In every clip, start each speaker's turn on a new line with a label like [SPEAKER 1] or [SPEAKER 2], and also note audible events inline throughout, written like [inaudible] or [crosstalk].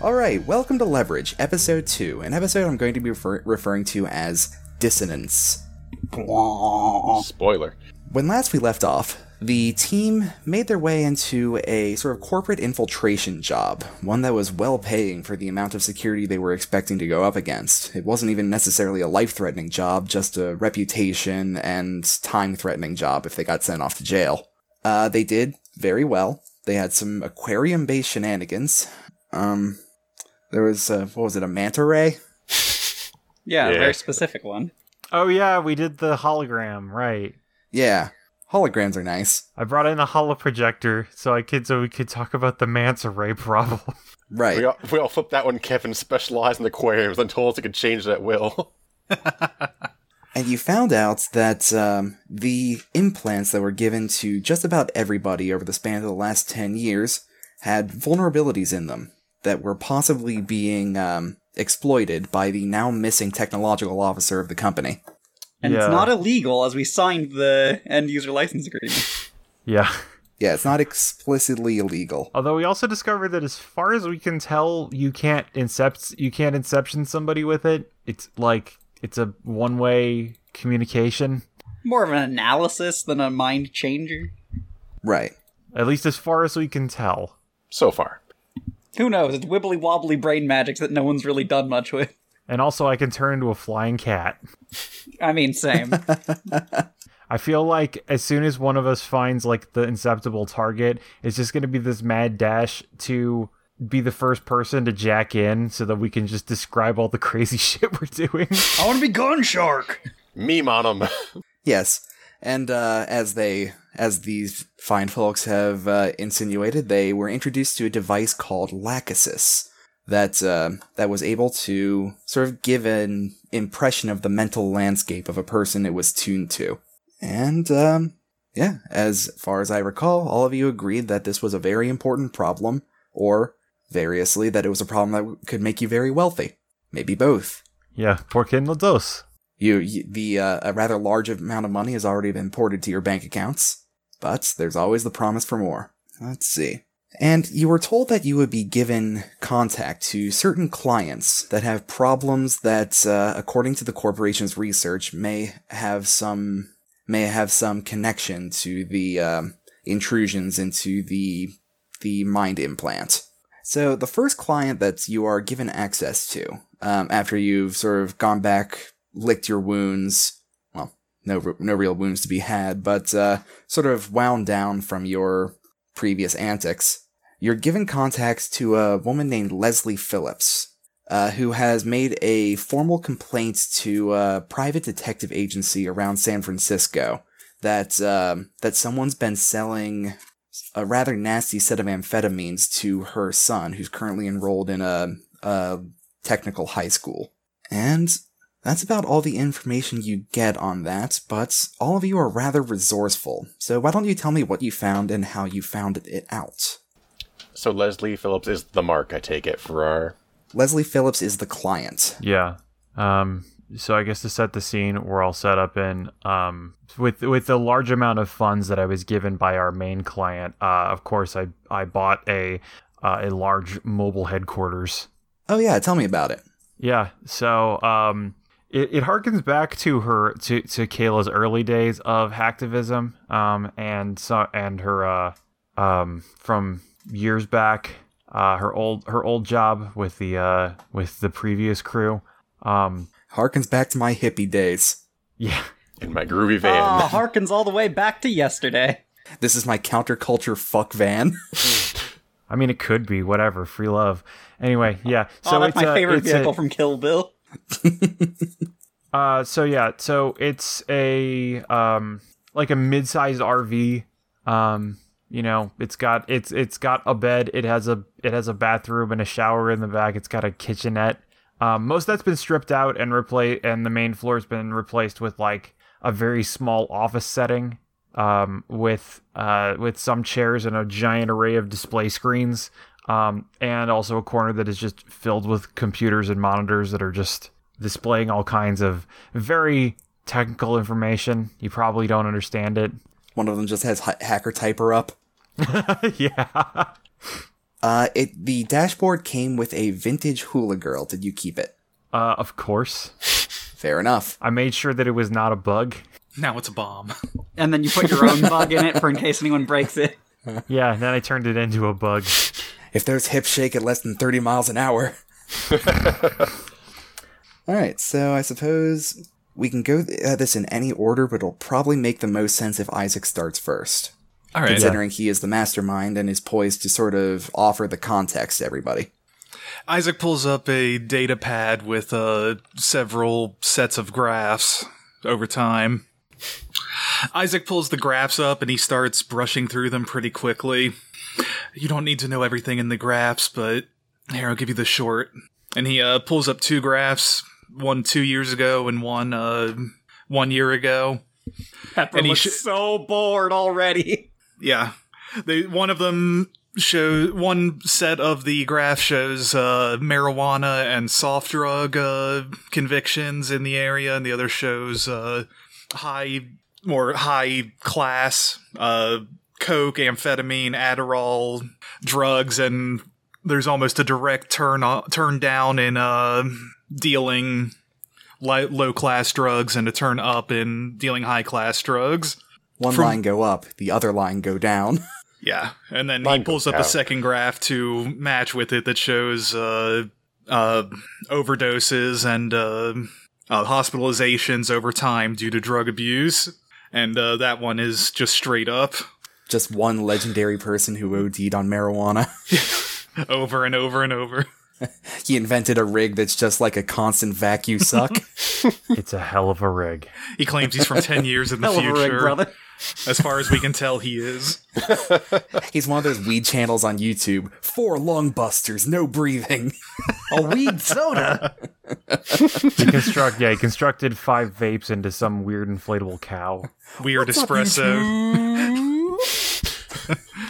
[SPEAKER 1] All right, welcome to Leverage, episode two, an episode I'm going to be refer- referring to as Dissonance.
[SPEAKER 2] Spoiler.
[SPEAKER 1] When last we left off, the team made their way into a sort of corporate infiltration job, one that was well paying for the amount of security they were expecting to go up against. It wasn't even necessarily a life threatening job, just a reputation and time threatening job if they got sent off to jail. Uh, they did very well. They had some aquarium based shenanigans. Um, there was, uh, what was it, a manta ray?
[SPEAKER 3] Yeah, a
[SPEAKER 2] Yeah.
[SPEAKER 3] very specific one.
[SPEAKER 4] Oh yeah, we did the hologram, right?
[SPEAKER 1] Yeah. Holograms are nice.
[SPEAKER 4] I brought in a holo projector so I could so we could talk about the manta ray [laughs] problem.
[SPEAKER 1] Right.
[SPEAKER 2] We all, we all flipped that one. Kevin specialized in aquariums and told us he could change that will. [laughs]
[SPEAKER 1] And you found out that um, the implants that were given to just about everybody over the span of the last 10 years had vulnerabilities in them that were possibly being um, exploited by the now missing technological officer of the company.
[SPEAKER 3] And
[SPEAKER 4] Yeah.
[SPEAKER 3] it's not illegal as we signed the end user license agreement. [laughs]
[SPEAKER 4] yeah.
[SPEAKER 1] Yeah, it's not explicitly illegal.
[SPEAKER 4] Although we also discovered that as far as we can tell, you can't incept you can't inception somebody with it. It's like it's a one way communication.
[SPEAKER 3] More of an analysis than a mind changer.
[SPEAKER 1] Right.
[SPEAKER 4] At least as far as we can tell.
[SPEAKER 2] So far.
[SPEAKER 3] Who knows? It's wibbly wobbly brain magic that no one's really done much with. [laughs]
[SPEAKER 4] And also I can turn into a flying cat.
[SPEAKER 3] I mean,
[SPEAKER 4] [laughs]
[SPEAKER 3] same.
[SPEAKER 4] I feel like as soon as one of us finds like the inceptible target, it's just going to be this mad dash to be the first person to jack in so that we can just describe all the [laughs] crazy shit we're doing.
[SPEAKER 3] I want to be Gun
[SPEAKER 4] [laughs]
[SPEAKER 3] Shark!
[SPEAKER 2] Meme on him.
[SPEAKER 1] Yes. And uh, as they, as these fine folks have uh, insinuated, they were introduced to a device called Lachesis that uh, that was able to sort of give an impression of the mental landscape of a person it was tuned to. And um, yeah, as far as I recall, all of you agreed that this was a very important problem, or variously that it was a problem that could make you very wealthy, maybe both
[SPEAKER 4] yeah, por qué no dos?
[SPEAKER 1] you, you the uh, a rather large amount of money has already been ported to your bank accounts, but there's always the promise for more. Let's see. And you were told that you would be given contact to certain clients that have problems that, uh, according to the corporation's research, may have some may have some connection to the um, intrusions into the the mind implant. So the first client that you are given access to, um, after you've sort of gone back, licked your wounds, well, no, r- no real wounds to be had, but uh, sort of wound down from your previous antics, you're given contacts to a woman named Leslie Phillips. Uh, who has made a formal complaint to a private detective agency around San Francisco that um, that someone's been selling a rather nasty set of amphetamines to her son, who's currently enrolled in a, a technical high school. And that's about all the information you get on that, but all of you are rather resourceful. So why don't you tell me what you found and how you found it out?
[SPEAKER 2] [laughs] So Leslie Phillips is the mark, I take it, for our.
[SPEAKER 1] Leslie Phillips is the client.
[SPEAKER 4] Yeah. Um so I guess to set the scene, we're all set up in um with with the large amount of funds that I was given by our main client. Uh of course I I bought a uh, a large mobile headquarters
[SPEAKER 1] Oh yeah, tell me about it.
[SPEAKER 4] Yeah. So um, it, it harkens back to her to, to Kayla's early days of hacktivism um, and so, and her uh, um, from years back uh, her old her old job with the uh, with the previous crew. Um, [laughs]
[SPEAKER 1] Harkens back to my hippie days.
[SPEAKER 4] yeah.
[SPEAKER 2] In my groovy van.
[SPEAKER 3] Ah, harkens all the way back to yesterday.
[SPEAKER 1] This is my counterculture fuck van. [laughs]
[SPEAKER 4] I mean, it could be whatever free love. Anyway, yeah. So
[SPEAKER 3] oh, that's
[SPEAKER 4] it's
[SPEAKER 3] my
[SPEAKER 4] a-
[SPEAKER 3] favorite
[SPEAKER 4] it's a-
[SPEAKER 3] vehicle from Kill Bill.
[SPEAKER 4] Uh, so yeah, so it's a um like a mid-sized RV. Um, you know, it's got it's it's got a bed. It has a it has a bathroom and a shower in the back. It's got a kitchenette. Um, most of that's been stripped out and replaced, and the main floor's been replaced with like a very small office setting. Um, with uh with some chairs and a giant array of display screens. Um, and also a corner that is just filled with computers and monitors that are just displaying all kinds of very technical information. You probably don't understand it. [laughs]
[SPEAKER 1] One of them just has ha- hacker typer up.
[SPEAKER 4] yeah.
[SPEAKER 1] Uh, it the dashboard came with a vintage hula girl. Did you keep it?
[SPEAKER 4] Uh, of course.
[SPEAKER 1] Fair enough.
[SPEAKER 4] I made sure that it was not a bug.
[SPEAKER 5] Now it's a bomb.
[SPEAKER 3] And then you put your own bug in it for in case anyone breaks it. [laughs]
[SPEAKER 4] Yeah, and then I turned it into a bug.
[SPEAKER 1] If there's hip shake at less than 30 miles an hour. All right, so I suppose we can go th- uh, this in any order, but it'll probably make the most sense if Isaac starts first,
[SPEAKER 5] [laughs] All right.
[SPEAKER 1] considering he is the mastermind and is poised to sort of offer the context to everybody.
[SPEAKER 5] Isaac pulls up a data pad with uh, several sets of graphs over time. Isaac pulls the graphs up and he starts brushing through them pretty quickly. You don't need to know everything in the graphs, but here, I'll give you the short. And he uh, pulls up two graphs one two years ago and one uh, one year ago.
[SPEAKER 3] Pepper
[SPEAKER 5] And he
[SPEAKER 3] looks
[SPEAKER 5] sh-
[SPEAKER 3] so bored already. [laughs]
[SPEAKER 5] Yeah. They one of them shows one set of the graph shows uh, marijuana and soft drug uh, convictions in the area, and the other shows uh, high more high class uh, coke, amphetamine, Adderall, drugs, and there's almost a direct turn o- turn down in uh, dealing li- low class drugs and a turn up in dealing high class drugs.
[SPEAKER 1] One line go up, the other line go down. [laughs]
[SPEAKER 5] Yeah, and then
[SPEAKER 2] Mine
[SPEAKER 5] he
[SPEAKER 2] goes
[SPEAKER 5] pulls up a
[SPEAKER 2] down.
[SPEAKER 5] second graph to match with it that shows uh, uh, overdoses and uh, uh, hospitalizations over time due to drug abuse, and uh, that one is just straight up [laughs]
[SPEAKER 1] Just one legendary person who OD'd on marijuana. [laughs]
[SPEAKER 5] over and over and over.
[SPEAKER 1] he invented a rig that's just like a constant vacuum suck.
[SPEAKER 4] It's a hell of a rig.
[SPEAKER 5] He claims he's
[SPEAKER 3] [laughs]
[SPEAKER 5] from ten years in the
[SPEAKER 3] Hell of a
[SPEAKER 5] future.
[SPEAKER 3] rig, brother.
[SPEAKER 5] As far as we can tell, he
[SPEAKER 3] [laughs]
[SPEAKER 5] is.
[SPEAKER 1] He's one of those weed channels on YouTube. Four lung busters, no breathing.
[SPEAKER 3] A weed soda.
[SPEAKER 4] He construct yeah, he constructed five vapes into some weird inflatable cow.
[SPEAKER 5] Weird espresso.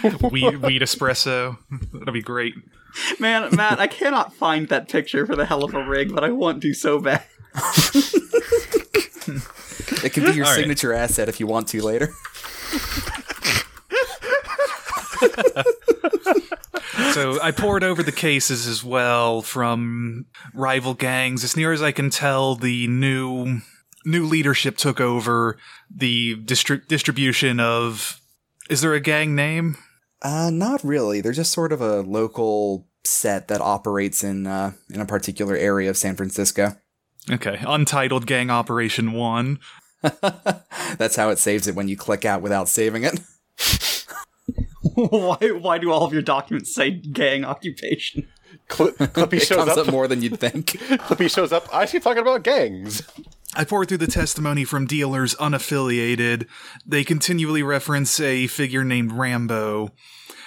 [SPEAKER 5] [laughs] weed, weed espresso. [laughs] That'll be great.
[SPEAKER 3] Man, Matt, I cannot find that picture for the hell of a rig, but I want to so bad.
[SPEAKER 1] It can be your
[SPEAKER 5] All right.
[SPEAKER 1] signature asset if you want to later.
[SPEAKER 5] So I poured over the cases as well from rival gangs. As near as I can tell, the new new leadership took over the distri- distribution of. Is there a gang name?
[SPEAKER 1] Uh, not really. They're just sort of a local set that operates in uh, in a particular area of San Francisco.
[SPEAKER 5] Okay, Untitled Gang Operation One.
[SPEAKER 1] That's how it saves it when you click out without saving it.
[SPEAKER 3] [laughs] why, why do all of your documents say gang occupation?
[SPEAKER 2] Cl-
[SPEAKER 1] [laughs]
[SPEAKER 2] Clippy
[SPEAKER 1] It
[SPEAKER 2] shows
[SPEAKER 1] comes
[SPEAKER 2] up.
[SPEAKER 1] up more than you'd [laughs] think.
[SPEAKER 2] [laughs] Clippy shows up. I see you talking about gangs.
[SPEAKER 5] I pour through the testimony from dealers unaffiliated. They continually reference a figure named Rambo.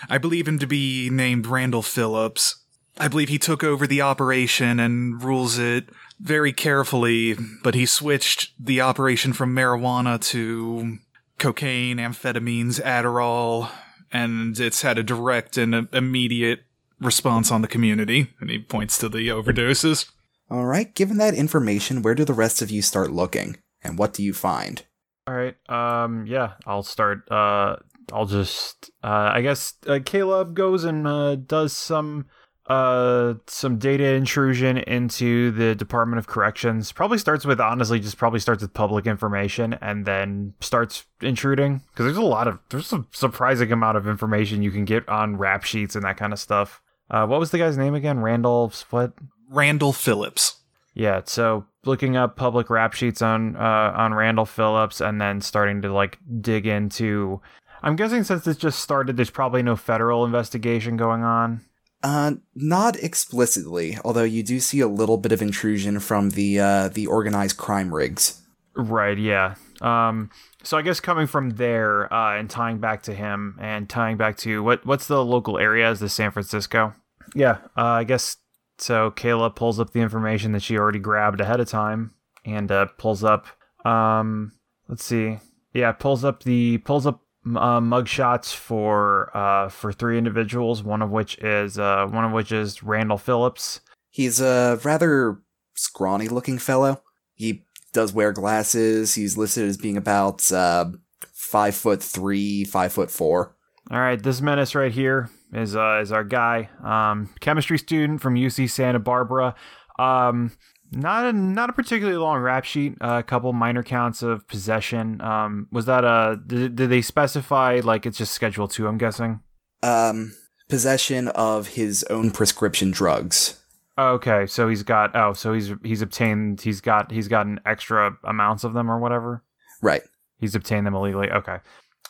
[SPEAKER 5] I believe him to be named Randall Phillips. I believe he took over the operation and rules it very carefully, but he switched the operation from marijuana to cocaine, amphetamines, Adderall, and it's had a direct and uh, immediate response on the community. And he points to the overdoses.
[SPEAKER 1] All right. Given that information, where do the rest of you start looking, and what do you find?
[SPEAKER 4] All right. Um yeah, I'll start uh I'll just uh I guess uh, Caleb goes and uh, does some uh some data intrusion into the Department of Corrections. Probably starts with honestly just probably starts with public information and then starts intruding because there's a lot of there's a surprising amount of information you can get on rap sheets and that kind of stuff. Uh what was the guy's name again? Randall what?
[SPEAKER 5] Randall Phillips.
[SPEAKER 4] Yeah, so looking up public rap sheets on uh, on Randall Phillips, and then starting to like dig into. I'm guessing since this just started, there's probably no federal investigation going on.
[SPEAKER 1] Uh, not explicitly, although you do see a little bit of intrusion from the uh, the organized crime rigs.
[SPEAKER 4] Right. Yeah. Um. So I guess coming from there uh, and tying back to him and tying back to what what's the local area? Is this San Francisco? Yeah. Uh, I guess so. Kayla pulls up the information that she already grabbed ahead of time and uh, pulls up. Um. Let's see. Yeah. Pulls up the pulls up uh, mugshots for uh for three individuals. One of which is uh one of which is Randall Phillips.
[SPEAKER 1] He's a rather scrawny looking fellow. He does wear glasses. He's listed as being about uh, five foot three, five foot four.
[SPEAKER 4] All right. This menace right here. is uh, is our guy, um, chemistry student from UC Santa Barbara. Um, not a not a particularly long rap sheet. uh, a couple minor counts of possession. Um, was that a did, did they specify like it's just Schedule Two? I'm guessing.
[SPEAKER 1] Um, possession of his own prescription drugs.
[SPEAKER 4] Okay, so he's got oh, so he's he's obtained he's got he's gotten extra amounts of them or whatever.
[SPEAKER 1] Right.
[SPEAKER 4] He's obtained them illegally. Okay.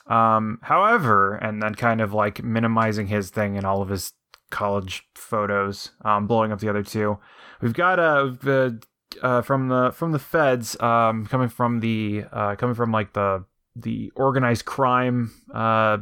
[SPEAKER 4] Um, however, and then kind of like minimizing his thing and all of his college photos, um, blowing up the other two. We've got uh, the uh from the from the feds um coming from the uh coming from like the the organized crime uh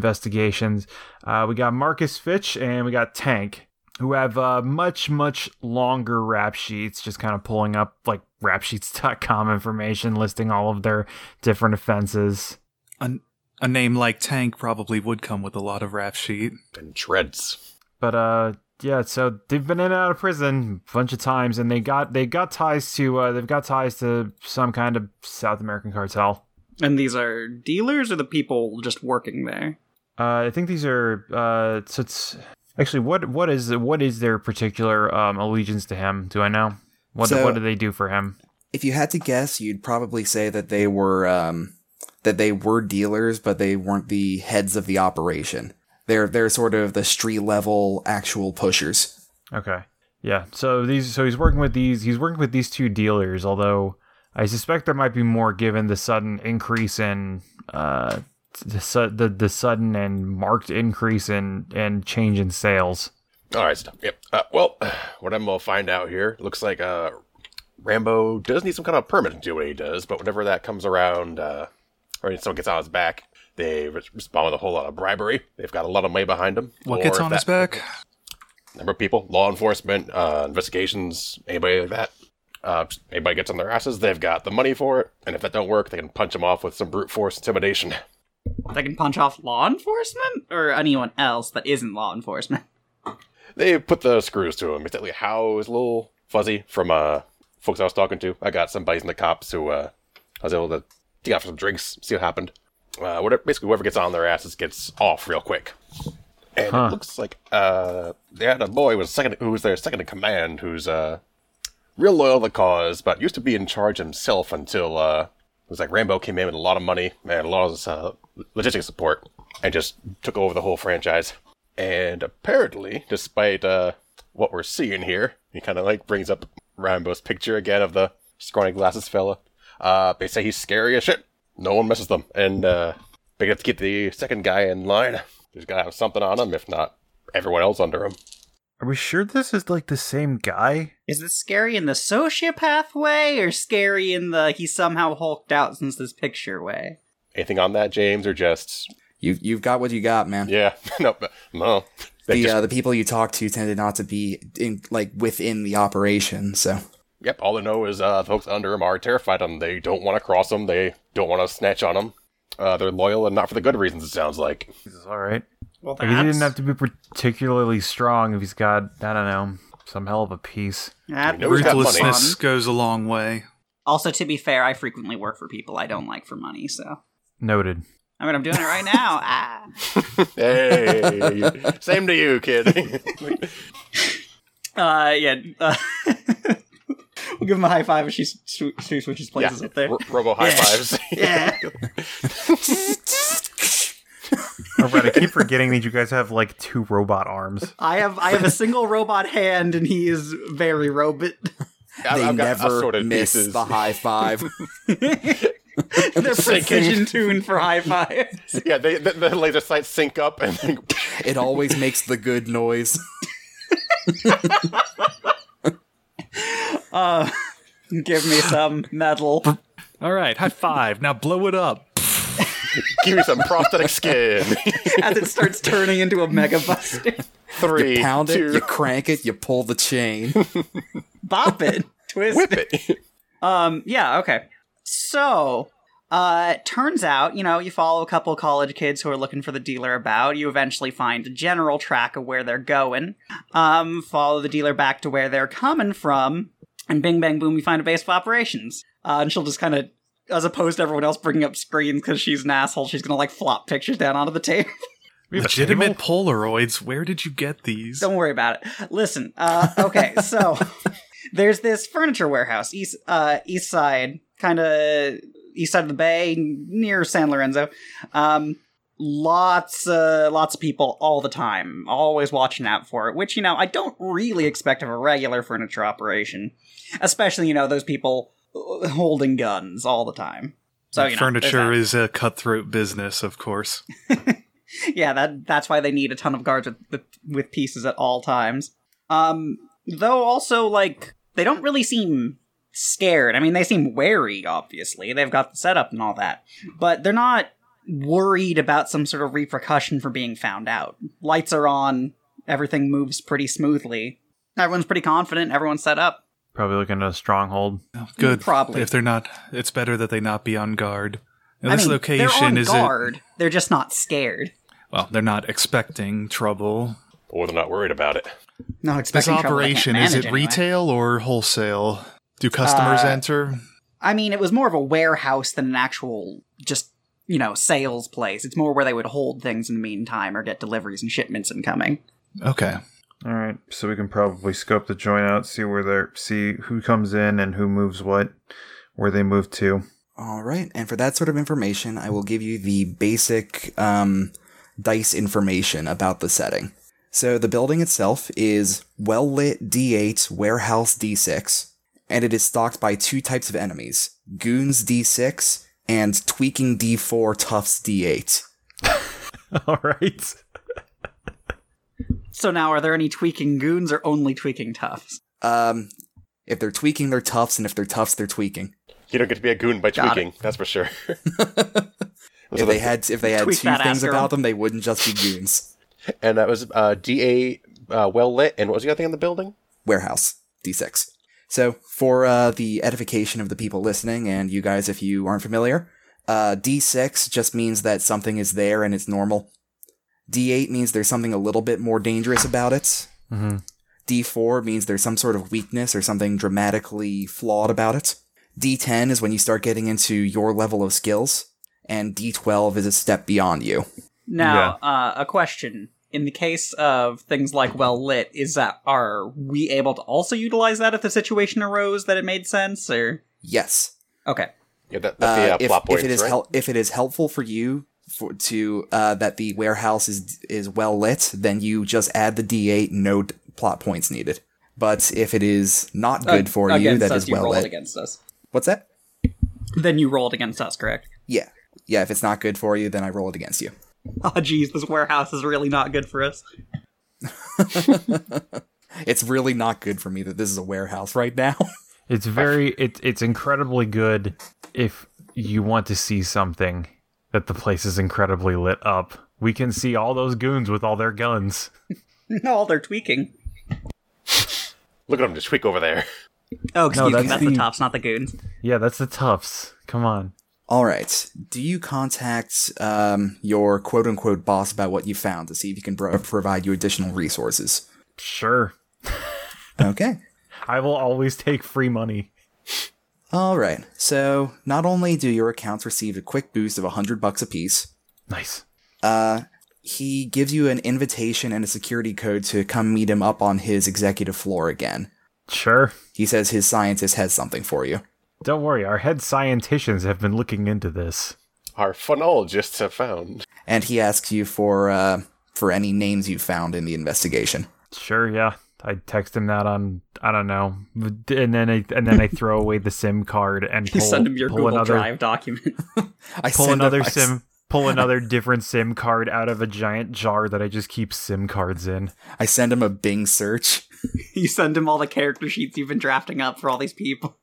[SPEAKER 4] investigations. Uh, we got Marcus Fitch and we got Tank who have uh, much much longer rap sheets just kind of pulling up like rapsheets.com information listing all of their different offenses
[SPEAKER 5] A name like Tank probably would come with a lot of rap sheet.
[SPEAKER 2] And dreads.
[SPEAKER 4] but uh yeah so they've been in and out of prison a bunch of times and they got they got ties to uh they've got ties to some kind of south american cartel
[SPEAKER 3] And these are dealers or the people just working there?
[SPEAKER 4] uh i think these are uh so it's actually what what is what is their particular um allegiance to him do i know what
[SPEAKER 1] So-
[SPEAKER 4] what do they do for him
[SPEAKER 1] If you had to guess, you'd probably say that they were um, that they were dealers, but they weren't the heads of the operation. They're they're sort of the street level actual pushers.
[SPEAKER 4] Okay. Yeah. So these so he's working with these he's working with these two dealers, although I suspect there might be more given the sudden increase in uh the su- the, the sudden and marked increase in and change in sales.
[SPEAKER 2] All right, stop. Yep. Uh, well, [sighs] what I'm gonna find out here looks like uh, Rambo does need some kind of permit to do what he does, but whenever that comes around, uh, or when someone gets on his back, they re- respond with a whole lot of bribery. They've got a lot of money behind them.
[SPEAKER 5] What
[SPEAKER 2] or
[SPEAKER 5] gets
[SPEAKER 2] if
[SPEAKER 5] on
[SPEAKER 2] that-
[SPEAKER 5] his back?
[SPEAKER 2] Number of people, law enforcement, uh, investigations, anybody like that. Uh, anybody gets on their asses, they've got the money for it, and if that don't work, they can punch them off with some brute force intimidation. [laughs]
[SPEAKER 3] They can punch off law enforcement or anyone else that isn't law enforcement.
[SPEAKER 2] they put the screws to him. Exactly how is a little fuzzy from uh folks I was talking to. I got some buddies in the cops who uh I was able to take out some drinks, see what happened. Uh, whatever, basically whoever gets on their asses gets off real quick. And
[SPEAKER 4] Huh.
[SPEAKER 2] it looks like uh they had a boy who was second who was their second in command who's uh real loyal to the cause, but used to be in charge himself until uh it was like Rambo came in with a lot of money and a lot of uh, logistics support and just took over the whole franchise. And apparently, despite uh, what we're seeing here, he kind of like brings up Rambo's picture again of the scrawny glasses fella. Uh, they say he's scary as shit. No one misses them. And uh, they have to keep the second guy in line. He's got to have something on him, if not everyone else under him.
[SPEAKER 4] Are we sure this is like the same guy?
[SPEAKER 3] Is this scary in the sociopath way or scary in the he somehow hulked out since this picture way?
[SPEAKER 2] Anything on that, James, or just
[SPEAKER 1] You you've got what you got, man.
[SPEAKER 2] yeah, [laughs] no, no. They
[SPEAKER 1] The
[SPEAKER 2] just-
[SPEAKER 1] uh, the people you talk to tended not to be in like within the operation, so
[SPEAKER 2] Yep, all they know is uh, the folks under them are terrified of them. They don't want to cross them. They don't want to snatch on them. Uh, they're loyal and not for the good reasons. It sounds like.
[SPEAKER 4] Jesus, all right.
[SPEAKER 3] Well,
[SPEAKER 4] Like he didn't have to be particularly strong if he's got I don't know some hell of a piece.
[SPEAKER 3] that
[SPEAKER 2] We know he's got money.
[SPEAKER 5] Ruthlessness goes a long way.
[SPEAKER 3] Also, to be fair, I frequently work for people I don't like for money, so.
[SPEAKER 4] Noted.
[SPEAKER 3] I mean, I'm doing it right
[SPEAKER 4] [laughs]
[SPEAKER 3] now. ah.
[SPEAKER 2] Hey, same to
[SPEAKER 1] [laughs]
[SPEAKER 2] you, kid.
[SPEAKER 3] Uh, yeah. Uh, [laughs] we'll give him a high five if she, s- sw- she switches
[SPEAKER 2] yeah,
[SPEAKER 3] places up there.
[SPEAKER 2] R- Robo high fives.
[SPEAKER 3] [laughs] Yeah.
[SPEAKER 4] All Oh, right, I keep forgetting that you guys have like two robot arms.
[SPEAKER 3] I have I have a single robot hand, and he is very robot. [laughs]
[SPEAKER 2] I-
[SPEAKER 1] they
[SPEAKER 2] I've got
[SPEAKER 1] never
[SPEAKER 2] assorted
[SPEAKER 1] miss
[SPEAKER 2] pieces.
[SPEAKER 1] the high
[SPEAKER 2] [laughs]
[SPEAKER 1] five.
[SPEAKER 3] They're
[SPEAKER 2] Sinking.
[SPEAKER 3] precision tuned for high fives.
[SPEAKER 2] yeah, they, the, the laser sights sync up and then
[SPEAKER 1] it always makes the good noise.
[SPEAKER 3] Uh, [laughs] give me some metal.
[SPEAKER 5] All right, high five. Now blow it up.
[SPEAKER 2] [laughs] give me some
[SPEAKER 1] [laughs]
[SPEAKER 2] prosthetic skin.
[SPEAKER 3] as it starts turning into a mega buster.
[SPEAKER 2] Three,
[SPEAKER 1] Pound it,
[SPEAKER 2] two,
[SPEAKER 1] you crank it, you pull the chain.
[SPEAKER 3] [laughs] Bop it.
[SPEAKER 2] [laughs]
[SPEAKER 3] Twist
[SPEAKER 2] whip
[SPEAKER 3] it.
[SPEAKER 2] it.
[SPEAKER 3] Um, yeah, okay. So, uh, turns out, you know, you follow a couple college kids who are looking for the dealer about. You eventually find a general track of where they're going. Um, follow the dealer back to where they're coming from. And bing, bang, boom, you find a base of operations. Uh, and she'll just kind of, as opposed to everyone else bringing up screens because she's an asshole, she's going to like flop pictures down onto the [laughs] table.
[SPEAKER 4] We have a
[SPEAKER 5] [laughs] Legitimate
[SPEAKER 4] table?
[SPEAKER 5] Polaroids. Where did you get these?
[SPEAKER 3] Don't worry about it. Listen, uh, okay, so [laughs] there's this furniture warehouse east uh, east side, kind of east side of the bay, near San Lorenzo. Um, lots uh, lots of people all the time, always watching out for it. Which you know I don't really expect of a regular furniture operation, especially you know those people uh, holding guns all the time. So you know, there's
[SPEAKER 5] furniture
[SPEAKER 3] that.
[SPEAKER 5] is a cutthroat business, of course.
[SPEAKER 3] yeah, that that's why they need a ton of guards with with, with pieces at all times. Um, though also like they don't really seem scared. I mean, they seem wary. Obviously, they've got the setup and all that, but they're not worried about some sort of repercussion for being found out. Lights are on. Everything moves pretty smoothly. Everyone's pretty confident. Everyone's set up.
[SPEAKER 4] Probably looking at a stronghold.
[SPEAKER 5] Oh, Good.
[SPEAKER 3] Mm, Probably.
[SPEAKER 5] If they're not, it's better that they not be on guard. Now,
[SPEAKER 3] I
[SPEAKER 5] this
[SPEAKER 3] mean, they're
[SPEAKER 5] location
[SPEAKER 3] on
[SPEAKER 5] is a-
[SPEAKER 3] guard. They're just not scared.
[SPEAKER 5] well, they're not expecting trouble.
[SPEAKER 2] Or they're not worried about it.
[SPEAKER 3] Not
[SPEAKER 5] This
[SPEAKER 3] expecting trouble. They can't
[SPEAKER 5] operation is
[SPEAKER 3] manage
[SPEAKER 5] it
[SPEAKER 3] anyway.
[SPEAKER 5] retail or wholesale? Do customers
[SPEAKER 3] Uh,
[SPEAKER 5] enter?
[SPEAKER 3] I mean, it was more of a warehouse than an actual just you know sales place. It's more where they would hold things in the meantime or get deliveries and shipments incoming.
[SPEAKER 5] Okay.
[SPEAKER 4] All right, so we can probably scope the joint out, see where they're, see who comes in and who moves what, where they move to.
[SPEAKER 1] All right, and for that sort of information, I will give you the basic um, dice information about the setting. So the building itself is well lit D8, warehouse D6, and it is stalked by two types of enemies: goons D6 and tweaking D4 toughs D8.
[SPEAKER 4] [laughs] All right.
[SPEAKER 3] So now, are there any tweaking goons or only tweaking toughs?
[SPEAKER 1] Um, if they're tweaking, they're toughs, and if they're toughs, they're tweaking.
[SPEAKER 2] You don't get to be a goon by
[SPEAKER 3] Got it.
[SPEAKER 2] tweaking, that's
[SPEAKER 1] [laughs]
[SPEAKER 2] for sure. [laughs]
[SPEAKER 1] If they had if they had
[SPEAKER 3] Tweak
[SPEAKER 1] two
[SPEAKER 3] that
[SPEAKER 1] things
[SPEAKER 3] after 'em.
[SPEAKER 1] about them, they wouldn't just be goons.
[SPEAKER 2] and that was uh, DA uh, well lit. And what was the other thing in the building?
[SPEAKER 1] warehouse d6 so for uh, the edification of the people listening and you guys if you aren't familiar uh, d6 just means that something is there and it's normal d8 means there's something a little bit more dangerous about it
[SPEAKER 4] Mm-hmm.
[SPEAKER 1] d4 means there's some sort of weakness or something dramatically flawed about it d10 is when you start getting into your level of skills and d12 is a step beyond you
[SPEAKER 3] Now, uh, a question: In the case of things like well lit, is that are we able to also utilize that if the situation arose that it made sense? Or
[SPEAKER 1] yes
[SPEAKER 3] okay,
[SPEAKER 2] Yeah, that, that's the uh,
[SPEAKER 1] Uh, if,
[SPEAKER 2] plot points,
[SPEAKER 1] if it is
[SPEAKER 2] right?
[SPEAKER 1] hel- if it is helpful for you for, to uh, that the warehouse is is well lit, then you just add the D8. No d- plot points needed. But if it is not good
[SPEAKER 3] Ag-
[SPEAKER 1] for you,
[SPEAKER 3] against
[SPEAKER 1] that
[SPEAKER 3] us,
[SPEAKER 1] is well
[SPEAKER 3] rolled
[SPEAKER 1] lit.
[SPEAKER 3] against us.
[SPEAKER 1] What's that?
[SPEAKER 3] Then you rolled against us, correct? [laughs]
[SPEAKER 1] Yeah, yeah. If it's not good for you, then I roll it against you.
[SPEAKER 3] Oh, geez, this warehouse is really not good for us. [laughs]
[SPEAKER 1] It's really not good for me that this is a warehouse right now. [laughs]
[SPEAKER 4] It's very, it, it's incredibly good if you want to see something that the place is incredibly lit up. We can see all those goons with all their guns.
[SPEAKER 3] All they're tweaking.
[SPEAKER 2] Look at him just tweak over there. [laughs]
[SPEAKER 3] Oh, excuse
[SPEAKER 4] that's
[SPEAKER 3] me, that's
[SPEAKER 4] the-
[SPEAKER 3] the tops, not the goons.
[SPEAKER 4] Yeah, that's the toughs. Come on.
[SPEAKER 1] All right. Do you contact um, your quote unquote boss about what you found to see if he can bro- provide you additional resources?
[SPEAKER 4] Sure.
[SPEAKER 1] Okay.
[SPEAKER 4] I will always take free money.
[SPEAKER 1] All right. So not only do your accounts receive a quick boost of hundred bucks apiece,
[SPEAKER 4] Nice.
[SPEAKER 1] uh, he gives you an invitation and a security code to come meet him up on his executive floor again.
[SPEAKER 4] Sure.
[SPEAKER 1] He says his scientist has something for you.
[SPEAKER 4] Don't worry, our head scienticians have been looking into this.
[SPEAKER 2] Our phonologists have found.
[SPEAKER 1] And he asks you for uh, for any names you found in the investigation.
[SPEAKER 4] Sure, yeah. I text him that on I don't know, and then I and then I throw away the SIM card and
[SPEAKER 3] You
[SPEAKER 4] pull,
[SPEAKER 3] send him your
[SPEAKER 4] pull
[SPEAKER 3] Google
[SPEAKER 4] another
[SPEAKER 3] Drive document.
[SPEAKER 1] I
[SPEAKER 4] pull
[SPEAKER 1] send
[SPEAKER 4] another
[SPEAKER 1] him- I s-
[SPEAKER 4] SIM pull another different SIM card out of a giant jar that I just keep SIM cards in.
[SPEAKER 1] I send him a Bing search.
[SPEAKER 3] [laughs] you send him all the character sheets you've been drafting up for all these people.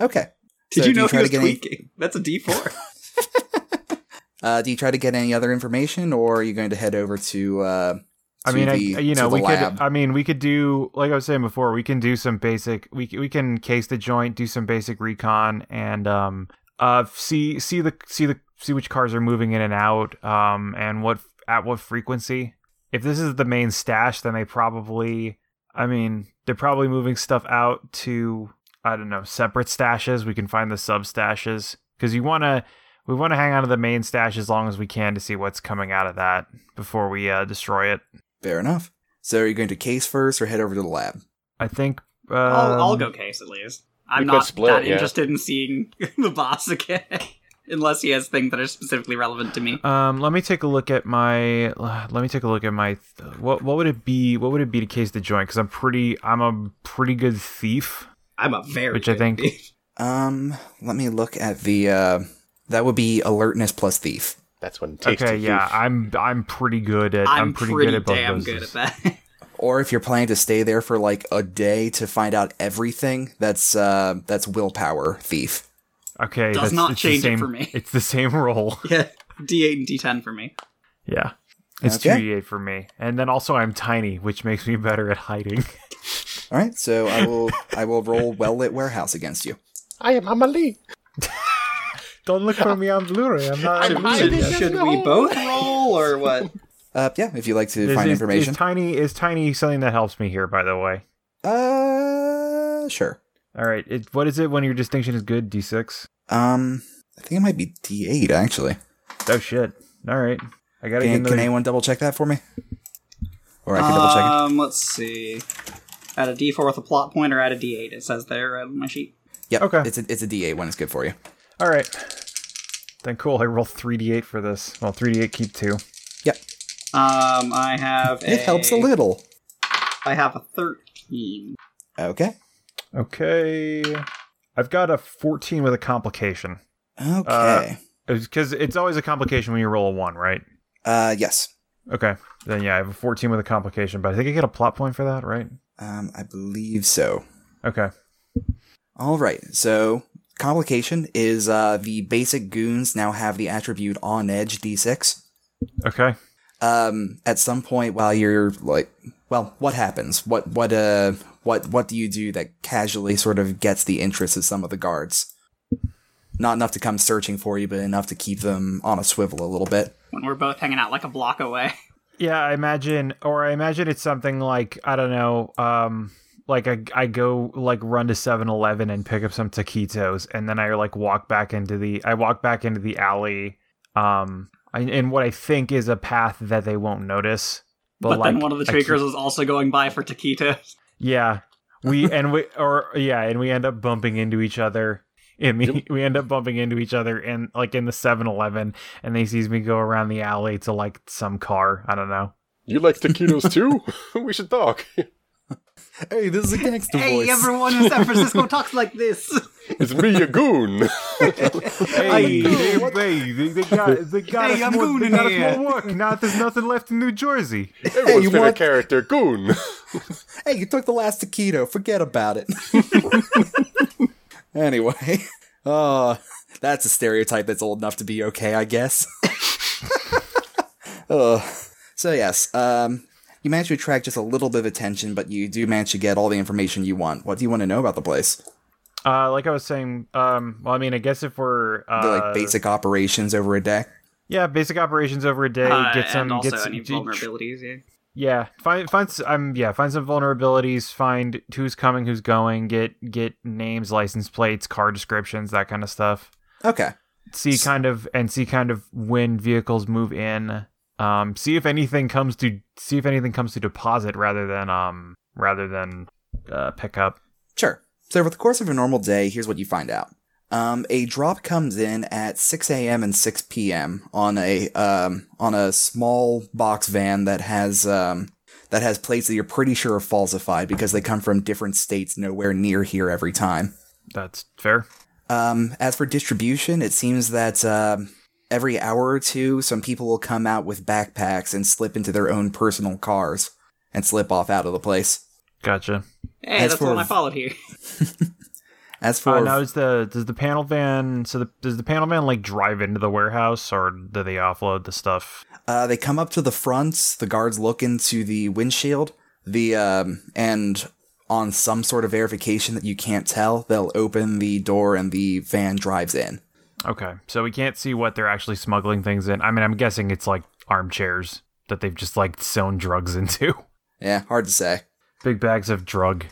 [SPEAKER 1] Okay.
[SPEAKER 3] Did
[SPEAKER 1] So
[SPEAKER 3] you
[SPEAKER 1] do
[SPEAKER 3] know
[SPEAKER 1] you
[SPEAKER 3] he
[SPEAKER 1] try to
[SPEAKER 3] was
[SPEAKER 1] get any-
[SPEAKER 3] tweaking? [laughs] That's a D four.
[SPEAKER 1] Uh, do you try to get any other information, or are you going to head over to? Uh,
[SPEAKER 4] I
[SPEAKER 1] to
[SPEAKER 4] mean, I,
[SPEAKER 1] the-
[SPEAKER 4] you
[SPEAKER 1] to
[SPEAKER 4] know,
[SPEAKER 1] the
[SPEAKER 4] we
[SPEAKER 1] lab?
[SPEAKER 4] could. I mean, we could do like I was saying before. We can do some basic. We c- we can case the joint, do some basic recon, and um, uh, see see the see the see which cars are moving in and out, um, and what at what frequency. If this is the main stash, then they probably. I mean, they're probably moving stuff out to I don't know separate stashes. We can find the sub stashes because you want to. We want to hang on to the main stash as long as we can to see what's coming out of that before we uh, destroy it.
[SPEAKER 1] Fair enough. So are you going to case first or head over to the lab?
[SPEAKER 4] I think. Um,
[SPEAKER 3] I'll, I'll go case at least. I'm
[SPEAKER 2] could
[SPEAKER 3] not
[SPEAKER 2] split,
[SPEAKER 3] that
[SPEAKER 2] yeah.
[SPEAKER 3] interested in seeing [laughs] the boss again, [laughs] unless he has things that are specifically relevant to me.
[SPEAKER 4] Um, let me take a look at my. [sighs] Let me take a look at my. What what would it be? What would it be to case the joint? Because I'm pretty. I'm a pretty good thief.
[SPEAKER 3] I'm a very
[SPEAKER 4] Which I
[SPEAKER 3] good
[SPEAKER 4] think-
[SPEAKER 3] thief.
[SPEAKER 1] Um, let me look at the. Uh, that would be alertness plus thief.
[SPEAKER 2] That's when tasty
[SPEAKER 4] okay, yeah,
[SPEAKER 2] thief-
[SPEAKER 4] I'm I'm pretty good at. I'm,
[SPEAKER 3] I'm,
[SPEAKER 4] pretty,
[SPEAKER 3] pretty,
[SPEAKER 4] good at both
[SPEAKER 3] damn
[SPEAKER 4] those.
[SPEAKER 3] good at that. [laughs]
[SPEAKER 1] Or if you're planning to stay there for like a day to find out everything, that's uh, that's willpower thief.
[SPEAKER 4] Okay,
[SPEAKER 3] Does
[SPEAKER 4] that's-
[SPEAKER 3] not
[SPEAKER 4] it's the
[SPEAKER 3] change it
[SPEAKER 4] same-
[SPEAKER 3] for me.
[SPEAKER 4] [laughs] It's the same roll.
[SPEAKER 3] yeah, D8 and D10 for me.
[SPEAKER 4] [laughs] Yeah. It's
[SPEAKER 1] Okay.
[SPEAKER 4] 2d8 for me. And then also I'm tiny, which makes me better at hiding. [laughs]
[SPEAKER 1] All right, so I will I will roll well lit warehouse against you.
[SPEAKER 2] I am Amalie.
[SPEAKER 4] Don't look for me on Blu-ray. I'm not
[SPEAKER 2] I'm hiding in
[SPEAKER 3] should
[SPEAKER 2] the
[SPEAKER 3] we
[SPEAKER 2] hole.
[SPEAKER 3] both roll or what?
[SPEAKER 1] Uh, yeah, if you'd like to
[SPEAKER 4] Is-
[SPEAKER 1] find
[SPEAKER 4] is-
[SPEAKER 1] information.
[SPEAKER 4] Is tiny is tiny something that helps me here, by the way.
[SPEAKER 1] uh, sure.
[SPEAKER 4] All right. It, what is it when your distinction is good? D6.
[SPEAKER 1] Um, I think it might be D eight actually.
[SPEAKER 4] Oh shit. All right. I gotta
[SPEAKER 1] Can,
[SPEAKER 4] get another. Uh,
[SPEAKER 1] can anyone double check that for me? Or I can double check it.
[SPEAKER 3] Um, let's see. Add a D4 with a plot point or add a D8. It says there right on my sheet.
[SPEAKER 1] Yep.
[SPEAKER 4] okay.
[SPEAKER 1] It's a it's a D eight when it's good for you.
[SPEAKER 4] All right. Then cool. I roll 3d8 for this. Well, 3d8 keep two.
[SPEAKER 1] Yep.
[SPEAKER 3] Um, I have a,
[SPEAKER 1] It helps a little.
[SPEAKER 3] I have a 13.
[SPEAKER 1] Okay.
[SPEAKER 4] Okay. I've got a 14 with a complication. Uh,
[SPEAKER 1] Okay.
[SPEAKER 4] Because it's always a complication when you roll a one, right?
[SPEAKER 1] Uh, yes.
[SPEAKER 4] Okay. Then yeah, I have a 14 with a complication, but I think I get a plot point for that, right?
[SPEAKER 1] Um, I believe so.
[SPEAKER 4] Okay.
[SPEAKER 1] All right. So complication is uh the basic goons now have the attribute on edge D6.
[SPEAKER 4] Okay.
[SPEAKER 1] Um, at some point while you're like, well, what happens? What what uh what what do you do that casually sort of gets the interest of some of the guards? Not enough to come searching for you, but enough to keep them on a swivel a little bit.
[SPEAKER 3] When we're both hanging out like a block away. [laughs]
[SPEAKER 4] Yeah, I imagine or I imagine it's something like I don't know, um like I, I go like run to 7-Eleven and pick up some taquitos and then I like walk back into the I walk back into the alley um in- in what I think is a path that they won't notice.
[SPEAKER 3] But, then
[SPEAKER 4] like,
[SPEAKER 3] one of the
[SPEAKER 4] I keep-
[SPEAKER 3] trickers was also going by for taquitos.
[SPEAKER 4] Yeah. We and we or yeah, and we end up bumping into each other in the we end up bumping into each other in like in the 7-Eleven and they sees me go around the alley to like some car. I don't know.
[SPEAKER 2] You like taquitos
[SPEAKER 4] [laughs]
[SPEAKER 2] too? we should talk.
[SPEAKER 1] Hey, this is a gangster
[SPEAKER 3] [laughs] [laughs] Hey, everyone in San Francisco talks like [laughs] this.
[SPEAKER 2] It's me, your
[SPEAKER 4] [laughs]
[SPEAKER 2] goon.
[SPEAKER 4] Hey, they, they, they, they got they got
[SPEAKER 3] Hey,
[SPEAKER 4] us
[SPEAKER 3] I'm
[SPEAKER 4] more,
[SPEAKER 3] going
[SPEAKER 4] they
[SPEAKER 3] in
[SPEAKER 4] got us
[SPEAKER 3] here.
[SPEAKER 4] more work. Now there's nothing left in New Jersey.
[SPEAKER 2] Everyone's
[SPEAKER 1] you
[SPEAKER 2] favorite
[SPEAKER 1] want-
[SPEAKER 2] character, goon.
[SPEAKER 1] hey, you took the last taquito. Forget about it. anyway, oh, that's a stereotype that's old enough to be okay, I guess. Ugh. So yes, um, you manage to attract just a little bit of attention, but you do manage to get all the information you want. What do you want to know about the place?
[SPEAKER 4] Uh, like I was saying, um, well, I mean, I guess if we're uh,
[SPEAKER 1] The, like basic operations over a day.
[SPEAKER 4] yeah, basic operations over a day,
[SPEAKER 3] Uh,
[SPEAKER 4] get some,
[SPEAKER 3] and also
[SPEAKER 4] get some,
[SPEAKER 3] any vulnerabilities. Yeah.
[SPEAKER 4] Yeah, find find s- um yeah find some vulnerabilities. Find who's coming, who's going. Get get names, license plates, car descriptions, that kind of stuff.
[SPEAKER 1] Okay.
[SPEAKER 4] See kind of and see kind of when vehicles move in. Um, see if anything comes to see if anything comes to deposit rather than um rather than uh, pick up.
[SPEAKER 1] Sure. So, over the course of a normal day, here's what you find out. Um, a drop comes in at 6 a.m. and 6 p.m. on a um, on a small box van that has um, that has plates that you're pretty sure are falsified because they come from different states nowhere near here every time.
[SPEAKER 4] That's fair.
[SPEAKER 1] Um, as for distribution, it seems that um, every hour or two, some people will come out with backpacks and slip into their own personal cars and slip off out of the place.
[SPEAKER 4] Gotcha. Uh,
[SPEAKER 3] Hey,
[SPEAKER 1] As
[SPEAKER 3] that's the
[SPEAKER 1] for-
[SPEAKER 3] one I followed here.
[SPEAKER 1] As for
[SPEAKER 4] Uh, now is the does the panel van so the, does the panel van like drive into the warehouse or do they offload the stuff?
[SPEAKER 1] Uh, they come up to the front. The guards look into the windshield. The um, and on some sort of verification that you can't tell, they'll open the door and the van drives in.
[SPEAKER 4] Okay, so we can't see what they're actually smuggling things in. I mean, I'm guessing it's like armchairs that they've just like sewn drugs [laughs] into.
[SPEAKER 1] Yeah, hard to say.
[SPEAKER 4] Big bags of drug.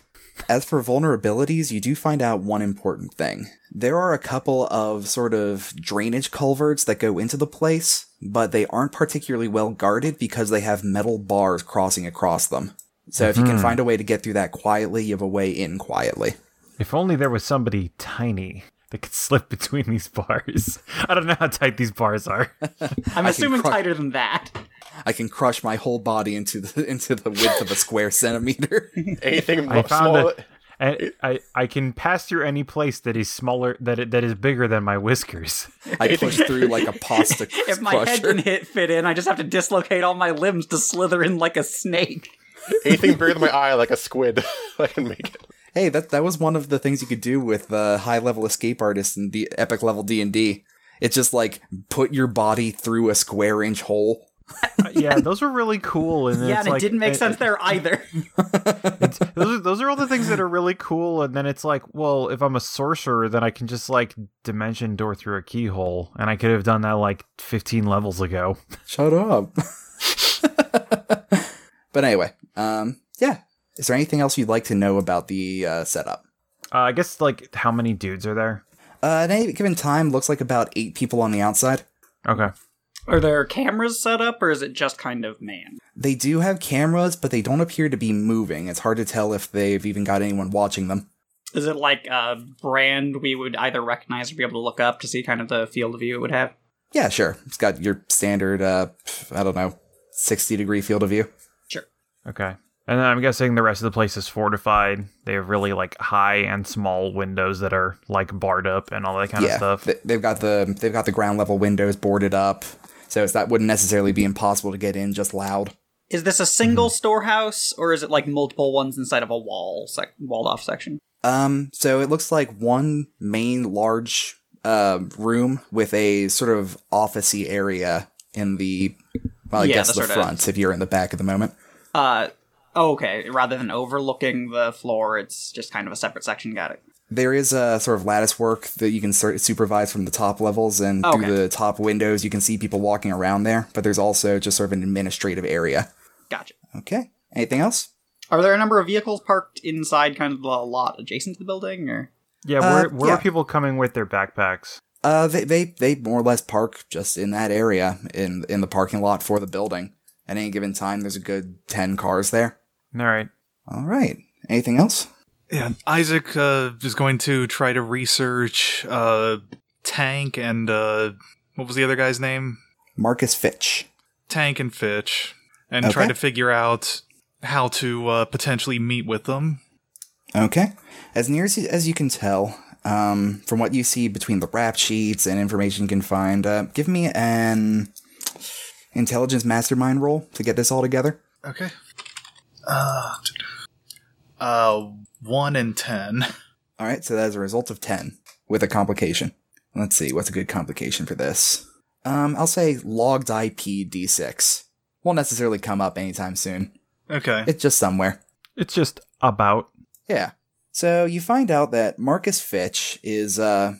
[SPEAKER 1] As for vulnerabilities, you do find out one important thing. There are a couple of sort of drainage culverts that go into the place, but they aren't particularly well guarded because they have metal bars crossing across them. So if you can find a way to get through that quietly, you have a way in quietly.
[SPEAKER 4] If only there was somebody tiny that could [laughs] slip between these bars. I don't know how tight these bars are.
[SPEAKER 3] I'm
[SPEAKER 1] [laughs] I can
[SPEAKER 3] assuming
[SPEAKER 1] crush-
[SPEAKER 3] tighter than that.
[SPEAKER 1] I can crush my whole body into the [laughs] into the width of a square centimeter.
[SPEAKER 2] Anything
[SPEAKER 4] I
[SPEAKER 2] more
[SPEAKER 4] found
[SPEAKER 2] small.
[SPEAKER 4] that and I, I can pass through any place that is smaller that it, that is bigger than my whiskers.
[SPEAKER 3] [laughs]
[SPEAKER 1] I push through like a pasta
[SPEAKER 3] If my head
[SPEAKER 1] crusher.
[SPEAKER 3] can hit fit in, I just have to dislocate all my limbs to slither in like a snake.
[SPEAKER 2] Anything bigger than my eye, like a squid. [laughs] I can make it.
[SPEAKER 1] Hey, that that was one of the things you could do with uh, high level escape artists in the epic level D and D. It's just like put your body through a square inch hole. [laughs]
[SPEAKER 4] Uh,
[SPEAKER 3] [laughs]
[SPEAKER 4] yeah, those are really cool. And then
[SPEAKER 3] yeah,
[SPEAKER 4] it's
[SPEAKER 3] and it
[SPEAKER 4] like-
[SPEAKER 3] didn't make
[SPEAKER 4] it-
[SPEAKER 3] sense there either.
[SPEAKER 4] it's- those are, those are all the things that are really cool. And then it's like, well, if I'm a sorcerer, then I can just like dimension door through a keyhole, and I could have done that like 15 levels ago.
[SPEAKER 1] Shut up. [laughs] but anyway, um, yeah. Is there anything else you'd like to know about the uh, setup?
[SPEAKER 4] Uh, I guess like how many dudes are there?
[SPEAKER 1] Uh, at any given time, looks like about eight people on the outside.
[SPEAKER 4] Okay.
[SPEAKER 3] Are there cameras set up, or is it just kind of man?
[SPEAKER 1] They do have cameras, but they don't appear to be moving. It's hard to tell if they've even got anyone watching them.
[SPEAKER 3] Is it like a brand we would either recognize or be able to look up to see kind of the field of view it would have?
[SPEAKER 1] Yeah, sure. It's got your standard, uh, pff, I don't know, 60 degree field of view.
[SPEAKER 4] Okay. And then I'm guessing the rest of the place is fortified. They have really like high and small windows that are like barred up and all that kind
[SPEAKER 1] yeah,
[SPEAKER 4] of stuff.
[SPEAKER 1] th- they've got the they've got the ground level windows boarded up, so it's, that wouldn't necessarily be impossible to get in. Just loud.
[SPEAKER 3] Is this a single storehouse, or is it like multiple ones inside of a wall, sec- walled off section?
[SPEAKER 1] Um, so it looks like one main large uh, room with a sort of officey area in the well, I
[SPEAKER 3] Yeah,
[SPEAKER 1] guess
[SPEAKER 3] that's
[SPEAKER 1] the
[SPEAKER 3] sort of-
[SPEAKER 1] front if you're in the back at the moment.
[SPEAKER 3] Uh, oh, okay. Rather than overlooking the floor, it's just kind of a separate section. Got it.
[SPEAKER 1] There is a sort of lattice work that you can sort supervise from the top levels and
[SPEAKER 3] Okay.
[SPEAKER 1] through the top windows. You can see people walking around there, but there's also just sort of an administrative area.
[SPEAKER 3] Gotcha.
[SPEAKER 1] Okay. Anything else?
[SPEAKER 3] Are there a number of vehicles parked inside kind of the lot adjacent to the building, or?
[SPEAKER 4] yeah,
[SPEAKER 1] uh,
[SPEAKER 4] where, where
[SPEAKER 1] yeah.
[SPEAKER 4] are people coming with their backpacks?
[SPEAKER 1] Uh, they, they they more or less park just in that area in in the parking lot for the building. At any given time, there's a good ten cars there.
[SPEAKER 4] All right.
[SPEAKER 1] All right. Anything else?
[SPEAKER 5] Yeah, Isaac uh, is going to try to research uh, Tank and uh, what was the other guy's name?
[SPEAKER 1] Marcus Fitch.
[SPEAKER 5] Tank and Fitch, and try
[SPEAKER 1] Okay.
[SPEAKER 5] to figure out how to uh, potentially meet with them.
[SPEAKER 1] Okay. As near as you, as you can tell, um, from what you see between the rap sheets and information you can find, uh, give me an intelligence mastermind roll to get this all together.
[SPEAKER 5] Okay. Uh, uh, one and ten. [laughs]
[SPEAKER 1] All right. So that is a result of ten with a complication. Let's see. What's a good complication for this? Um, I'll say logged IP D6. Won't necessarily come up anytime soon.
[SPEAKER 5] Okay.
[SPEAKER 1] It's just somewhere.
[SPEAKER 4] It's just about.
[SPEAKER 1] Yeah. So you find out that Marcus Fitch is, uh,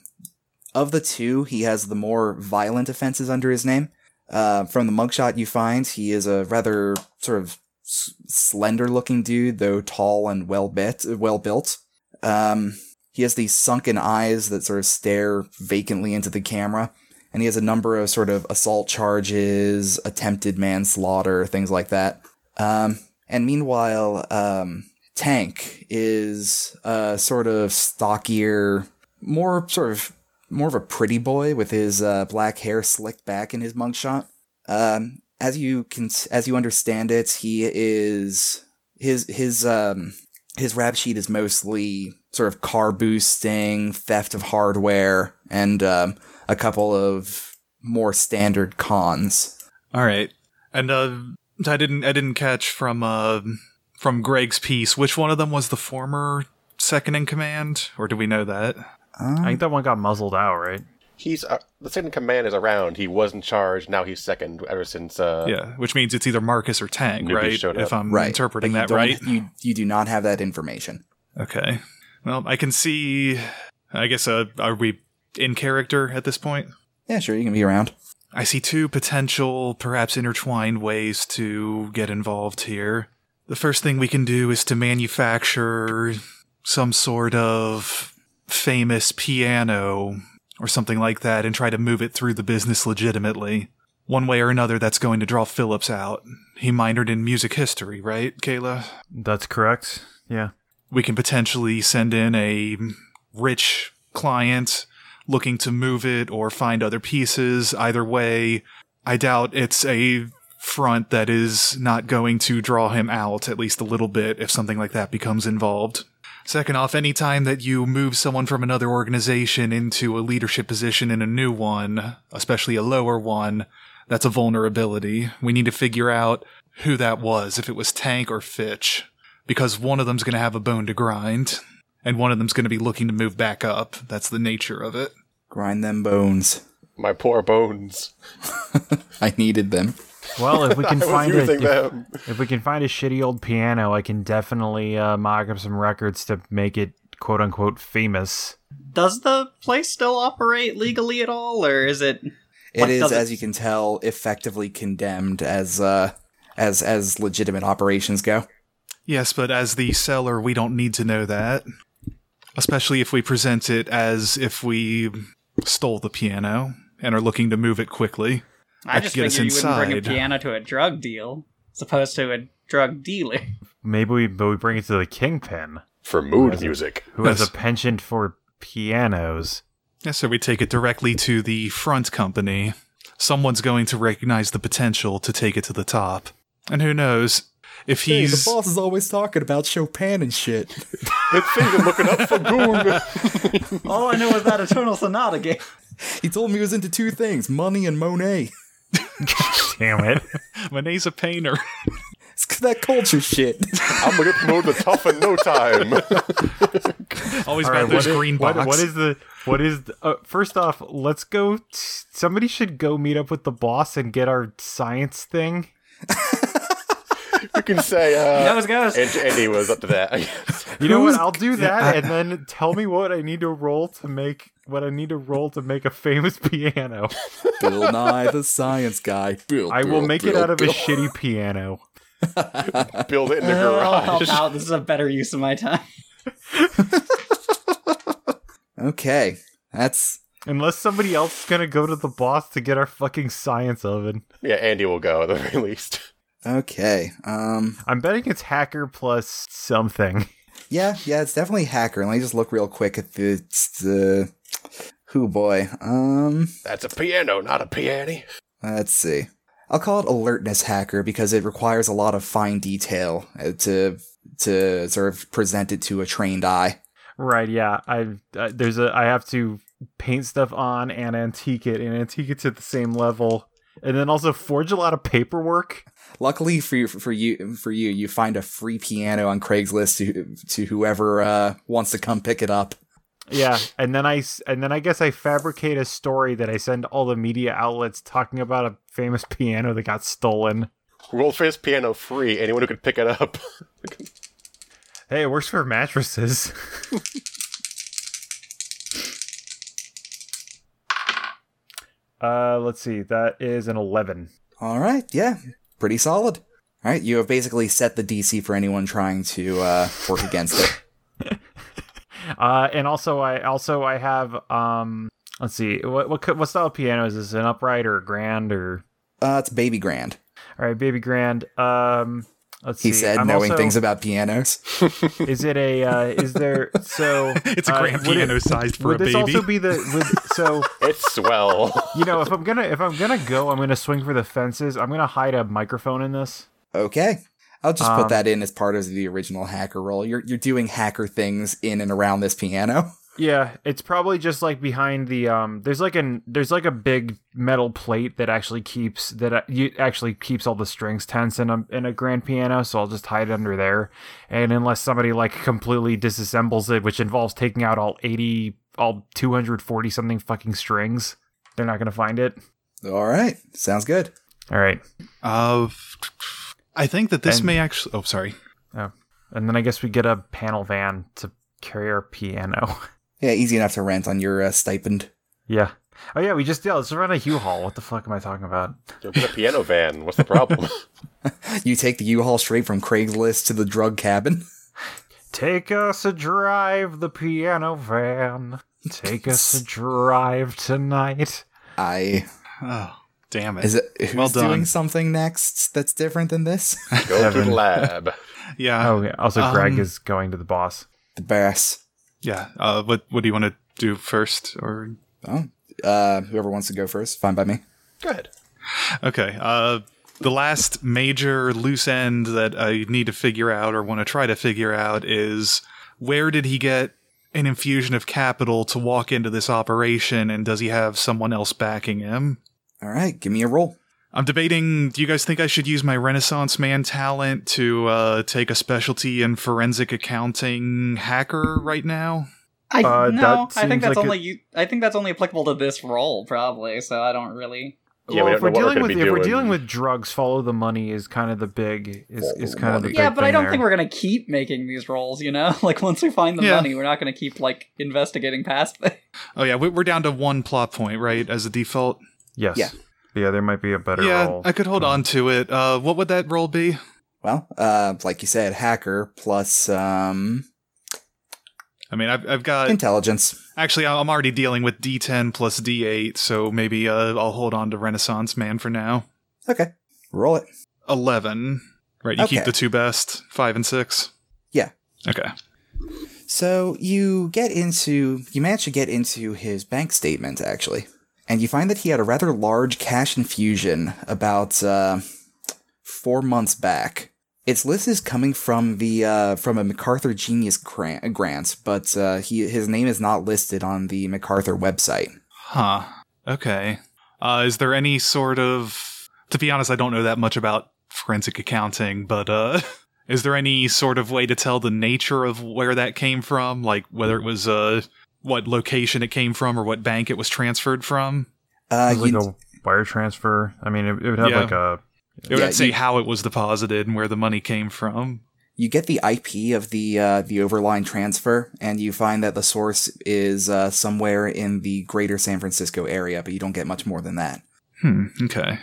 [SPEAKER 1] of the two, he has the more violent offenses under his name. Uh, from the mugshot you find, he is a rather sort of slender looking dude, though tall and well bit, well built. Um, he has these sunken eyes that sort of stare vacantly into the camera, and he has a number of sort of assault charges, attempted manslaughter, things like that. Um, and meanwhile, um, Tank is a sort of stockier, more sort of more of a pretty boy with his uh, black hair slicked back in his mugshot. Um, as you can, as you understand it, he is his his um his rap sheet is mostly sort of car boosting, theft of hardware, and um, a couple of more standard cons.
[SPEAKER 5] All right. And uh, I didn't I didn't catch from uh, from Greg's piece which one of them was the former second in command, or do we know that?
[SPEAKER 4] I
[SPEAKER 1] Mm.
[SPEAKER 4] think that one got muzzled out, right?
[SPEAKER 2] He's uh, the second in command is around. He was in charge. Now he's second. Ever since uh,
[SPEAKER 5] yeah, which means it's either Marcus or Tank,
[SPEAKER 2] Newbie
[SPEAKER 5] right?
[SPEAKER 2] showed up.
[SPEAKER 5] If I'm
[SPEAKER 1] Right.
[SPEAKER 5] interpreting
[SPEAKER 1] But you
[SPEAKER 5] that
[SPEAKER 1] don't-
[SPEAKER 5] right.
[SPEAKER 1] You you do not have that information.
[SPEAKER 5] Okay. Well, I can see. I guess uh, are we in character at this point?
[SPEAKER 1] Yeah, sure, you can be around.
[SPEAKER 5] I see two potential, perhaps intertwined ways to get involved here. The first thing we can do is to manufacture some sort of famous piano or something like that and try to move it through the business legitimately. One way or another, that's going to draw Phillips out. He minored in music history, right, Kayla?
[SPEAKER 4] That's correct. Yeah.
[SPEAKER 5] we can potentially send in a rich client looking to move it or find other pieces. Either way, I doubt it's a front that is not going to draw him out at least a little bit if something like that becomes involved. Second off, any time that you move someone from another organization into a leadership position in a new one, especially a lower one, that's a vulnerability. We need to figure out who that was, if it was Tank or Fitch because one of them's going to have a bone to grind and one of them's going to be looking to move back up. That's the nature of it.
[SPEAKER 1] Grind them bones.
[SPEAKER 2] My poor bones.
[SPEAKER 1] [laughs] I needed them.
[SPEAKER 4] Well,
[SPEAKER 1] [laughs]
[SPEAKER 4] if we
[SPEAKER 2] [laughs]
[SPEAKER 4] can
[SPEAKER 2] I was
[SPEAKER 4] find it,
[SPEAKER 2] using
[SPEAKER 4] if,
[SPEAKER 2] them.
[SPEAKER 4] if we can find a shitty old piano, I can definitely uh, mock up some records to make it quote unquote famous.
[SPEAKER 3] Does the place still operate legally at all, or is it?
[SPEAKER 1] It is,
[SPEAKER 3] Like, does it-
[SPEAKER 1] as you can tell, effectively condemned as uh, as as legitimate operations go.
[SPEAKER 5] Yes, but as the seller, we don't need to know that. Especially if we present it as if we stole the piano and are looking to move it quickly.
[SPEAKER 3] I just
[SPEAKER 5] Get us
[SPEAKER 3] figured you wouldn't bring a
[SPEAKER 5] inside.
[SPEAKER 3] piano to a drug deal, as opposed to a drug dealer.
[SPEAKER 4] Maybe we but we bring it to the kingpin,
[SPEAKER 2] For mood
[SPEAKER 4] Yes.
[SPEAKER 2] music.
[SPEAKER 4] who has
[SPEAKER 5] Yes.
[SPEAKER 4] a penchant for pianos.
[SPEAKER 5] Yes, so we take it directly to the front company. Someone's going to recognize the potential to take it to the top. And who knows if he's [laughs]
[SPEAKER 1] is always talking about Chopin and shit.
[SPEAKER 2] It's even looking up for goon.
[SPEAKER 1] [laughs]
[SPEAKER 3] all I know is that Eternal Sonata game.
[SPEAKER 1] he told me he was into two things: money and Monet. [laughs]
[SPEAKER 4] Damn it!
[SPEAKER 5] Monet's a painter.
[SPEAKER 4] [laughs]
[SPEAKER 1] It's 'cause that culture shit.
[SPEAKER 2] I'm gonna promote the tough in no
[SPEAKER 4] [laughs]
[SPEAKER 2] time.
[SPEAKER 5] Always
[SPEAKER 4] All
[SPEAKER 5] about
[SPEAKER 4] right, what
[SPEAKER 5] those
[SPEAKER 4] is-
[SPEAKER 5] green
[SPEAKER 4] what-
[SPEAKER 5] box.
[SPEAKER 4] what is the what is the, uh, first off? Let's go. t- somebody should go meet up with the boss and get our science thing.
[SPEAKER 2] you can say uh,
[SPEAKER 3] Nose goes.
[SPEAKER 2] and Andy was up to that. [laughs]
[SPEAKER 4] You know what?
[SPEAKER 1] Who's-
[SPEAKER 4] I'll do that, and then tell me what I need to roll to make what I need to roll to make a famous [laughs] piano.
[SPEAKER 1] [laughs] Bill Nye the Science Guy. Bill,
[SPEAKER 4] I will
[SPEAKER 1] Bill,
[SPEAKER 4] make it
[SPEAKER 1] Bill,
[SPEAKER 4] out of a
[SPEAKER 1] Bill.
[SPEAKER 4] shitty piano.
[SPEAKER 2] Build it in the
[SPEAKER 3] I'll help
[SPEAKER 2] garage.
[SPEAKER 3] out. This is a better use of my time.
[SPEAKER 1] Okay, that's
[SPEAKER 4] Unless somebody else is gonna go to the boss to get our fucking science oven.
[SPEAKER 2] [laughs] yeah, Andy will go at the very least.
[SPEAKER 1] okay. Um,
[SPEAKER 4] I'm betting it's hacker plus something.
[SPEAKER 1] Yeah, yeah, it's definitely hacker. Let me just look real quick at the it's the who boy. Um,
[SPEAKER 2] That's a piano, not a piano.
[SPEAKER 1] let's see. I'll call it alertness hacker because it requires a lot of fine detail uh, to to sort of present it to a trained eye.
[SPEAKER 4] Right? Yeah. I uh, there's a I have to paint stuff on and antique it and antique it to the same level, and then also forge a lot of paperwork.
[SPEAKER 1] Luckily for you, for you for you, you find a free piano on Craigslist to to whoever uh, wants to come pick it up.
[SPEAKER 4] Yeah, and then I s- and then I guess I fabricate a story that I send all the media outlets talking about a famous [laughs] piano that got stolen.
[SPEAKER 2] World first piano free. Anyone who could pick it up. [laughs]
[SPEAKER 4] Hey, it works for mattresses. [laughs] uh, let's see. That is an eleven.
[SPEAKER 1] All right, yeah, pretty solid. All right, you have basically set the DC for anyone trying to uh, work against it.
[SPEAKER 4] Uh, and also I also I have um. Let's see. What what co- what style of piano is this? An upright or a grand or?
[SPEAKER 1] Uh, it's baby grand.
[SPEAKER 4] All right, baby grand. Um. Let's
[SPEAKER 1] He
[SPEAKER 4] see.
[SPEAKER 1] said,
[SPEAKER 4] I'm
[SPEAKER 1] knowing
[SPEAKER 4] also- [laughs]
[SPEAKER 1] things about pianos.
[SPEAKER 4] Is it a? Uh, is
[SPEAKER 1] [laughs]
[SPEAKER 4] there? So
[SPEAKER 5] It's a
[SPEAKER 4] uh,
[SPEAKER 5] grand
[SPEAKER 4] would it-
[SPEAKER 5] piano sized for a
[SPEAKER 4] would this
[SPEAKER 5] baby.
[SPEAKER 4] also be
[SPEAKER 5] [laughs]
[SPEAKER 4] the? Would, so
[SPEAKER 2] It's swell.
[SPEAKER 4] you know, if I'm gonna if I'm gonna go, I'm gonna swing for the fences. I'm gonna hide a microphone in this.
[SPEAKER 1] Okay. I'll just
[SPEAKER 4] Um,
[SPEAKER 1] put that in as part of the original hacker role. You're you're doing hacker things in and around this piano.
[SPEAKER 4] Yeah, it's probably just like behind the um. There's like an there's like a big metal plate that actually keeps that uh, you actually keeps all the strings tense in a in a grand piano. So I'll just hide it under there, and unless somebody like completely disassembles it, which involves taking out all eighty all two hundred forty something fucking strings, they're not gonna find it.
[SPEAKER 1] All right. Sounds good.
[SPEAKER 4] All right.
[SPEAKER 5] Uh, I think that this
[SPEAKER 4] And-
[SPEAKER 5] may actually. Oh, sorry.
[SPEAKER 4] And then I guess we get a panel van to carry our piano. [laughs]
[SPEAKER 1] Yeah, easy enough to rent on your uh, stipend.
[SPEAKER 4] yeah. Oh yeah, we just yeah, let's run a U-Haul. What the fuck am I talking about?
[SPEAKER 2] Jump in a piano van. What's the
[SPEAKER 1] [laughs]
[SPEAKER 2] problem?
[SPEAKER 1] You take the U-Haul straight from Craigslist to the drug cabin.
[SPEAKER 4] Take us a drive, the piano van. Take us a drive tonight.
[SPEAKER 1] I
[SPEAKER 5] Oh, damn it.
[SPEAKER 1] is it who's
[SPEAKER 5] Well done.
[SPEAKER 1] doing something next that's different than this? [laughs]
[SPEAKER 2] Go to
[SPEAKER 4] Seven.
[SPEAKER 2] the lab.
[SPEAKER 5] Yeah.
[SPEAKER 4] Oh yeah. Also, Greg
[SPEAKER 5] Um,
[SPEAKER 4] is going to the boss.
[SPEAKER 1] the bass.
[SPEAKER 5] Yeah. Uh, what What do you want to do first? Or
[SPEAKER 1] Oh, uh, whoever wants to go first, fine by me.
[SPEAKER 2] Go ahead.
[SPEAKER 5] okay. Uh, the last major loose end that I need to figure out, or want to try to figure out, is where did he get an infusion of capital to walk into this operation, and does he have someone else backing him?
[SPEAKER 1] All right, give me a roll.
[SPEAKER 5] I'm debating. Do you guys think I should use my Renaissance man talent to uh, take a specialty in forensic accounting hacker right now?
[SPEAKER 3] I
[SPEAKER 4] Uh,
[SPEAKER 3] no,
[SPEAKER 4] that
[SPEAKER 3] I think
[SPEAKER 4] seems
[SPEAKER 3] that's
[SPEAKER 4] like a-
[SPEAKER 3] only you, I think that's only applicable to this role probably. So I don't really.
[SPEAKER 2] Yeah, we
[SPEAKER 4] well,
[SPEAKER 2] don't know what
[SPEAKER 4] if we're
[SPEAKER 2] we're
[SPEAKER 4] dealing
[SPEAKER 2] gonna
[SPEAKER 4] with
[SPEAKER 2] be
[SPEAKER 4] if we're
[SPEAKER 2] doing.
[SPEAKER 4] dealing with drugs, follow the money is kind of the big is,
[SPEAKER 1] Follow
[SPEAKER 4] is
[SPEAKER 1] the
[SPEAKER 4] kind of the
[SPEAKER 1] money.
[SPEAKER 4] big
[SPEAKER 3] Yeah, but I
[SPEAKER 4] thing
[SPEAKER 3] don't
[SPEAKER 4] there.
[SPEAKER 3] think we're gonna keep making these roles. You know, [laughs] like once we find the
[SPEAKER 5] Yeah.
[SPEAKER 3] money, we're not gonna keep like investigating past things.
[SPEAKER 5] Oh yeah, we- we're down to one plot point, right? As a default.
[SPEAKER 4] Yes.
[SPEAKER 1] Yeah.
[SPEAKER 4] Yeah, there might be a better
[SPEAKER 5] yeah,
[SPEAKER 4] role.
[SPEAKER 5] I could hold on to it. Uh, what would that roll be?
[SPEAKER 1] Well, uh, like you said, hacker plus um,
[SPEAKER 5] I mean, I've, I've
[SPEAKER 4] Uh,
[SPEAKER 5] got
[SPEAKER 1] intelligence.
[SPEAKER 5] actually, I- I'm already dealing with D10 plus D8, so maybe uh, I'll hold on to Renaissance Man for now.
[SPEAKER 1] Okay, roll it.
[SPEAKER 5] Eleven, right? You keep
[SPEAKER 1] Okay.
[SPEAKER 5] the two best, five and six.
[SPEAKER 1] Yeah.
[SPEAKER 5] Okay.
[SPEAKER 1] So you get into you manage to get into his bank statement actually, and you find that he had a rather large cash infusion about uh, four months back. It's listed as coming from the uh, from a MacArthur Genius grant, grant but uh, he his name is not listed on the MacArthur website.
[SPEAKER 5] Huh. Okay. Uh, is there any sort of? To be honest, I don't know that much about forensic accounting, but uh, [laughs] is there any sort of way to tell the nature of where that came from, like whether it was uh, what location it came from or what bank it was transferred from?
[SPEAKER 1] Uh,
[SPEAKER 4] It's like
[SPEAKER 1] you-
[SPEAKER 4] a wire transfer. I mean, it, it would have
[SPEAKER 5] Yeah.
[SPEAKER 4] like a
[SPEAKER 5] It would
[SPEAKER 1] Yeah,
[SPEAKER 5] have to say
[SPEAKER 1] you-
[SPEAKER 5] how it was deposited and where the money came from.
[SPEAKER 1] You get the IP of the uh, the overline transfer, and you find that the source is uh, somewhere in the greater San Francisco area, but you don't get much more than that.
[SPEAKER 5] Hmm. Okay.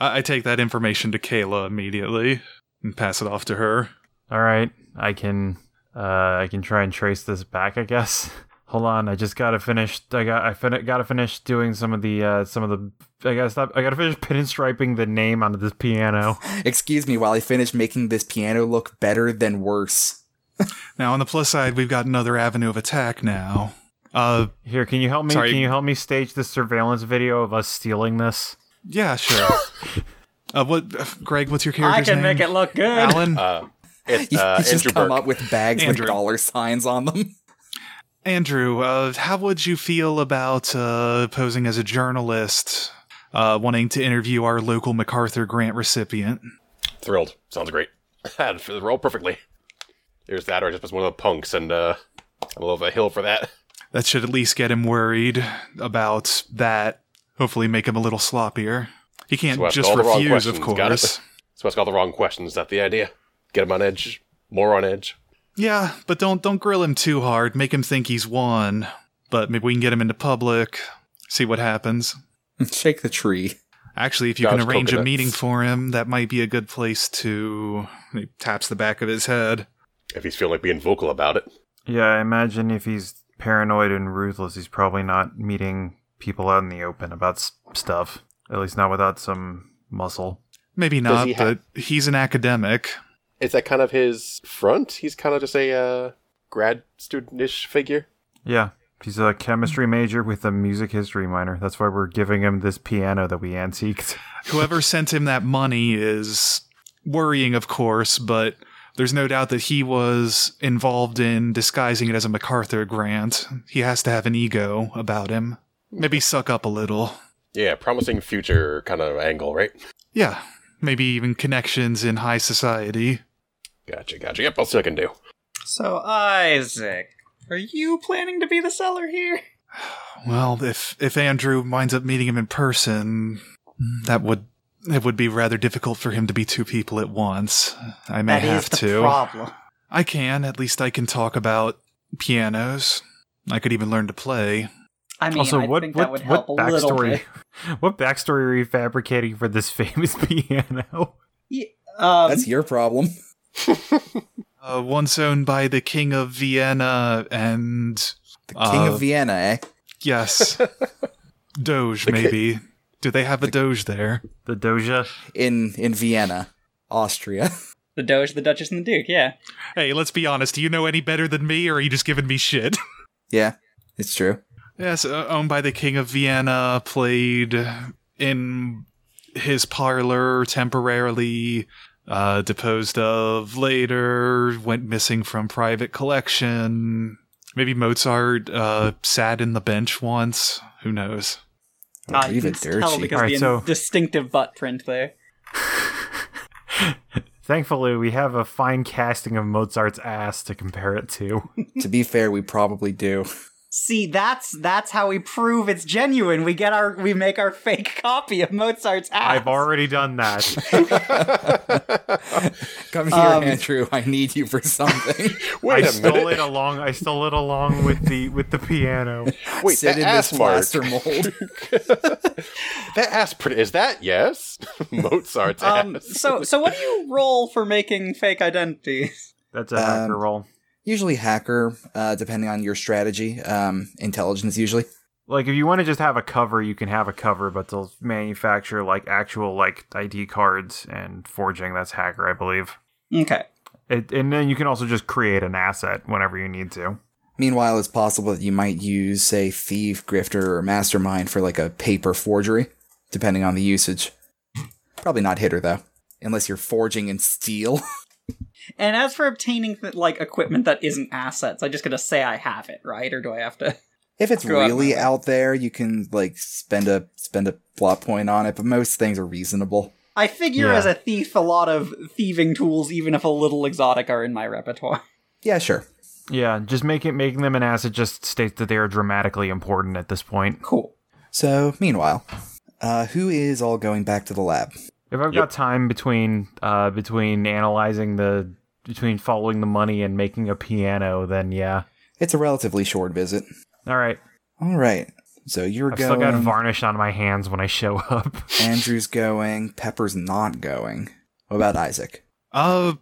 [SPEAKER 5] I, I take that information to Kayla immediately and pass it off to her.
[SPEAKER 4] All right, I can uh, I can try and trace this back. I guess. [laughs] Hold on, I just gotta finish. I got I fin- gotta finish doing some of the uh, some of the. I gotta stop. I gotta finish [laughs] pinstriping the name onto this piano.
[SPEAKER 1] Excuse me while I finish making this piano look better than worse.
[SPEAKER 5] Now, on the plus side, we've got another avenue of attack now. Uh,
[SPEAKER 4] Here, can you help me?
[SPEAKER 5] Sorry.
[SPEAKER 4] Can you help me stage this surveillance video of us stealing this?
[SPEAKER 2] [laughs]
[SPEAKER 5] yeah, sure. uh, what, uh, Greg? What's your
[SPEAKER 3] [laughs] I
[SPEAKER 5] character's
[SPEAKER 3] can
[SPEAKER 5] name?
[SPEAKER 3] make it look good.
[SPEAKER 5] Alan
[SPEAKER 2] Uh, it's
[SPEAKER 1] You
[SPEAKER 2] uh,
[SPEAKER 1] you just
[SPEAKER 2] Andrew
[SPEAKER 1] come
[SPEAKER 2] Burke.
[SPEAKER 1] up with bags
[SPEAKER 5] Andrew.
[SPEAKER 1] with dollar signs on them. [laughs]
[SPEAKER 5] Andrew. Uh, how would you feel about uh, posing as a journalist, uh, wanting to interview our local MacArthur Grant recipient?
[SPEAKER 2] Thrilled. Sounds great. [laughs] Had the roll perfectly. There's that, or I just was one of the punks, and uh, I'm a little bit hill for that.
[SPEAKER 5] That should at least get him worried about that. Hopefully, make him a little sloppier. He can't
[SPEAKER 2] So ask
[SPEAKER 5] just
[SPEAKER 2] all the wrong
[SPEAKER 5] refuse, of
[SPEAKER 2] questions, got it?
[SPEAKER 5] course.
[SPEAKER 2] So ask all the wrong questions. Is that the idea? Get him on edge. More on edge.
[SPEAKER 5] Yeah, but don't don't grill him too hard. Make him think he's won. But maybe we can get him into public. See what happens.
[SPEAKER 1] Shake the tree.
[SPEAKER 5] Actually, if you
[SPEAKER 2] Dodge
[SPEAKER 5] can arrange a
[SPEAKER 2] coconuts.
[SPEAKER 5] meeting for him, that might be a good place to. He taps the back of his head.
[SPEAKER 2] If he's feeling like being vocal about it.
[SPEAKER 4] Yeah, I imagine if he's paranoid and ruthless, he's probably not meeting people out in the open about s- stuff. At least not without some muscle.
[SPEAKER 5] Maybe not,
[SPEAKER 2] he ha-
[SPEAKER 5] but he's an academic.
[SPEAKER 2] Is that kind of his front? He's kind of just a uh, grad student-ish figure.
[SPEAKER 4] Yeah. He's a chemistry major with a music history minor. That's why we're giving him this piano that we antiqued.
[SPEAKER 5] Whoever sent him that money is worrying, of course, but there's no doubt that he was involved in disguising it as a MacArthur grant. He has to have an ego about him. Maybe suck up a little.
[SPEAKER 2] Yeah, promising future kind of angle, right?
[SPEAKER 5] Yeah, maybe even connections in high society.
[SPEAKER 2] Gotcha, gotcha. Yep, I'll see what I can do.
[SPEAKER 3] So Isaac, are you planning to be the seller here?
[SPEAKER 5] Well, if if Andrew winds up meeting him in person, that would it would be rather difficult for him to be two people at once. I may
[SPEAKER 3] That is
[SPEAKER 5] have
[SPEAKER 3] the
[SPEAKER 5] to.
[SPEAKER 3] problem.
[SPEAKER 5] I can, at least I can talk about pianos. I could even learn to play.
[SPEAKER 3] [laughs] I mean,
[SPEAKER 4] also,
[SPEAKER 3] I
[SPEAKER 4] what
[SPEAKER 3] think that
[SPEAKER 4] what,
[SPEAKER 3] would
[SPEAKER 4] what
[SPEAKER 3] help a little
[SPEAKER 4] backstory?
[SPEAKER 3] bit.
[SPEAKER 4] [laughs] What backstory are you fabricating [laughs] for this famous piano?
[SPEAKER 3] Um,
[SPEAKER 1] That's your problem.
[SPEAKER 5] Uh, once owned by the King of Vienna and
[SPEAKER 1] The King
[SPEAKER 5] Uh,
[SPEAKER 1] of Vienna, eh?
[SPEAKER 3] [laughs]
[SPEAKER 5] yes, Doge
[SPEAKER 2] The ki-
[SPEAKER 5] maybe. Do they have a Doge there?
[SPEAKER 4] The Doja.
[SPEAKER 1] In in Vienna, Austria. [laughs]
[SPEAKER 3] The Doge, the Duchess, and the Duke. Yeah.
[SPEAKER 5] Hey, let's be honest. Do you know any better than me, or are you just giving me shit?
[SPEAKER 1] yeah, it's true.
[SPEAKER 5] yes, uh, owned by the King of Vienna, played in his parlor temporarily, uh, deposed of later, went missing from private collection. Maybe Mozart uh, sat in the bench once. Who knows?
[SPEAKER 3] Ah, you
[SPEAKER 1] Riva
[SPEAKER 3] can tell
[SPEAKER 1] Dirci.
[SPEAKER 3] because
[SPEAKER 4] Alright,
[SPEAKER 3] the
[SPEAKER 4] so-
[SPEAKER 3] distinctive butt print there.
[SPEAKER 4] Thankfully, we have a fine casting of Mozart's ass to compare it
[SPEAKER 3] [laughs]
[SPEAKER 4] to.
[SPEAKER 1] to be fair, we probably do.
[SPEAKER 3] See, that's that's how we prove it's genuine. We get our we make our [laughs] fake copy of Mozart's ass.
[SPEAKER 4] I've already done that.
[SPEAKER 1] Come here,
[SPEAKER 3] Um,
[SPEAKER 1] Andrew. I need you for something.
[SPEAKER 2] Wait
[SPEAKER 4] I
[SPEAKER 2] a
[SPEAKER 4] stole
[SPEAKER 2] minute.
[SPEAKER 4] it along. I stole it along with the with the piano.
[SPEAKER 2] Wait,
[SPEAKER 1] Sit
[SPEAKER 2] that
[SPEAKER 1] in
[SPEAKER 2] ass
[SPEAKER 1] this
[SPEAKER 2] mark. [laughs]
[SPEAKER 1] plaster mold.
[SPEAKER 2] That ass print. Is that yes? [laughs] Mozart's
[SPEAKER 3] Um,
[SPEAKER 2] ass.
[SPEAKER 3] so so what do you roll for making fake identities?
[SPEAKER 4] That's a hacker
[SPEAKER 1] Um,
[SPEAKER 4] roll.
[SPEAKER 1] usually hacker, uh, depending on your strategy. Um, intelligence usually.
[SPEAKER 4] Like if you want to just have a cover, you can have a cover, but they'll manufacture like actual like ID cards and forging. That's hacker, I believe.
[SPEAKER 3] Okay.
[SPEAKER 4] It, and then you can also just create an asset whenever you need to.
[SPEAKER 1] Meanwhile, it's possible that you might use, say, thief, grifter, or mastermind for like a paper forgery, depending on the usage. Probably not hitter though, unless you're forging in steel. [laughs]
[SPEAKER 3] And as for obtaining th- like equipment that isn't assets, I just gotta say I have it, right? Or do I have to? [laughs]
[SPEAKER 1] if it's
[SPEAKER 3] Go out
[SPEAKER 1] really
[SPEAKER 3] my way.
[SPEAKER 1] out there, you can like spend a spend a plot point on it. But most things are reasonable.
[SPEAKER 3] I figure
[SPEAKER 4] Yeah.
[SPEAKER 3] as a thief, a lot of thieving tools, even if a little exotic, are in my repertoire.
[SPEAKER 1] Yeah, sure.
[SPEAKER 4] Yeah, just make it making them an asset just states that they are dramatically important at this point.
[SPEAKER 3] Cool.
[SPEAKER 1] So, meanwhile, uh, who is all going back to the lab?
[SPEAKER 4] If I've
[SPEAKER 2] Yep.
[SPEAKER 4] got time between uh between analyzing the between following the money and making a piano, then yeah.
[SPEAKER 1] It's a relatively short visit.
[SPEAKER 4] All right.
[SPEAKER 1] All right. So you're
[SPEAKER 4] I've
[SPEAKER 1] going.
[SPEAKER 4] still got varnish on my hands when I show up. [laughs]
[SPEAKER 1] Andrew's going. Pepper's not going. What about Isaac?
[SPEAKER 5] Uh,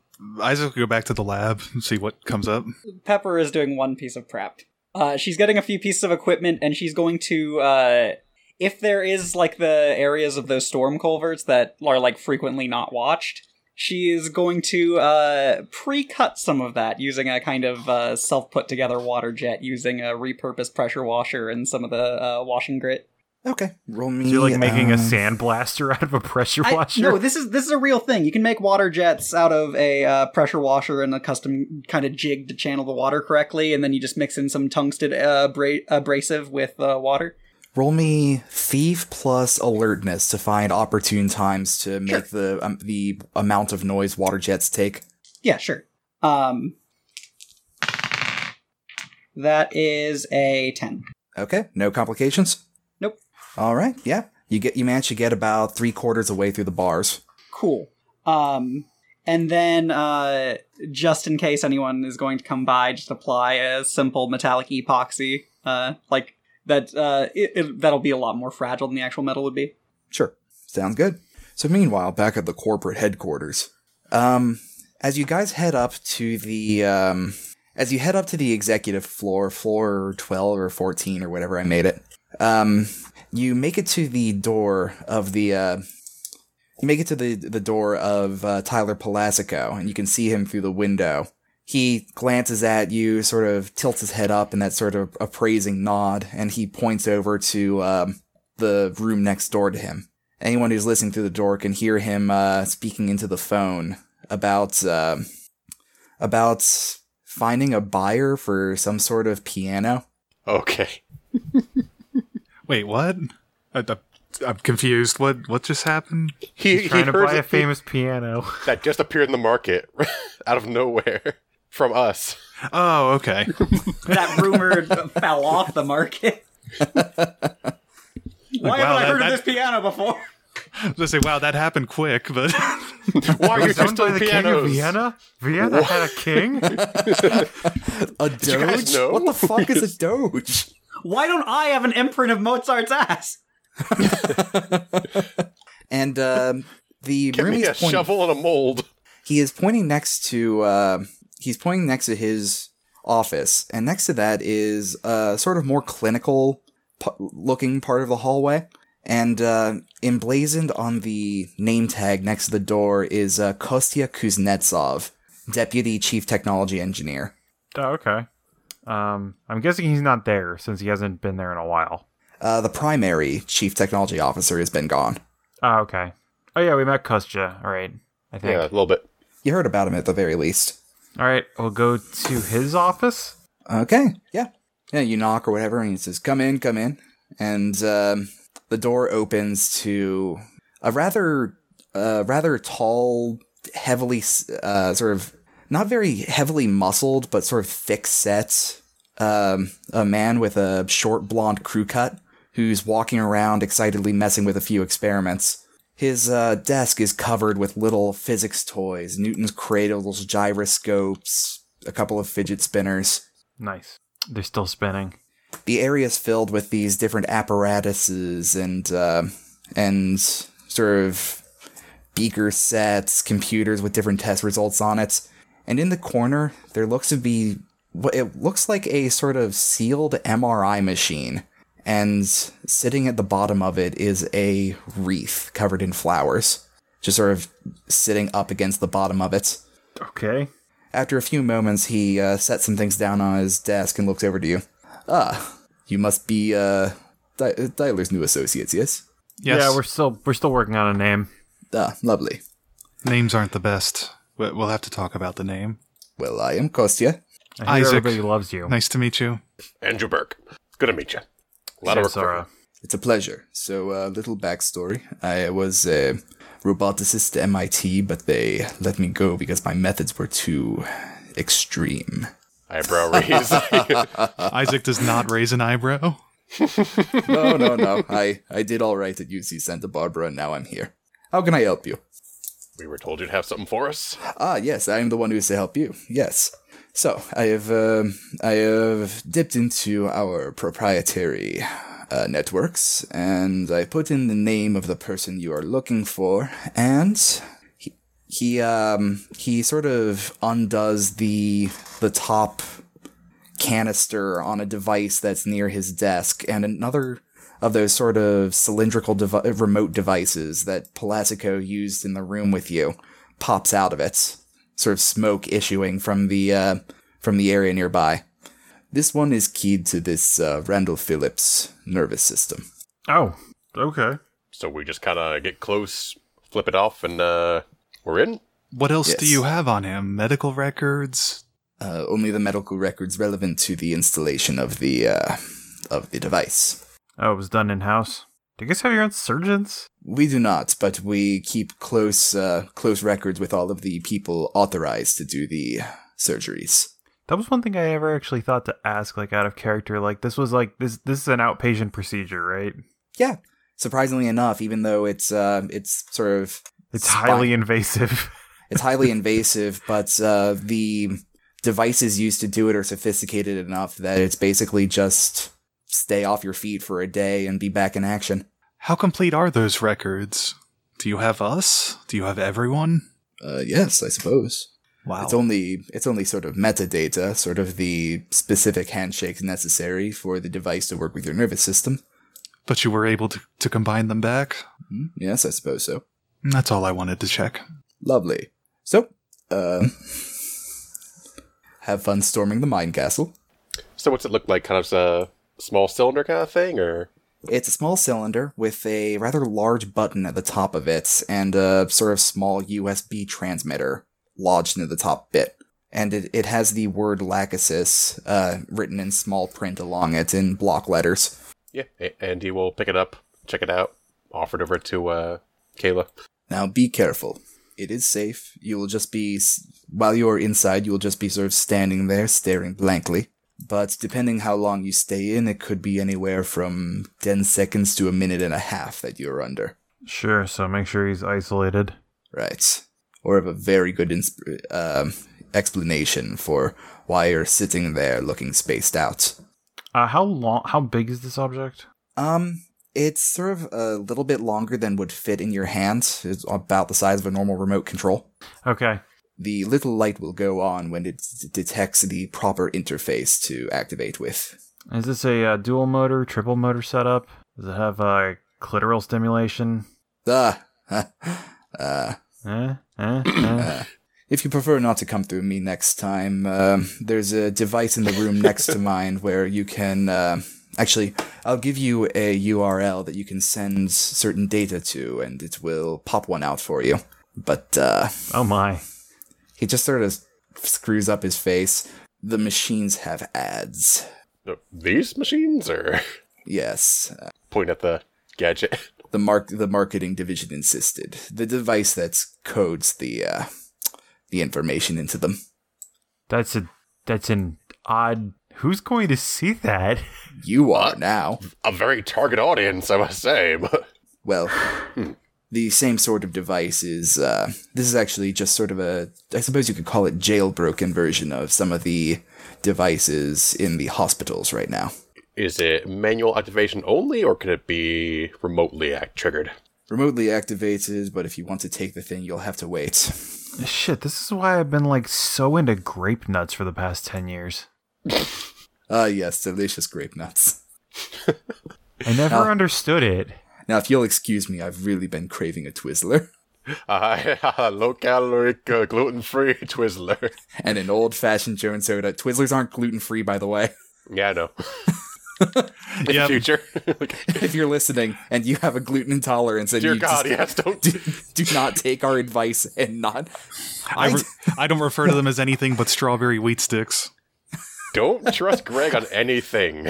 [SPEAKER 5] Isaac will go back to the lab and see what comes up.
[SPEAKER 3] Pepper is doing one piece of prep. Uh, she's getting a few pieces of equipment, and she's going to, uh, if there is like the areas of those storm culverts that are like frequently not watched, she is going to uh, pre-cut some of that using a kind of uh, self-put-together water jet, using a repurposed pressure washer and some of the uh, washing grit.
[SPEAKER 1] Okay, roll me.
[SPEAKER 4] You're like making a
[SPEAKER 1] um,
[SPEAKER 4] sandblaster out of a pressure [laughs]
[SPEAKER 3] I-
[SPEAKER 4] washer.
[SPEAKER 3] no, this is this is a real thing. You can make water jets out of a uh, pressure washer and a custom kind of jig to channel the water correctly, and then you just mix in some tungsten uh, bra- abrasive with uh, water.
[SPEAKER 1] Roll me thief plus alertness to find opportune times to make the um, the amount of noise water jets take.
[SPEAKER 3] Yeah, sure. Um, that is a ten.
[SPEAKER 1] Okay, no complications.
[SPEAKER 3] Nope.
[SPEAKER 1] All right. Yeah, you get you manage to get about three quarters away through the bars.
[SPEAKER 3] Cool. Um, and then uh, just in case anyone is going to come by, just apply a simple metallic epoxy, uh, like that. Uh, it, it, that'll be a lot more fragile than the actual metal would be.
[SPEAKER 1] Sure. Sounds good. So meanwhile, back at the corporate headquarters, um, as you guys head up to the um, as you head up to the executive floor, floor twelve or fourteen or whatever I made it, um, you make it to the door of the. Uh, you make it to the the door of uh, Tyler Palacico, and you can see him through the window. He glances at you, sort of tilts his head up in that sort of appraising nod, and he points over to um, the room next door to him. Anyone who's listening through the door can hear him uh, speaking into the phone about um about finding a buyer for some sort of piano.
[SPEAKER 2] okay.
[SPEAKER 5] Wait, what? I, I, am confused. What what just happened?
[SPEAKER 2] He, he
[SPEAKER 4] trying to
[SPEAKER 2] heard Oh,
[SPEAKER 4] buy
[SPEAKER 2] that
[SPEAKER 4] a
[SPEAKER 2] he-
[SPEAKER 4] famous piano. [laughs]
[SPEAKER 2] that just appeared in the market [laughs] out of nowhere from
[SPEAKER 4] [laughs]
[SPEAKER 2] us.
[SPEAKER 5] Oh, okay. [laughs]
[SPEAKER 3] that rumor fell off the market. Why
[SPEAKER 5] wow,
[SPEAKER 3] haven't I
[SPEAKER 5] that-
[SPEAKER 3] heard
[SPEAKER 5] that-
[SPEAKER 3] of this piano before?
[SPEAKER 5] Let's say, wow, that happened quick, but [laughs]
[SPEAKER 2] Why are you
[SPEAKER 4] It's owned by
[SPEAKER 2] still
[SPEAKER 4] the king of
[SPEAKER 2] pianos?
[SPEAKER 4] Vienna. Vienna had a
[SPEAKER 2] [laughs]
[SPEAKER 4] king.
[SPEAKER 1] A
[SPEAKER 2] you guys
[SPEAKER 1] doge?
[SPEAKER 2] know?
[SPEAKER 1] What the fuck is [laughs] a doge?
[SPEAKER 3] Why don't I have an imprint of Mozart's ass?
[SPEAKER 1] And um the
[SPEAKER 2] Give
[SPEAKER 1] room
[SPEAKER 2] me
[SPEAKER 1] he's
[SPEAKER 2] a
[SPEAKER 1] pointing-
[SPEAKER 2] shovel and a mold.
[SPEAKER 1] he is pointing next to uh, he's pointing next to his office, and next to that is a sort of more clinical p- looking part of the hallway. And uh, emblazoned on the name tag next to the door is uh, Kostya Kuznetsov, Deputy Chief Technology Engineer.
[SPEAKER 4] Oh, okay. Um, I'm guessing he's not there since he hasn't been there in a while.
[SPEAKER 1] Uh, the primary Chief Technology Officer has been gone.
[SPEAKER 4] Oh, okay. Oh yeah, we met Kostya. All right, I think.
[SPEAKER 2] Yeah, a little bit.
[SPEAKER 1] You heard about him at the very least.
[SPEAKER 4] All right, we'll go to his office.
[SPEAKER 1] Okay, yeah. Yeah, you knock or whatever, and he says, Come in, come in. And um, the door opens to a rather, uh, rather tall, heavily, uh, sort of, not very heavily muscled, but sort of thick set um, a man with a short blonde crew cut who's walking around excitedly messing with a few experiments. His uh, desk is covered with little physics toys, Newton's cradles, gyroscopes, a couple of fidget spinners.
[SPEAKER 4] Nice. They're still spinning.
[SPEAKER 1] The area is filled with these different apparatuses and uh, and sort of beaker sets, computers with different test results on it. And in the corner, there looks to be what it looks like a sort of sealed MRI machine and sitting at the bottom of it is a wreath covered in flowers, just sort of sitting up against the bottom of it.
[SPEAKER 4] Okay.
[SPEAKER 1] After a few moments, he uh, sets some things down on his desk and looks over to you. Ah, you must be uh, Di- Dyler's new associates, yes?
[SPEAKER 5] Yes.
[SPEAKER 4] Yeah, we're still we're still working on a name.
[SPEAKER 1] Ah, lovely.
[SPEAKER 5] Names aren't the best. but We'll have to talk about the name.
[SPEAKER 1] Well, I am Kostya.
[SPEAKER 4] I hear
[SPEAKER 5] Isaac.
[SPEAKER 4] everybody loves you.
[SPEAKER 5] Nice to meet you.
[SPEAKER 2] Andrew Burke. It's good to meet you. A lot of work for
[SPEAKER 4] Sarah.
[SPEAKER 1] It's a pleasure. So, uh, little backstory. I was a roboticist at MIT, but they let me go because my methods were too extreme.
[SPEAKER 2] eyebrow raise.
[SPEAKER 5] Isaac does not raise an eyebrow.
[SPEAKER 1] no, no, no. I, I did all right at UC Santa Barbara, and now I'm here. How can I help you?
[SPEAKER 2] [laughs] we were told you'd have something for us.
[SPEAKER 1] Ah, yes, I am the one who is to help you. Yes. So I have um I have dipped into our proprietary uh, networks, and I put in the name of the person you are looking for, and he he um he sort of undoes the the top canister on a device that's near his desk, and another of those sort of cylindrical devi- remote devices that Pelasico used in the room with you pops out of it, sort of smoke issuing from the uh, from the area nearby. This one is keyed to this uh, Randall Phillips nervous system.
[SPEAKER 4] Oh, okay.
[SPEAKER 2] So we just kind of get close, flip it off, and uh, we're in.
[SPEAKER 5] What else do
[SPEAKER 1] Yes.
[SPEAKER 5] you have on him? Medical records?
[SPEAKER 1] Uh, only the medical records relevant to the installation of the uh, of the device.
[SPEAKER 4] Oh, it was done in house. Do you guys have your own surgeons?
[SPEAKER 1] We do not, but we keep close uh, close records with all of the people authorized to do the uh, surgeries.
[SPEAKER 4] That was one thing I ever actually thought to ask, like out of character. Like this was like this this is an outpatient procedure, right?
[SPEAKER 1] Yeah, surprisingly enough, even though it's uh, it's sort of
[SPEAKER 4] It's
[SPEAKER 1] Spine-
[SPEAKER 4] highly invasive. [laughs]
[SPEAKER 1] It's highly invasive, but uh, the devices used to do it are sophisticated enough that it's basically just stay off your feet for a day and be back in action.
[SPEAKER 5] How complete are those records? Do you have us? Do you have everyone?
[SPEAKER 1] Uh, yes, I suppose.
[SPEAKER 5] Wow.
[SPEAKER 1] It's only it's only sort of metadata, sort of the specific handshakes necessary for the device to work with your nervous system.
[SPEAKER 5] but you were able to, to combine them back?
[SPEAKER 1] Hmm, Yes, I suppose so.
[SPEAKER 5] That's all I wanted to check.
[SPEAKER 1] Lovely. So, uh, [laughs] have fun storming the mine castle.
[SPEAKER 2] So what's it look like? Kind of a small cylinder kind of thing, or
[SPEAKER 1] It's a small cylinder with a rather large button at the top of it and a sort of small USB transmitter lodged into the top bit. And it, it has the word Lachesis uh, written in small print along it in block letters.
[SPEAKER 2] yeah. A- Andy will pick it up, check it out, offer it over to uh, Kayla.
[SPEAKER 1] Now be careful. It is safe. You will just be, s- while you are inside, you will just be sort of standing there staring blankly. But depending how long you stay in, it could be anywhere from 10 seconds to a minute and a half that you are under.
[SPEAKER 4] sure. So make sure he's isolated.
[SPEAKER 1] Right. Or have a very good insp- um, explanation for why you're sitting there looking spaced out.
[SPEAKER 4] Uh, how long? How big is this object?
[SPEAKER 1] Um, it's sort of a little bit longer than would fit in your hand. It's about the size of a normal remote control.
[SPEAKER 4] Okay.
[SPEAKER 1] The little light will go on when it d- detects the proper interface to activate with.
[SPEAKER 4] Is this a uh, dual motor, triple motor setup? Does it have uh, clitoral stimulation?
[SPEAKER 1] Ah, [laughs] uh,
[SPEAKER 4] Eh? [coughs] Eh? eh?
[SPEAKER 1] If you prefer not to come through me next time, um, there's a device in the room next to mine where you can. Uh, actually, I'll give you a URL that you can send certain data to, and it will pop one out for you. But uh,
[SPEAKER 4] Oh my.
[SPEAKER 1] he just sort of screws up his face. The machines have ads.
[SPEAKER 2] Uh, These machines are [laughs]
[SPEAKER 1] Yes, uh,
[SPEAKER 2] pointing at the gadget. [laughs]
[SPEAKER 1] the mark the marketing division insisted. The device that codes the uh, the information into them.
[SPEAKER 4] That's a that's an odd who's going to see that? [laughs]
[SPEAKER 1] You are now.
[SPEAKER 2] A very target audience, I must say. But [laughs]
[SPEAKER 1] well, the same sort of device is. Uh, this is actually just sort of a, I suppose you could call it jailbroken version of some of the devices in the hospitals right now.
[SPEAKER 2] is it manual activation only, or could it be remotely act triggered? [laughs]
[SPEAKER 1] Remotely activated, but if you want to take the thing, you'll have to wait.
[SPEAKER 4] Shit, this is why I've been like so into grape nuts for the past 10 years.
[SPEAKER 1] Ah, yes, delicious grape nuts.
[SPEAKER 4] [laughs] I never understood it.
[SPEAKER 1] Now, if you'll excuse me, I've really been craving a Twizzler [laughs]
[SPEAKER 2] Uh, [laughs] low caloric, uh, gluten free [laughs] Twizzler.
[SPEAKER 1] and an old fashioned Jones soda. Twizzlers aren't gluten free, by the way. [laughs]
[SPEAKER 2] Yeah, I know. In the
[SPEAKER 5] Yep.
[SPEAKER 2] future. [laughs]
[SPEAKER 1] if you're listening and you have a gluten intolerance and
[SPEAKER 2] Dear
[SPEAKER 1] you
[SPEAKER 2] God,
[SPEAKER 1] just
[SPEAKER 2] yes,
[SPEAKER 1] [laughs]
[SPEAKER 2] don't.
[SPEAKER 1] do not take our advice and not
[SPEAKER 5] I, re- I don't refer to them as anything but strawberry wheat sticks.
[SPEAKER 2] Don't trust Greg on anything.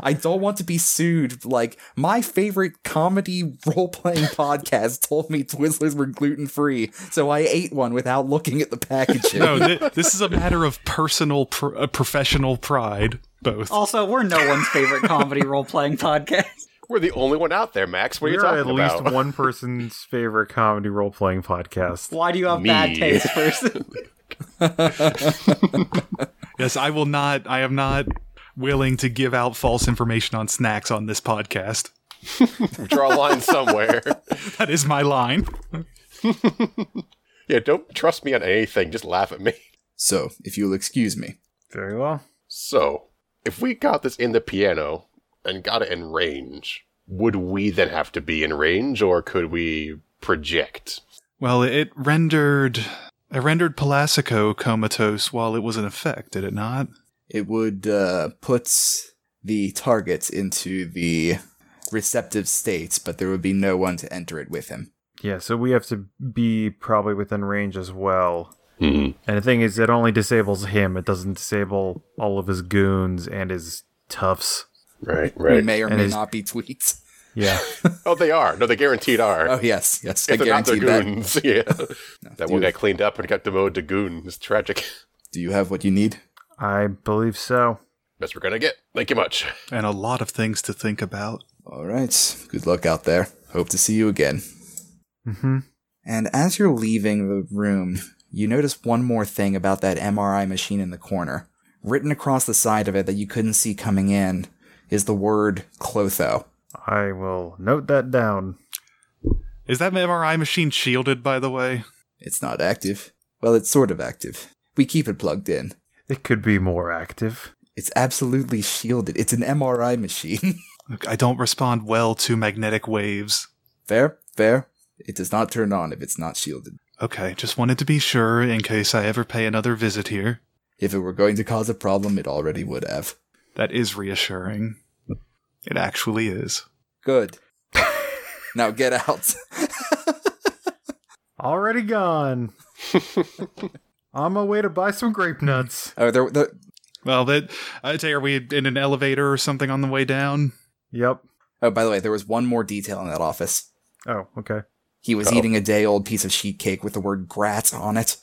[SPEAKER 1] I don't want to be sued. Like my favorite comedy [laughs] role playing podcast told me Twizzlers were gluten free, so I ate one without looking at the packaging.
[SPEAKER 5] No, th- this is a matter of personal, pr- uh, professional pride. Both.
[SPEAKER 3] Also, we're no one's favorite comedy role playing podcast.
[SPEAKER 2] We're the only one out there, Max. What are you
[SPEAKER 4] We're
[SPEAKER 2] talking
[SPEAKER 4] at
[SPEAKER 2] about? [laughs]
[SPEAKER 4] least one person's favorite comedy role playing podcast.
[SPEAKER 3] Why do you have bad
[SPEAKER 2] Me.
[SPEAKER 3] taste, person?
[SPEAKER 5] Yes, I will not. I am not willing to give out false information on snacks on this podcast.
[SPEAKER 2] Draw a line somewhere. [laughs]
[SPEAKER 5] That is my line.
[SPEAKER 2] yeah, don't trust me on anything. Just laugh at me.
[SPEAKER 1] So, if you'll excuse me,
[SPEAKER 4] Very well.
[SPEAKER 2] So, if we got this in the piano and got it in range, would we then have to be in range, or could we project?
[SPEAKER 5] Well, it rendered it rendered Pelasico comatose while it was in effect, did it not?
[SPEAKER 1] it would uh, put the target into the receptive state, but there would be no one to enter it with him.
[SPEAKER 4] Yeah, so we have to be probably within range as well.
[SPEAKER 2] Hmm.
[SPEAKER 4] And the thing is, it only disables him. It doesn't disable all of his goons and his toughs.
[SPEAKER 2] Right,
[SPEAKER 1] We
[SPEAKER 2] right.
[SPEAKER 1] may or
[SPEAKER 4] And
[SPEAKER 1] may
[SPEAKER 4] is-
[SPEAKER 1] not be tweaked. [laughs]
[SPEAKER 2] [laughs]
[SPEAKER 4] Yeah.
[SPEAKER 2] oh, they are. No, they guaranteed are.
[SPEAKER 4] Uh,
[SPEAKER 1] Oh yes, yes, I
[SPEAKER 2] if they're not,
[SPEAKER 1] guarantee
[SPEAKER 2] they're
[SPEAKER 1] that.
[SPEAKER 2] goons. [laughs] Yeah. that one
[SPEAKER 1] dude.
[SPEAKER 2] guy cleaned up and got demoted to goon. It's tragic. [laughs]
[SPEAKER 1] Do you have what you need?
[SPEAKER 4] I believe so.
[SPEAKER 2] Best we're gonna get. Thank you much. [laughs]
[SPEAKER 5] And a lot of things to think about.
[SPEAKER 1] All right. Good luck out there. Hope to see you again.
[SPEAKER 4] hmm
[SPEAKER 1] And as you're leaving the room, you notice one more thing about that MRI machine in the corner. Written across the side of it that you couldn't see coming in is the word Clotho.
[SPEAKER 4] I will note that down.
[SPEAKER 5] Is that MRI machine shielded, by the way?
[SPEAKER 1] It's not active. Well, it's sort of active. We keep it plugged in.
[SPEAKER 4] It could be more active.
[SPEAKER 1] It's absolutely shielded. It's an MRI machine. [laughs]
[SPEAKER 5] Look, I don't respond well to magnetic waves.
[SPEAKER 1] fair, fair. It does not turn on if it's not shielded.
[SPEAKER 5] Okay, just wanted to be sure in case I ever pay another visit here.
[SPEAKER 1] If it were going to cause a problem, it already would have.
[SPEAKER 5] That is reassuring. It actually is.
[SPEAKER 1] Good. [laughs] now get out.
[SPEAKER 2] [laughs]
[SPEAKER 4] Already gone. On my way to buy some grape nuts.
[SPEAKER 1] oh, there, there,
[SPEAKER 5] Well, that I tell you, are we in an elevator or something on the way down?
[SPEAKER 4] Yep.
[SPEAKER 1] oh, by the way, there was one more detail in that office.
[SPEAKER 4] Oh, okay.
[SPEAKER 1] He was eating a day old piece of sheet cake with the word grat on it.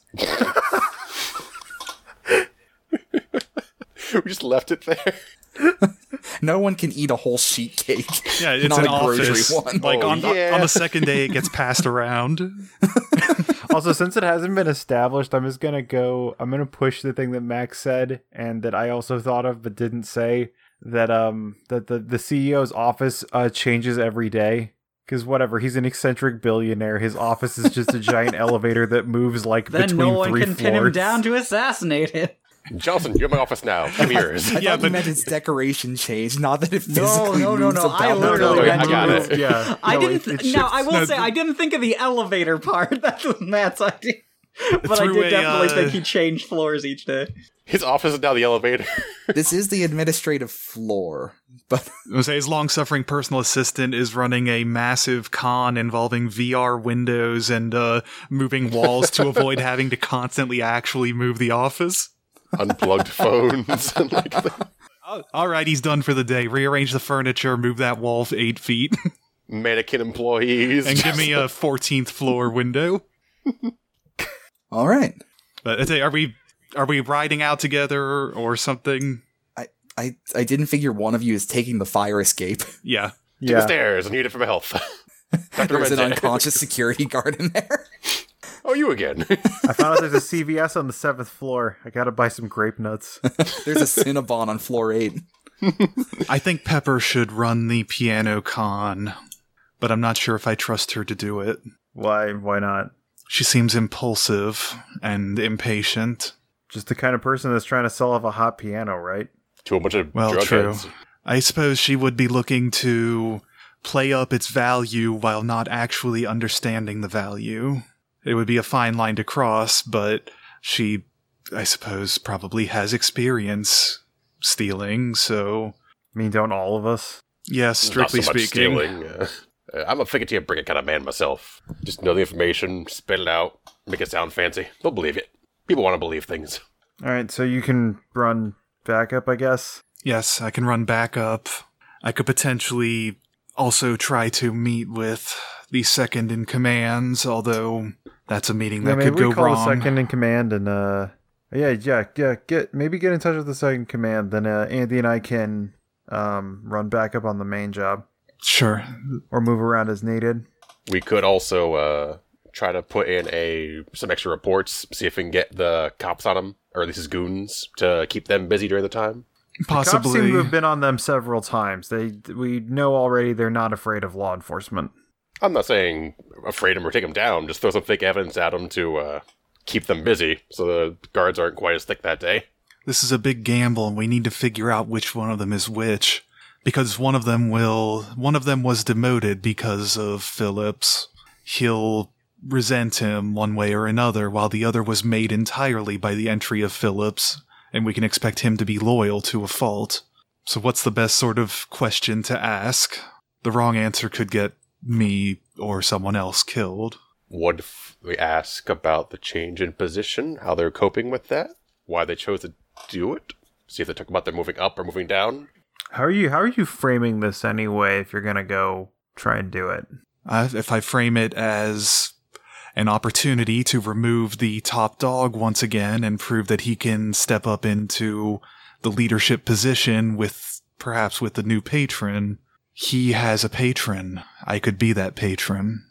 [SPEAKER 2] we just left it there.
[SPEAKER 1] No one can eat a whole sheet
[SPEAKER 3] [laughs]
[SPEAKER 1] cake.
[SPEAKER 5] Yeah, it's
[SPEAKER 1] Not
[SPEAKER 5] an
[SPEAKER 1] a grocery [laughs]
[SPEAKER 5] office.
[SPEAKER 1] one.
[SPEAKER 5] Like
[SPEAKER 2] Oh,
[SPEAKER 5] on,
[SPEAKER 2] yeah.
[SPEAKER 5] on the second day, it gets passed around.
[SPEAKER 4] also, since it hasn't been established, I'm just gonna go. I'm gonna push the thing that Max said and that I also thought of but E didn't say that um that the the CEO's office uh changes every day
[SPEAKER 6] Because whatever, he's an eccentric billionaire. His office is just a
[SPEAKER 3] [laughs]
[SPEAKER 6] giant elevator that moves like
[SPEAKER 3] Then
[SPEAKER 6] between
[SPEAKER 3] no one
[SPEAKER 6] three
[SPEAKER 3] can
[SPEAKER 6] floors.
[SPEAKER 3] pin him down to assassinate him.
[SPEAKER 2] Johnson, you're in my office now.
[SPEAKER 4] [laughs]
[SPEAKER 2] Give me yours.
[SPEAKER 1] I
[SPEAKER 5] Yeah,
[SPEAKER 1] thought you
[SPEAKER 5] but-
[SPEAKER 1] meant its decoration change, not that it
[SPEAKER 3] No,
[SPEAKER 1] physically
[SPEAKER 3] no, no,
[SPEAKER 1] moves
[SPEAKER 3] no,
[SPEAKER 1] about
[SPEAKER 3] I
[SPEAKER 1] the
[SPEAKER 3] literally
[SPEAKER 1] building.
[SPEAKER 2] meant I got
[SPEAKER 3] to-
[SPEAKER 2] it.
[SPEAKER 4] Yeah.
[SPEAKER 3] [laughs] I
[SPEAKER 6] No,
[SPEAKER 3] didn't.
[SPEAKER 6] it- it
[SPEAKER 3] no, I
[SPEAKER 6] shifts.
[SPEAKER 3] will
[SPEAKER 5] No,
[SPEAKER 3] say
[SPEAKER 5] th-
[SPEAKER 3] I didn't think of the elevator part. [laughs] That was Matt's idea, but I
[SPEAKER 5] Through
[SPEAKER 3] did
[SPEAKER 5] a,
[SPEAKER 3] definitely
[SPEAKER 5] uh,
[SPEAKER 3] think he changed floors each day.
[SPEAKER 2] His office is now the elevator.
[SPEAKER 1] This is the administrative floor, but
[SPEAKER 5] I would say his long suffering personal assistant is running a massive con involving VR windows and uh, moving walls to
[SPEAKER 1] [laughs]
[SPEAKER 5] avoid having to constantly actually move the office.
[SPEAKER 2] Unplugged phones. and like that.
[SPEAKER 5] All right, he's done for the day. Rearrange the furniture, move that wall f- eight
[SPEAKER 1] [laughs]
[SPEAKER 5] feet,
[SPEAKER 2] Mannequin employees.
[SPEAKER 5] and give me a 14th floor window.
[SPEAKER 1] all right.
[SPEAKER 5] But I tell you, are we are we riding out together or something?
[SPEAKER 1] I I didn't figure one of you is taking the fire escape.
[SPEAKER 5] Yeah.
[SPEAKER 2] to the
[SPEAKER 6] Yeah.
[SPEAKER 2] stairs. I need it for my health. [laughs]
[SPEAKER 1] [laughs]
[SPEAKER 2] Dr.
[SPEAKER 1] There's an
[SPEAKER 2] Redhead.
[SPEAKER 1] unconscious security [laughs] guard in there.
[SPEAKER 2] Oh, you again. [laughs]
[SPEAKER 6] I found out there's
[SPEAKER 3] [laughs]
[SPEAKER 6] a CVS on the seventh floor. I gotta buy some grape nuts.
[SPEAKER 1] There's a Cinnabon on floor eight.
[SPEAKER 5] I think Pepper should run the piano con, but I'm not sure if I trust her to do it.
[SPEAKER 6] Why? Why not?
[SPEAKER 5] She seems impulsive and impatient.
[SPEAKER 6] Just the kind of person that's trying to sell off a hot piano, right?
[SPEAKER 2] to a bunch of
[SPEAKER 5] Well,
[SPEAKER 2] drug
[SPEAKER 5] true.
[SPEAKER 2] heads.
[SPEAKER 5] I suppose she would be looking to play up its value while not actually understanding the value. It would be a fine line to cross, but she, I suppose, probably has experience stealing, so.
[SPEAKER 6] I mean, don't all of us?
[SPEAKER 5] Yes, strictly
[SPEAKER 2] Not so much
[SPEAKER 5] speaking.
[SPEAKER 2] stealing. Uh, uh, I'm a figurative to kind of man myself. Just know the information, spit it out, make it sound fancy. They'll believe it. People want to believe things.
[SPEAKER 6] All right, so you can run backup, I guess.
[SPEAKER 5] Yes, I can run back up. I could potentially also try to meet with the second in commands, although that's a meeting that
[SPEAKER 6] yeah, maybe
[SPEAKER 5] could go
[SPEAKER 6] we call
[SPEAKER 5] wrong.
[SPEAKER 6] the second in command and uh, yeah, yeah, yeah. Get maybe get in touch with the second command. Then uh, Andy and I can um run backup on the main job
[SPEAKER 5] Sure.
[SPEAKER 6] or move around as needed.
[SPEAKER 2] We could also uh, try to put in a some extra reports, see if we can get the cops on them, or at least his goons, to keep them busy during the time.
[SPEAKER 6] Cops seem to have
[SPEAKER 5] Possibly.
[SPEAKER 6] been on them several times. They we know already they're not afraid of law enforcement.
[SPEAKER 2] I'm not saying afraid them or take them down. Just throw some fake evidence at them to uh, keep them busy, so the guards aren't quite as thick that day.
[SPEAKER 5] This is a big gamble and we need to figure out which one of them is which because one of them will one of them was demoted because of Phillips. He'll resent him one way or another while the other was made entirely by the entry of Phillips and we can expect him to be loyal to a fault. So what's the best sort of question to ask? The wrong answer could get me or someone else killed.
[SPEAKER 2] What if we ask about the change in position, how they're coping with that, why they chose to do it? See if they talk about they're moving up or moving down.
[SPEAKER 4] How are you how are you framing this anyway if you're gonna go try and do it?
[SPEAKER 5] I, Uh, if I frame it as an opportunity to remove the top dog once again and prove that he can step up into the leadership position with perhaps with the new patron, he has a patron. I could be that patron.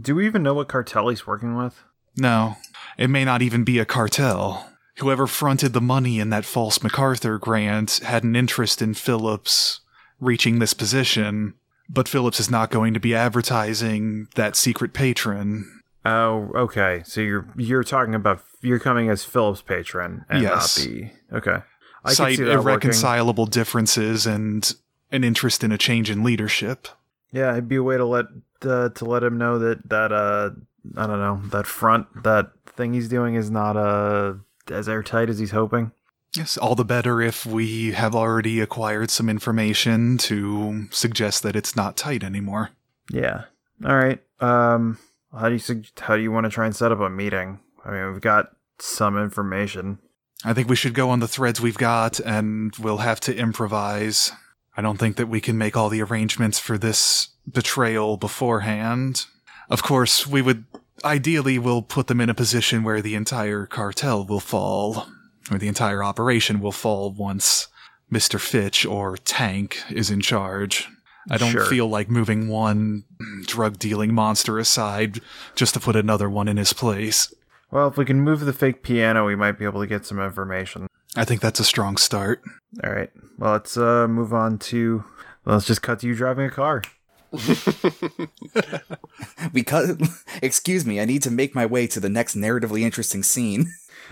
[SPEAKER 4] Do we even know what cartel he's working with?
[SPEAKER 5] No, it may not even be a cartel. Whoever fronted the money in that false MacArthur grant had an interest in Phillips reaching this position, but Phillips is not going to be advertising that secret patron
[SPEAKER 4] Oh, okay. So you're you're talking about you're coming as Philip's patron and
[SPEAKER 5] Yes.
[SPEAKER 4] not the okay. I can
[SPEAKER 5] cite
[SPEAKER 4] see that working.
[SPEAKER 5] irreconcilable differences and an interest in a change in leadership.
[SPEAKER 4] Yeah, it'd be a way to let uh, to let him know that that uh I don't know that front that thing he's doing is not uh as airtight as he's hoping.
[SPEAKER 5] Yes, all the better if we have already acquired some information to suggest that it's not tight anymore.
[SPEAKER 4] Yeah. All right. Um, how do you sug- how do you want to try and set up a meeting? I mean, we've got some information.
[SPEAKER 5] I think we should go on the threads we've got and we'll have to improvise. I don't think that we can make all the arrangements for this betrayal beforehand. Of course, we would ideally we'll put them in a position where the entire cartel will fall or the entire operation will fall once Mr. Fitch or Tank is in charge. I don't
[SPEAKER 4] Sure.
[SPEAKER 5] feel like moving one drug dealing monster aside just to put another one in his place.
[SPEAKER 4] Well, if we can move the fake piano, we might be able to get some information.
[SPEAKER 5] I think that's a strong start.
[SPEAKER 4] All right. Well, let's uh move on to. Let's just cut to you driving a car.
[SPEAKER 1] because [laughs] excuse me, I need to make my way to the next narratively interesting scene. [laughs]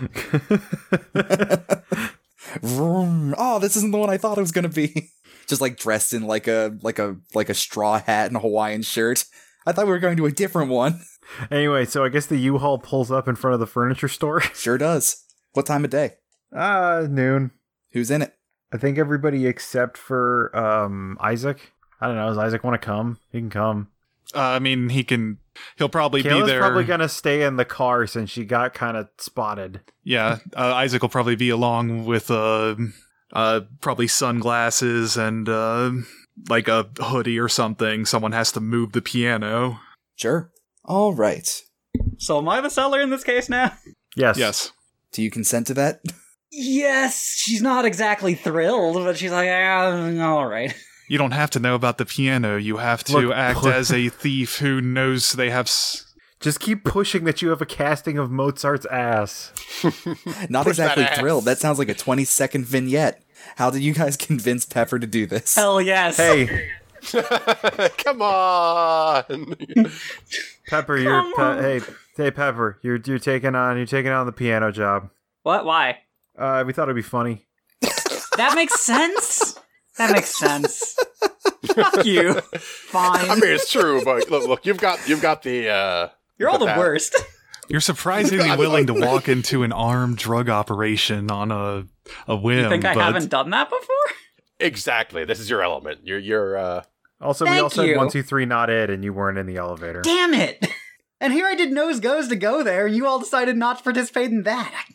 [SPEAKER 1] Vroom. Oh, this isn't the one I thought it was gonna be. [laughs] Just like dressed in like a like a like a straw hat and a Hawaiian shirt. I thought we were going to a different one. [laughs]
[SPEAKER 4] Anyway, so I guess the U-Haul pulls up in front of the furniture store. [laughs]
[SPEAKER 1] Sure does. What time of day?
[SPEAKER 4] Ah, noon.
[SPEAKER 1] Who's in it?
[SPEAKER 4] I think everybody except for um Isaac. I don't know. Does Isaac want to come? He can come.
[SPEAKER 5] Uh, I mean, he can. He'll probably be
[SPEAKER 7] Kayla's
[SPEAKER 5] there.
[SPEAKER 7] probably
[SPEAKER 4] Gonna stay in the car since she got kind of spotted.
[SPEAKER 5] yeah, uh, Isaac will probably be along with uh, uh, probably sunglasses and uh, like a hoodie or something. Someone has to move the piano.
[SPEAKER 1] Sure. All right.
[SPEAKER 3] So am I the seller in this case now?
[SPEAKER 7] Yes.
[SPEAKER 5] Yes.
[SPEAKER 1] Do you consent to that? [laughs]
[SPEAKER 3] Yes, she's not exactly thrilled, but she's like, ah, all right. [laughs]
[SPEAKER 5] You don't have to know about the piano. You have to
[SPEAKER 4] Look,
[SPEAKER 5] act
[SPEAKER 4] look.
[SPEAKER 5] as a thief who knows they have. S-
[SPEAKER 4] Just keep pushing that you have a casting of Mozart's ass.
[SPEAKER 1] Not
[SPEAKER 2] Push that
[SPEAKER 1] exactly
[SPEAKER 2] ass.
[SPEAKER 1] thrilled. That sounds like a 20 second vignette. How did you guys [laughs] convince Pepper to do this?
[SPEAKER 3] Hell yes.
[SPEAKER 4] Hey,
[SPEAKER 2] [laughs] Come on.
[SPEAKER 4] Pepper, you're
[SPEAKER 3] Come on.
[SPEAKER 4] pe- hey, hey, Pepper, you're you're taking on you're taking on the piano job.
[SPEAKER 3] What? Why?
[SPEAKER 4] Uh, we thought it'd be funny.
[SPEAKER 3] That makes sense. That makes sense.
[SPEAKER 2] [laughs]
[SPEAKER 3] Fuck you. Fine.
[SPEAKER 2] I mean, it's true, but look, look, you've got you've got the. Uh,
[SPEAKER 3] You're all the
[SPEAKER 2] that-
[SPEAKER 3] worst.
[SPEAKER 5] You're surprisingly willing to walk into an armed drug operation on a a whim.
[SPEAKER 3] Think I
[SPEAKER 5] but
[SPEAKER 3] haven't done that before?
[SPEAKER 2] Exactly. This is your element. You're you're. Uh,
[SPEAKER 4] Also, we
[SPEAKER 3] Thank
[SPEAKER 4] all said
[SPEAKER 3] you.
[SPEAKER 4] one, two, three, not it, and you weren't in the elevator.
[SPEAKER 3] Damn it. And here I did nose goes to go there, and you all decided not to participate in that.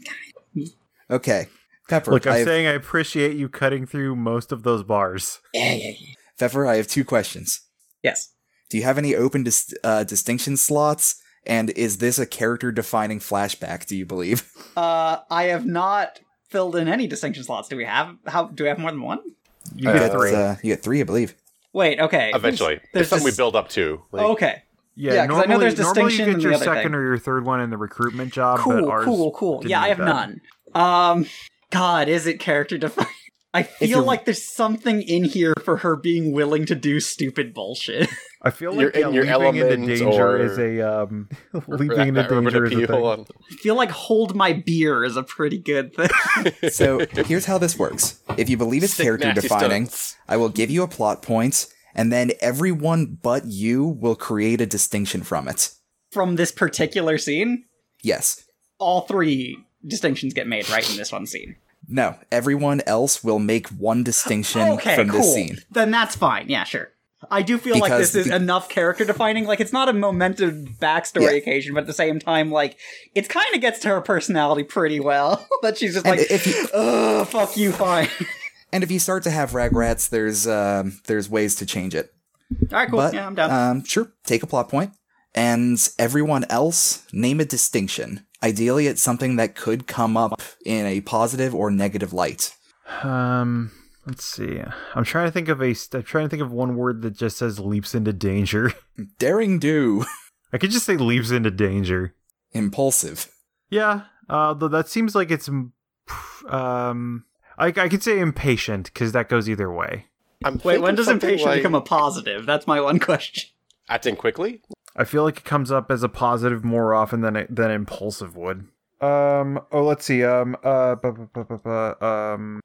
[SPEAKER 1] Okay. Pepper,
[SPEAKER 4] Look, I'm
[SPEAKER 1] I have,
[SPEAKER 4] saying I appreciate you cutting through most of those bars.
[SPEAKER 3] Yeah, yeah, yeah.
[SPEAKER 1] Pepper, I have two questions.
[SPEAKER 3] Yes.
[SPEAKER 1] Do you have any open dis- uh, distinction slots? And is this a character defining flashback, do you believe?
[SPEAKER 3] Uh, I have not filled in any distinction slots. Do we have? How do we have more than one?
[SPEAKER 4] You
[SPEAKER 2] Uh,
[SPEAKER 4] get
[SPEAKER 1] That's,
[SPEAKER 4] three.
[SPEAKER 1] uh, you get three, I believe.
[SPEAKER 3] Wait. Okay.
[SPEAKER 2] eventually, there's
[SPEAKER 3] there's
[SPEAKER 2] something
[SPEAKER 3] this-
[SPEAKER 2] we build up to. Like,
[SPEAKER 3] Okay.
[SPEAKER 4] Yeah,
[SPEAKER 3] Yeah, 'cause I
[SPEAKER 4] normally,
[SPEAKER 3] know there's
[SPEAKER 4] normally
[SPEAKER 3] distinction
[SPEAKER 4] you
[SPEAKER 3] in the
[SPEAKER 4] get your
[SPEAKER 3] other
[SPEAKER 4] second
[SPEAKER 3] thing.
[SPEAKER 4] or your third one in the recruitment job, but
[SPEAKER 3] Cool.
[SPEAKER 4] ours
[SPEAKER 3] cool. Cool.
[SPEAKER 4] didn't
[SPEAKER 3] Yeah, I
[SPEAKER 4] need
[SPEAKER 3] have
[SPEAKER 4] that.
[SPEAKER 3] none. Um, God, is it character defined? [laughs] I feel
[SPEAKER 1] you're-
[SPEAKER 3] like there's something in here for her being willing to do stupid bullshit. [laughs]
[SPEAKER 4] I feel
[SPEAKER 2] You're
[SPEAKER 4] like
[SPEAKER 2] in
[SPEAKER 4] yeah,
[SPEAKER 2] your
[SPEAKER 4] leaping into
[SPEAKER 2] elements
[SPEAKER 4] danger
[SPEAKER 2] or-
[SPEAKER 4] is a
[SPEAKER 2] [laughs]
[SPEAKER 4] um,
[SPEAKER 2] for
[SPEAKER 4] leaping
[SPEAKER 2] [laughs]
[SPEAKER 4] into
[SPEAKER 2] that urban
[SPEAKER 4] danger is a
[SPEAKER 2] appeal
[SPEAKER 4] thing.
[SPEAKER 2] and-
[SPEAKER 3] I feel like hold my beer is a pretty good thing. [laughs]
[SPEAKER 1] So [laughs] here's how this works. If you believe it's
[SPEAKER 2] Sick,
[SPEAKER 1] character
[SPEAKER 2] nasty
[SPEAKER 1] defining,
[SPEAKER 2] stunts.
[SPEAKER 1] I will give you a plot point, and then everyone but you will create a distinction from it.
[SPEAKER 3] From this particular scene,
[SPEAKER 1] Yes.
[SPEAKER 3] all three distinctions get made right in this one scene.
[SPEAKER 1] No, everyone else will make one distinction
[SPEAKER 3] Okay,
[SPEAKER 1] from
[SPEAKER 3] cool.
[SPEAKER 1] this scene.
[SPEAKER 3] Then that's fine. Yeah, sure. I do feel like
[SPEAKER 1] Because
[SPEAKER 3] this is
[SPEAKER 1] the-
[SPEAKER 3] enough character defining. Like, it's not a momentum backstory
[SPEAKER 1] Yeah.
[SPEAKER 3] occasion, but at the same time, like, it kind of gets to her personality pretty well. [laughs] that she's just
[SPEAKER 1] And
[SPEAKER 3] like,
[SPEAKER 1] if you-
[SPEAKER 3] ugh, fuck you, fine. [laughs]
[SPEAKER 1] And if you start to have ragrats, there's um, there's ways to change it.
[SPEAKER 3] All right, cool.
[SPEAKER 1] But
[SPEAKER 3] yeah, I'm down.
[SPEAKER 1] Um, sure, take a plot point, and everyone else name a distinction. Ideally, it's something that could come up in a positive or negative light.
[SPEAKER 4] Um, let's see. I'm trying to think of a. st- I'm trying to think of one word that just says leaps into danger. [laughs]
[SPEAKER 1] Daring do, [laughs]
[SPEAKER 4] I could just say leaps into danger.
[SPEAKER 1] impulsive.
[SPEAKER 4] Yeah, uh, though that seems like it's mm, pff, um. I, I could say impatient because that goes either way.
[SPEAKER 2] I'm
[SPEAKER 3] Wait,
[SPEAKER 2] thinking
[SPEAKER 3] when does
[SPEAKER 2] something
[SPEAKER 3] impatient
[SPEAKER 2] like
[SPEAKER 3] become a positive? That's my one [laughs] question.
[SPEAKER 2] acting quickly?
[SPEAKER 4] I feel like it comes up as a positive more often than it, than impulsive would. Um. Oh, let's see. Um. Uh. Bu- bu- bu- bu- bu- um.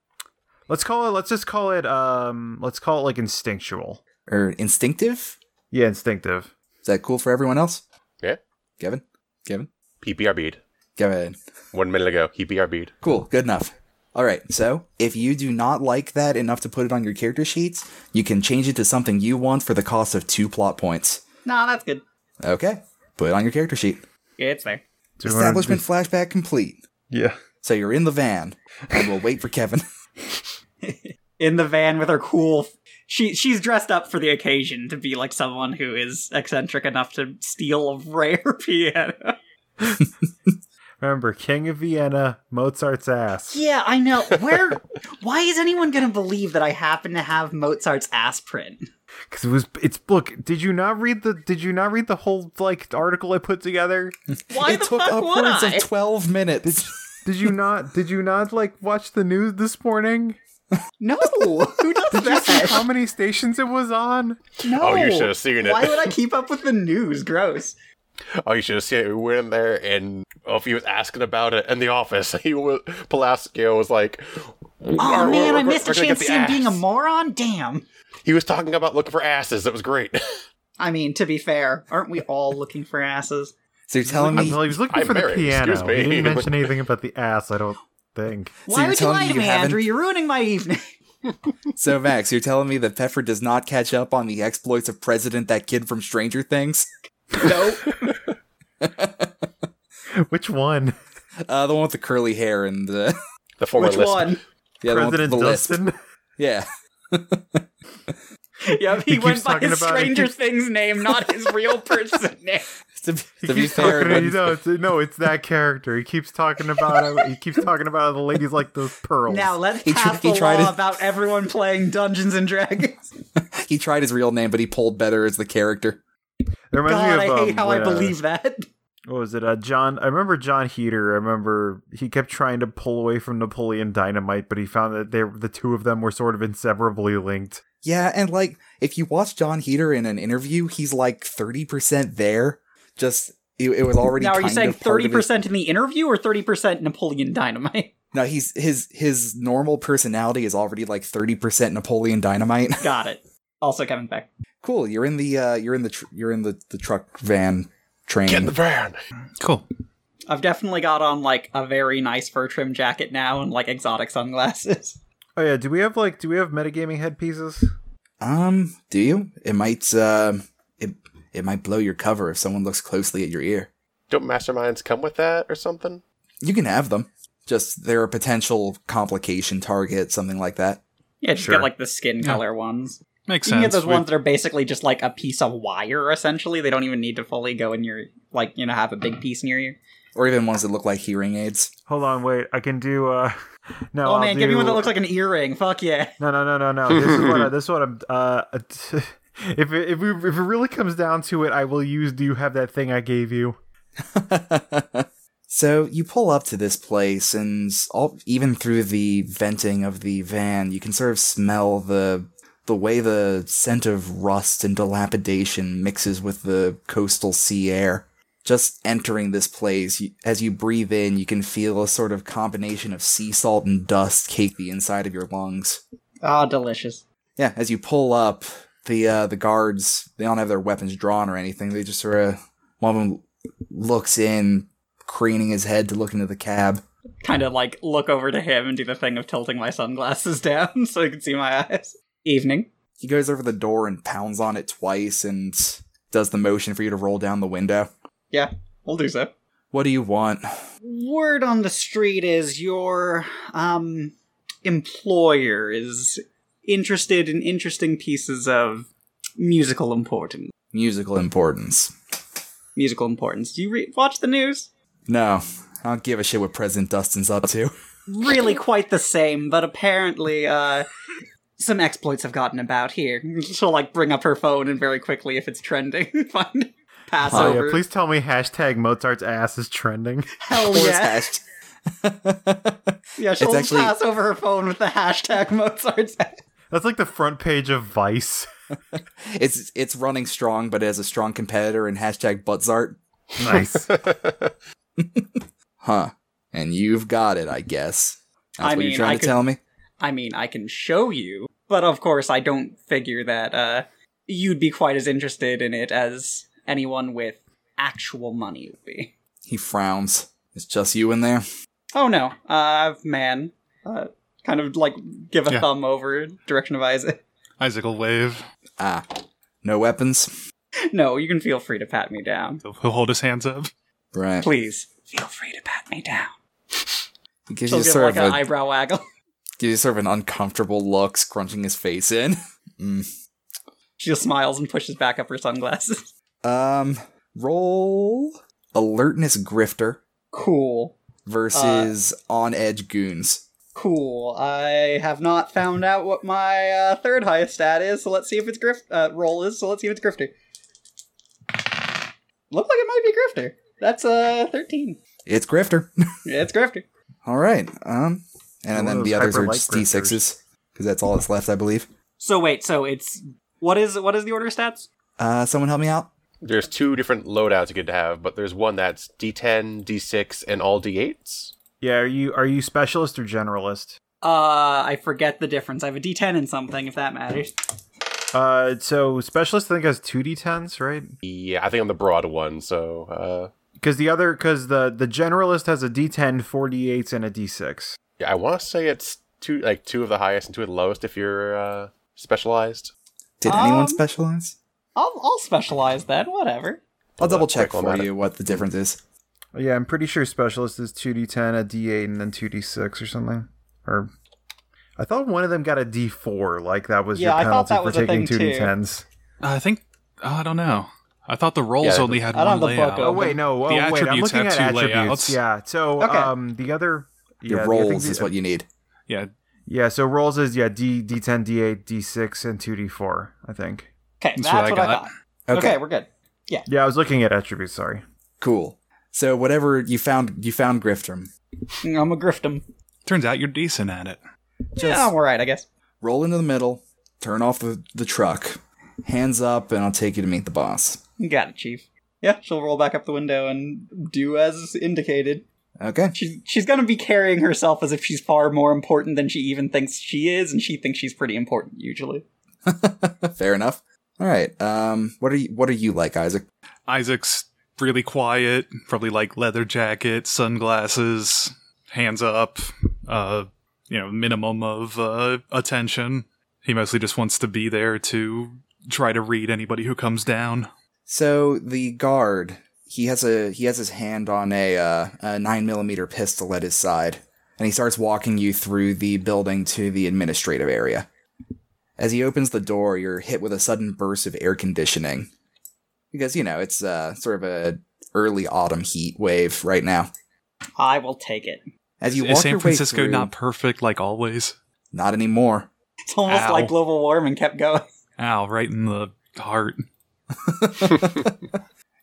[SPEAKER 4] Let's call it. Let's just call it. Um. Let's call it like instinctual.
[SPEAKER 1] Or instinctive?
[SPEAKER 4] Yeah, instinctive.
[SPEAKER 1] Is that cool for everyone else?
[SPEAKER 2] Yeah.
[SPEAKER 1] Kevin? Kevin?
[SPEAKER 2] He BRB'd
[SPEAKER 1] Kevin.
[SPEAKER 2] one minute ago. He BRB'd.
[SPEAKER 1] Cool, good enough. All right, so if you do not like that enough to put it on your character sheets, you can change it to something you want for the cost of two plot points.
[SPEAKER 3] No, that's good.
[SPEAKER 1] Okay, put it on your character sheet.
[SPEAKER 3] It's there.
[SPEAKER 4] Do you wanna
[SPEAKER 1] Establishment flashback complete.
[SPEAKER 4] do- Yeah.
[SPEAKER 1] So you're in the van, and we'll wait for Kevin.
[SPEAKER 3] In the van with her cool. She she's dressed up for the occasion to be like someone who is eccentric enough to steal a [laughs] rare piano.
[SPEAKER 4] Remember, King of Vienna, Mozart's ass.
[SPEAKER 3] Yeah, I know. Where? [laughs] why is anyone going to believe that I happen to have Mozart's ass print?
[SPEAKER 4] Because it was. It's look. Did you not read the? Did you not read the whole like article I put together?
[SPEAKER 3] [laughs] Why
[SPEAKER 1] it
[SPEAKER 3] the
[SPEAKER 1] took
[SPEAKER 3] fuck would
[SPEAKER 1] upwards
[SPEAKER 3] I?
[SPEAKER 1] of 12 minutes.
[SPEAKER 4] Did you not? did you not like watch the news this morning?
[SPEAKER 3] No, who [laughs] does
[SPEAKER 6] How
[SPEAKER 3] that?
[SPEAKER 6] many stations it was on?
[SPEAKER 3] No.
[SPEAKER 2] Oh, you should have seen it.
[SPEAKER 3] Why would I keep up with the news? Gross.
[SPEAKER 2] Oh, you should have seen it. We went in there, and if he was asking about it in the office, [laughs] he was, Palacio was like,
[SPEAKER 3] Oh
[SPEAKER 2] "We're-
[SPEAKER 3] man,
[SPEAKER 2] we're-
[SPEAKER 3] I missed a
[SPEAKER 2] we're gonna get
[SPEAKER 3] chance
[SPEAKER 2] the
[SPEAKER 3] to see him being a
[SPEAKER 2] ass."
[SPEAKER 3] moron. Damn.
[SPEAKER 2] He was talking about looking for asses. It was great. [laughs]
[SPEAKER 3] I mean, to be fair, aren't we all looking for [laughs] asses?
[SPEAKER 1] So you're telling me.
[SPEAKER 6] Well, he was looking
[SPEAKER 2] I'm
[SPEAKER 6] for the
[SPEAKER 2] married,
[SPEAKER 6] piano.
[SPEAKER 2] excuse me.
[SPEAKER 6] He didn't mention anything about the ass. I don't think.
[SPEAKER 1] you're
[SPEAKER 3] Why would you
[SPEAKER 1] telling
[SPEAKER 3] lie
[SPEAKER 1] me
[SPEAKER 3] to
[SPEAKER 1] you
[SPEAKER 3] me,
[SPEAKER 1] haven't-
[SPEAKER 3] Andrew? You're ruining my evening.
[SPEAKER 1] [laughs] So Max, you're telling me that Pepper does not catch up on the exploits of President that kid from Stranger Things,
[SPEAKER 3] [laughs] nope.
[SPEAKER 6] Which one?
[SPEAKER 1] uh, the one with the curly hair and the
[SPEAKER 2] The former
[SPEAKER 3] Which
[SPEAKER 2] list.
[SPEAKER 3] one?
[SPEAKER 1] [laughs] yeah, the one with
[SPEAKER 6] President
[SPEAKER 1] the lisp.
[SPEAKER 6] Dustin.
[SPEAKER 1] Yeah,
[SPEAKER 3] [laughs]
[SPEAKER 1] [laughs]
[SPEAKER 3] Yep, he,
[SPEAKER 6] He
[SPEAKER 3] went
[SPEAKER 6] keeps
[SPEAKER 3] by
[SPEAKER 6] talking
[SPEAKER 3] his
[SPEAKER 6] about- he
[SPEAKER 3] [laughs] Stranger
[SPEAKER 6] keeps-
[SPEAKER 3] Things name, not his [laughs] real person name.
[SPEAKER 1] to, be-
[SPEAKER 6] He
[SPEAKER 1] to be
[SPEAKER 6] keeps
[SPEAKER 1] fair,
[SPEAKER 6] talking, you
[SPEAKER 1] when,
[SPEAKER 6] know, it's, no, it's that character. He keeps talking about he keeps talking about the ladies like those pearls.
[SPEAKER 3] Now let's
[SPEAKER 1] He tr-
[SPEAKER 3] pass
[SPEAKER 1] he
[SPEAKER 3] the
[SPEAKER 1] tried
[SPEAKER 3] law
[SPEAKER 1] to-
[SPEAKER 3] about everyone playing Dungeons and [laughs] Dragons.
[SPEAKER 1] he tried his real name, but he pulled better as the character.
[SPEAKER 6] It reminds me
[SPEAKER 3] God, I
[SPEAKER 6] of,
[SPEAKER 3] hate
[SPEAKER 6] um,
[SPEAKER 3] how I
[SPEAKER 6] when, uh,
[SPEAKER 3] believe that.
[SPEAKER 6] What was it? Uh, John. I remember John Heater. I remember he kept trying to pull away from Napoleon Dynamite, but he found that they the two of them were sort of inseparably linked.
[SPEAKER 1] Yeah, and like if you watch John Heater in an interview, he's like thirty percent there. Just it, it was already.
[SPEAKER 3] Now, are you
[SPEAKER 1] kind
[SPEAKER 3] saying
[SPEAKER 1] of part of
[SPEAKER 3] thirty
[SPEAKER 1] his-
[SPEAKER 3] percent in the interview or thirty percent Napoleon Dynamite? [laughs]
[SPEAKER 1] No, he's his his normal personality is already like thirty percent Napoleon Dynamite. [laughs]
[SPEAKER 3] Got it. Also, Kevin Beck.
[SPEAKER 1] cool, you're in the uh, you're in the tr- you're in the, the truck van train.
[SPEAKER 2] Get in the van.
[SPEAKER 5] Cool.
[SPEAKER 3] I've definitely got on like a very nice fur trim jacket now and like exotic sunglasses. [laughs]
[SPEAKER 6] Oh yeah, do we have like do we have metagaming headpieces?
[SPEAKER 1] Um, do you? It might uh, it it might blow your cover if someone looks closely at your ear.
[SPEAKER 2] Don't masterminds come with that or something? [laughs]
[SPEAKER 1] You can have them. Just they're a potential complication target, something like that.
[SPEAKER 3] Yeah, just
[SPEAKER 6] Sure.
[SPEAKER 3] get like the skin color ones.
[SPEAKER 5] Makes
[SPEAKER 3] You can get
[SPEAKER 5] sense.
[SPEAKER 3] those
[SPEAKER 5] We-
[SPEAKER 3] ones that are basically just like a piece of wire. Essentially, they don't even need to fully go in your like you know have a big piece near you.
[SPEAKER 1] Or even ones that look like hearing aids.
[SPEAKER 6] Hold on, wait. I can do. uh [laughs] No,
[SPEAKER 3] Oh
[SPEAKER 6] I'll
[SPEAKER 3] man, give me one that
[SPEAKER 6] do-
[SPEAKER 3] looks like an earring. Fuck yeah.
[SPEAKER 6] No, no, no, no, no. This is what. [laughs] I, this is what I'm. Uh, if it, if we if it really comes down to it, I will use. Do you have that thing I gave you?
[SPEAKER 1] [laughs] so you pull up to this place, and all, even through the venting of the van, you can sort of smell the the way the scent of rust and dilapidation mixes with the coastal sea air. Just entering this place, you, as you breathe in, you can feel a sort of combination of sea salt and dust cake the inside of your lungs.
[SPEAKER 3] Ah, delicious.
[SPEAKER 1] Yeah, as you pull up, the uh, the guards they don't have their weapons drawn or anything. They just sort of one of them looks in, craning his head to look into the cab.
[SPEAKER 3] Kind of like look over to him and do the thing of tilting my sunglasses [laughs] down so he can see my eyes. Evening.
[SPEAKER 1] He goes over the door and pounds on it twice and does the motion for you to roll down the window.
[SPEAKER 3] Yeah, we'll do so.
[SPEAKER 1] What do you want?
[SPEAKER 3] Word on the street is your um employer is interested in interesting pieces of musical importance.
[SPEAKER 1] Musical importance.
[SPEAKER 3] Musical importance. Do you re- watch the news?
[SPEAKER 1] No, I don't give a shit what President Dustin's up to.
[SPEAKER 3] really quite the same, but apparently uh, some exploits have gotten about here. She'll like bring up her phone and very quickly, if it's trending, [laughs] find pass
[SPEAKER 1] uh,
[SPEAKER 6] Oh
[SPEAKER 3] over.
[SPEAKER 6] yeah. Please tell me hashtag Mozart's ass is trending. [laughs]
[SPEAKER 3] Hell
[SPEAKER 1] Or his
[SPEAKER 3] Oh, yeah,
[SPEAKER 1] hasht-
[SPEAKER 3] yeah. She'll
[SPEAKER 1] It's actually-
[SPEAKER 3] pass over her phone with the hashtag [laughs] Mozart's.
[SPEAKER 6] That's like the front page of Vice.
[SPEAKER 1] [laughs] It's it's running strong, but it has a strong competitor in hashtag Butzart.
[SPEAKER 6] [laughs] Nice.
[SPEAKER 1] Huh. And you've got it, I guess. That's
[SPEAKER 3] I
[SPEAKER 1] what
[SPEAKER 3] mean,
[SPEAKER 1] you're trying
[SPEAKER 3] I
[SPEAKER 1] to
[SPEAKER 3] could-
[SPEAKER 1] tell me?
[SPEAKER 3] I mean, I can show you, but of course, I don't figure that uh, you'd be quite as interested in it as anyone with actual money would be.
[SPEAKER 1] He frowns. It's just you in there.
[SPEAKER 3] Oh no, uh, man. Uh, kind of like give a
[SPEAKER 5] Yeah.
[SPEAKER 3] thumb over direction of Isaac.
[SPEAKER 5] Isaac will wave.
[SPEAKER 1] Ah, no weapons.
[SPEAKER 3] [laughs] No, you can feel free to pat me down.
[SPEAKER 5] He'll he'll hold his hands up.
[SPEAKER 1] Right.
[SPEAKER 3] Please feel free to pat me down.
[SPEAKER 1] He gives
[SPEAKER 3] She'll
[SPEAKER 1] you
[SPEAKER 3] give
[SPEAKER 1] sort
[SPEAKER 3] like
[SPEAKER 1] of
[SPEAKER 3] an
[SPEAKER 1] a,
[SPEAKER 3] eyebrow waggle. [laughs]
[SPEAKER 1] gives you sort of an uncomfortable look, scrunching his face in. [laughs] Mm.
[SPEAKER 3] She just smiles and pushes back up her sunglasses. [laughs]
[SPEAKER 1] Um, roll alertness grifter
[SPEAKER 3] Cool,
[SPEAKER 1] versus
[SPEAKER 3] Uh.
[SPEAKER 1] on edge goons.
[SPEAKER 3] cool. I have not found out what my uh, third highest stat is, so let's see if it's grift uh, roll is. So let's see if it's grifter. Look like it might be grifter. That's uh thirteen.
[SPEAKER 1] It's grifter. [laughs]
[SPEAKER 3] Yeah, it's grifter.
[SPEAKER 1] All right. Um, and
[SPEAKER 6] One of
[SPEAKER 1] then the
[SPEAKER 6] those
[SPEAKER 1] others are
[SPEAKER 6] hyper-light
[SPEAKER 1] just d6s. because that's all that's left, I believe.
[SPEAKER 3] So wait, so it's what is what is the order stats?
[SPEAKER 1] Uh, someone help me out.
[SPEAKER 2] There's two different loadouts you get to have, but there's one that's D10, D6, and all D8s.
[SPEAKER 6] Yeah, are you are you specialist or generalist?
[SPEAKER 3] Uh, I forget the difference. I have a D10 in something, if that matters.
[SPEAKER 6] Uh, so specialist I think has two d10s, right?
[SPEAKER 2] Yeah, I think I'm the broad one, so uh,
[SPEAKER 6] Because the other, because the the generalist has a d10, four d8s, and a d6.
[SPEAKER 2] yeah, I want to say it's two, like two of the highest and two of the lowest if you're uh, specialized.
[SPEAKER 1] Did anyone
[SPEAKER 3] Um,
[SPEAKER 1] specialize?
[SPEAKER 3] I'll I'll specialize then. Whatever.
[SPEAKER 1] I'll
[SPEAKER 2] Hold on,
[SPEAKER 1] double check
[SPEAKER 2] quick, I'm
[SPEAKER 1] for
[SPEAKER 2] at it.
[SPEAKER 1] you what the difference is.
[SPEAKER 6] Yeah, I'm pretty sure specialist is two d10, a d8, and then two d6 or something. Or I thought one of them got a d4, like that was
[SPEAKER 3] Yeah, I
[SPEAKER 6] your penalty
[SPEAKER 3] thought that
[SPEAKER 6] for
[SPEAKER 3] was a
[SPEAKER 6] taking
[SPEAKER 3] thing,
[SPEAKER 6] two
[SPEAKER 3] too.
[SPEAKER 5] Oh,
[SPEAKER 6] d10s.
[SPEAKER 5] I think I don't know. I thought the rolls
[SPEAKER 2] Yeah,
[SPEAKER 5] only had
[SPEAKER 3] I don't
[SPEAKER 5] one
[SPEAKER 3] have the book
[SPEAKER 5] layout.
[SPEAKER 6] Oh
[SPEAKER 3] open.
[SPEAKER 6] wait, no. Oh,
[SPEAKER 5] The
[SPEAKER 6] wait, I'm
[SPEAKER 5] attributes
[SPEAKER 6] looking
[SPEAKER 5] have
[SPEAKER 6] at
[SPEAKER 5] two
[SPEAKER 6] attributes.
[SPEAKER 5] layouts.
[SPEAKER 6] Yeah. So
[SPEAKER 3] Okay.
[SPEAKER 6] um, the other yeah,
[SPEAKER 1] Your
[SPEAKER 6] the- I think
[SPEAKER 1] rolls
[SPEAKER 6] the-
[SPEAKER 1] is what you need.
[SPEAKER 5] Yeah,
[SPEAKER 6] Yeah, so rolls is yeah d d10, d8, d6, and two d4. I think.
[SPEAKER 3] Okay,
[SPEAKER 5] That's
[SPEAKER 3] that's,
[SPEAKER 5] what
[SPEAKER 3] what,
[SPEAKER 5] I
[SPEAKER 3] I,
[SPEAKER 5] got.
[SPEAKER 3] thought.
[SPEAKER 1] Okay,
[SPEAKER 3] Okay. we're good.
[SPEAKER 6] Yeah, I was looking at attributes. Sorry.
[SPEAKER 1] cool. So whatever you found, you found Griftrum.
[SPEAKER 3] I'm a griftum.
[SPEAKER 5] turns out you're decent at it.
[SPEAKER 1] Just
[SPEAKER 3] yeah, I'm all right, I guess.
[SPEAKER 1] roll into the middle, turn off the, the truck, hands up, and I'll take you to meet the boss.
[SPEAKER 3] You Got it, chief. Yeah, she'll roll back up the window and do as indicated.
[SPEAKER 1] Okay. [laughs]
[SPEAKER 3] She's she's gonna be carrying herself as if she's far more important than she even thinks she is, and she thinks she's pretty important usually.
[SPEAKER 1] Fair enough. All right. Um, what are you? What are you like, Isaac?
[SPEAKER 5] Isaac's really quiet, probably like leather jacket, sunglasses, hands up, uh, you know, minimum of uh, attention. He mostly just wants to be there to try to read anybody who comes down.
[SPEAKER 1] So the guard, he has a he has his hand on a uh, a nine millimeter pistol at his side, and he starts walking you through the building to the administrative area. As he opens the door, you're hit with a sudden burst of air conditioning, because you know it's uh, sort of a early autumn heat wave right now.
[SPEAKER 3] I will take it.
[SPEAKER 1] As you walk
[SPEAKER 5] Is San
[SPEAKER 1] your
[SPEAKER 5] Francisco
[SPEAKER 1] way through,
[SPEAKER 5] not perfect like always?
[SPEAKER 1] not anymore.
[SPEAKER 3] It's almost
[SPEAKER 5] Ow.
[SPEAKER 3] like global warming kept going. [laughs]
[SPEAKER 5] Ow, right in the heart.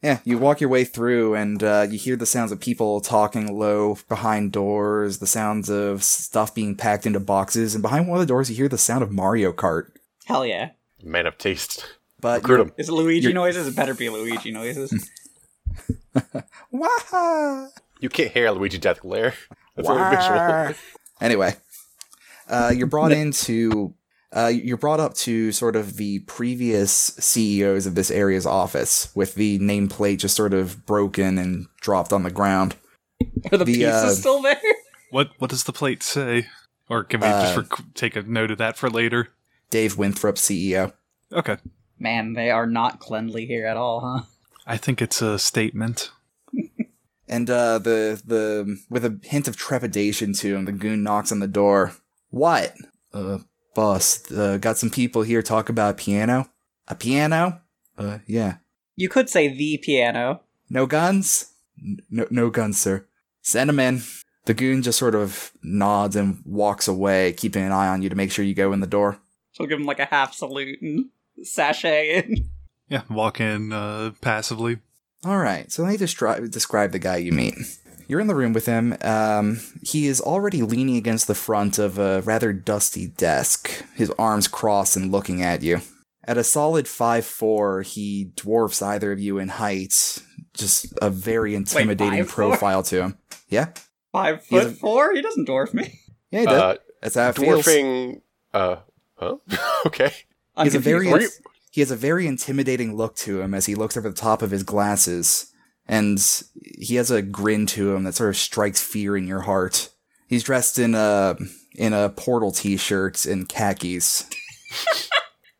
[SPEAKER 1] Yeah, you walk your way through and uh, you hear the sounds of people talking low behind doors, the sounds of stuff being packed into boxes, and behind one of the doors you hear the sound of Mario Kart.
[SPEAKER 3] Hell yeah.
[SPEAKER 2] Man
[SPEAKER 1] [laughs]
[SPEAKER 2] of taste.
[SPEAKER 1] But
[SPEAKER 2] Recruit 'em.
[SPEAKER 3] Is it Luigi
[SPEAKER 1] You're-
[SPEAKER 3] noises? It better be
[SPEAKER 1] [laughs]
[SPEAKER 3] Luigi noises.
[SPEAKER 1] Wah!
[SPEAKER 2] You can't hear Luigi Death Glare. [laughs] That's very visual.
[SPEAKER 1] Anyway, uh, you're brought into uh, you're brought up to sort of the previous CEOs of this area's office, with the nameplate just sort of broken and dropped on the ground.
[SPEAKER 3] Are the,
[SPEAKER 1] The,
[SPEAKER 3] pieces
[SPEAKER 1] uh,
[SPEAKER 3] still there?
[SPEAKER 5] What what does the plate say? Or can we just
[SPEAKER 1] Uh,
[SPEAKER 5] rec- take a note of that for later?
[SPEAKER 1] Dave Winthrop, E CEO.
[SPEAKER 5] Okay.
[SPEAKER 3] Man, they are not cleanly here at all, huh?
[SPEAKER 5] I think it's a statement.
[SPEAKER 1] And uh, the the with a hint of trepidation to him, the goon knocks on the door. What? Uh, boss, uh, got some people here talk about a piano. A piano? Uh, yeah.
[SPEAKER 3] You could say the piano.
[SPEAKER 1] No guns? N- No, no guns, sir. Send 'em in. The goon just sort of nods and walks away, keeping an eye on you to make sure you go in the door.
[SPEAKER 3] She'll give him like a half salute and sachet in.
[SPEAKER 5] Yeah, walk in uh, passively.
[SPEAKER 1] All right, so let me destri- describe the guy you meet. You're in the room with him. Um, he is already leaning against the front of a rather dusty desk, his arms crossed and looking at you. At a solid 5'4, he dwarfs either of you in height. Just a very intimidating
[SPEAKER 3] 5'4"?
[SPEAKER 1] profile to him. Yeah?
[SPEAKER 3] [laughs] Five
[SPEAKER 1] He's
[SPEAKER 3] foot
[SPEAKER 1] a-
[SPEAKER 3] four? He doesn't dwarf me.
[SPEAKER 1] Yeah, he did.
[SPEAKER 2] Uh,
[SPEAKER 1] That's how it feels.
[SPEAKER 2] dwarfing. Uh, huh? [laughs] okay.
[SPEAKER 3] [laughs] I'm
[SPEAKER 1] He's a
[SPEAKER 3] confused.
[SPEAKER 1] very
[SPEAKER 2] Were you-
[SPEAKER 1] he has a very intimidating look to him as he looks over the top of his glasses, and he has a grin to him that sort of strikes fear in your heart. He's dressed in a in a portal t-shirt and khakis.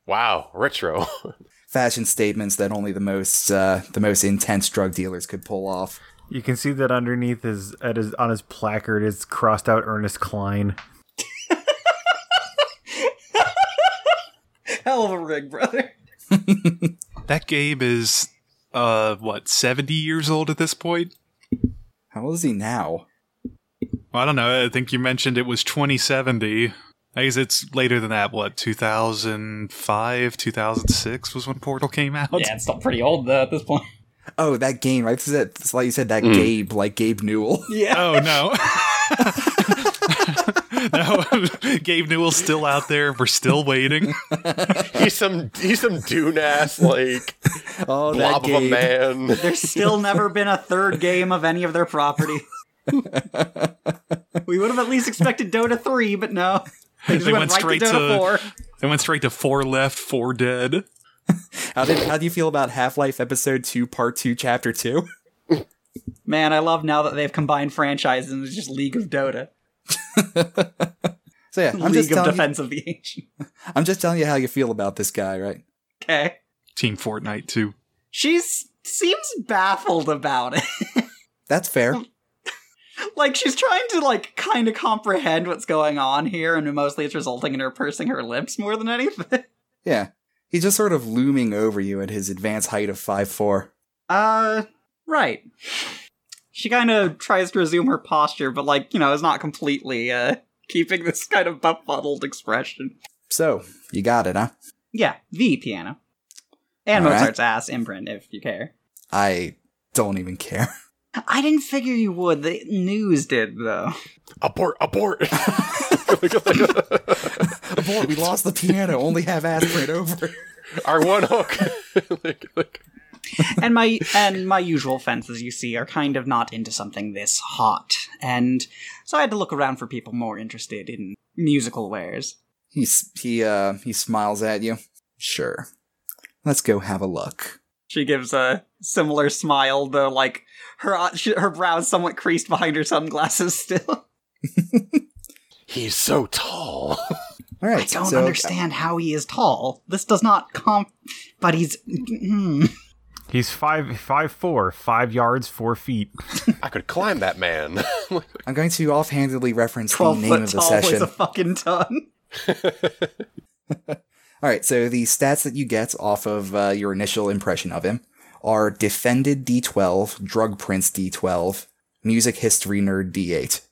[SPEAKER 2] Wow, retro. [laughs]
[SPEAKER 1] Fashion statements that only the most uh, the most intense drug dealers could pull off.
[SPEAKER 6] You can see that underneath his at his on his placard is crossed out Ernest Klein.
[SPEAKER 3] Hell of a rig, brother.
[SPEAKER 5] That Gabe is, uh, what, 70 years old at this point?
[SPEAKER 1] How old is he now?
[SPEAKER 5] Well, I don't know. I think you mentioned it was 2070. I guess it's later than that. What, 2005, 2006 was when Portal came out?
[SPEAKER 3] Yeah,
[SPEAKER 5] [laughs]
[SPEAKER 3] it's still pretty old though at this point. [laughs]
[SPEAKER 1] Oh, that game, right? This is that,
[SPEAKER 2] Mm.
[SPEAKER 3] [laughs]
[SPEAKER 1] it's like you said, that Gabe, like Gabe Newell.
[SPEAKER 3] Yeah.
[SPEAKER 5] Oh, no. [laughs] no, [laughs] Gabe Newell's still out there. We're still waiting.
[SPEAKER 2] he's some he's some dune
[SPEAKER 1] [laughs]
[SPEAKER 2] ass like
[SPEAKER 1] Oh, that
[SPEAKER 2] blob of a
[SPEAKER 1] Gabe. [laughs]
[SPEAKER 2] man.
[SPEAKER 3] There's
[SPEAKER 5] [laughs]
[SPEAKER 3] still never been a third game of any of their property. we would have at least expected Dota 3, but no. They, just
[SPEAKER 5] They
[SPEAKER 3] went,
[SPEAKER 5] went
[SPEAKER 3] right
[SPEAKER 5] straight
[SPEAKER 3] to Dota
[SPEAKER 5] to-
[SPEAKER 3] 4.
[SPEAKER 5] They went straight to four left, four dead.
[SPEAKER 1] How did how do you feel about Half Life Episode Two, Part Two, Chapter Two?
[SPEAKER 3] Man, I love now that they've combined franchises and it's just League of Dota. [laughs]
[SPEAKER 1] So yeah, I'm just
[SPEAKER 3] League of
[SPEAKER 1] telling
[SPEAKER 3] Defense of the Ancient.
[SPEAKER 1] you, I'm just telling you how you feel about this guy, right?
[SPEAKER 3] Okay.
[SPEAKER 5] Team Fortnite too.
[SPEAKER 3] She's seems baffled about it. [laughs]
[SPEAKER 1] That's fair.
[SPEAKER 3] Oh. like she's trying to like kind of comprehend what's going on here and mostly it's resulting in her pursing her lips more than anything.
[SPEAKER 1] Yeah, he's just sort of looming over you at his advanced height of five four.
[SPEAKER 3] Uh, right. She kind of tries to resume her posture, but like you know, is not completely uh keeping this kind of befuddled expression.
[SPEAKER 1] So you got it, huh?
[SPEAKER 3] Yeah, the piano and
[SPEAKER 1] All right.
[SPEAKER 3] Mozart's ass imprint, if you care.
[SPEAKER 1] I don't even care. [laughs]
[SPEAKER 3] I didn't figure you would. The news did though.
[SPEAKER 2] abort,
[SPEAKER 1] [laughs]
[SPEAKER 2] abort.
[SPEAKER 1] Boy, we lost the piano. Only have aspirin over.
[SPEAKER 2] Our one hook. [laughs] like, like,
[SPEAKER 3] and my and my usual fences you see are kind of not into something this hot, and so I had to look around for people more interested in musical wares.
[SPEAKER 1] He s- he uh he smiles at you. Sure, let's go have a look.
[SPEAKER 3] She gives a similar smile, though, like her eye- she- her brows somewhat creased behind her sunglasses. Still, [laughs]
[SPEAKER 2] He's so tall. [laughs]
[SPEAKER 1] All right,
[SPEAKER 3] I don't
[SPEAKER 1] so- uh,
[SPEAKER 3] understand how he is tall. This does not comp, but he's mm,
[SPEAKER 4] He's five five four, five yards, four feet.
[SPEAKER 2] I could climb that man. [laughs]
[SPEAKER 1] I'm going to offhandedly reference the
[SPEAKER 3] twelve
[SPEAKER 1] name
[SPEAKER 3] foot
[SPEAKER 1] of the
[SPEAKER 3] tall with
[SPEAKER 1] session.
[SPEAKER 3] a fucking ton.
[SPEAKER 1] All right, so the stats that you get off of uh, your initial impression of him are Defended D12, Drug Prince D12, Music History Nerd D8.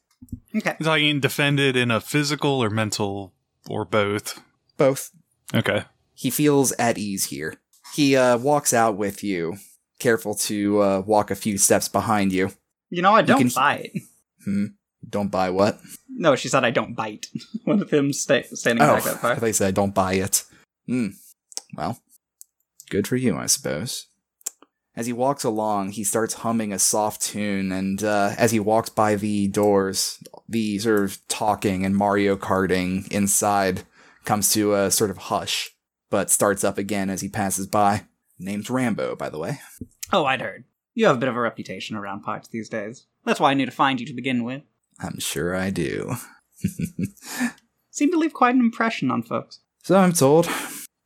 [SPEAKER 3] Okay,
[SPEAKER 5] Is I getting defended in a physical or mental or both?
[SPEAKER 1] Both.
[SPEAKER 5] Okay.
[SPEAKER 1] He feels at ease here. He uh, walks out with you, careful to uh, walk a few steps behind you.
[SPEAKER 3] you know I don't
[SPEAKER 1] can-
[SPEAKER 3] bite.
[SPEAKER 1] Don't buy what?
[SPEAKER 3] No, she said I don't bite. [laughs] One of them sta- standing
[SPEAKER 1] oh,
[SPEAKER 3] back that far.
[SPEAKER 1] I thought you said don't buy it. Hmm. Well, good for you, I suppose. As he walks along, he starts humming a soft tune, and uh, as he walks by the doors, the sort of talking and Mario Karting inside comes to a sort of hush, but starts up again as he passes by. Name's Rambo, by the way.
[SPEAKER 3] Oh, I'd heard. You have a bit of a reputation around parts these days. That's why I knew to find you to begin with.
[SPEAKER 1] I'm sure I do. [laughs]
[SPEAKER 3] Seem to leave quite an impression on folks.
[SPEAKER 1] So I'm told.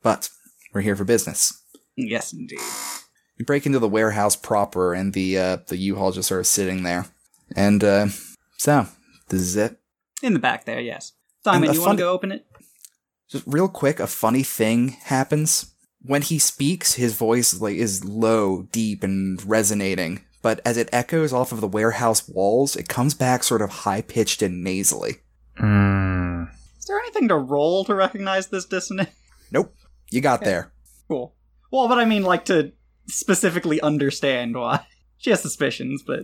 [SPEAKER 1] But we're here for business.
[SPEAKER 3] Yes, indeed.
[SPEAKER 1] You break into the warehouse proper, and the uh, the U-Haul just sort of sitting there. And uh, so this is it.
[SPEAKER 3] In the back there, yes.
[SPEAKER 1] And
[SPEAKER 3] Simon,
[SPEAKER 1] a
[SPEAKER 3] you want
[SPEAKER 1] fun-
[SPEAKER 3] to go open it?
[SPEAKER 1] Just real quick, a funny thing happens when he speaks. His voice like is low, deep, and resonating. But as it echoes off of the warehouse walls, it comes back sort of high pitched and nasally.
[SPEAKER 3] Is there anything to roll to recognize this dissonance? [laughs]
[SPEAKER 1] Nope, you got there.
[SPEAKER 3] Cool. Well, but I mean, like, to specifically understand why. [laughs] She has suspicions, but.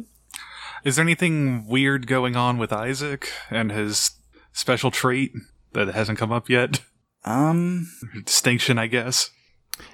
[SPEAKER 5] Is there anything weird going on with Isaac and his special trait that hasn't come up yet? [laughs]
[SPEAKER 1] Um,
[SPEAKER 5] Distinction, I guess.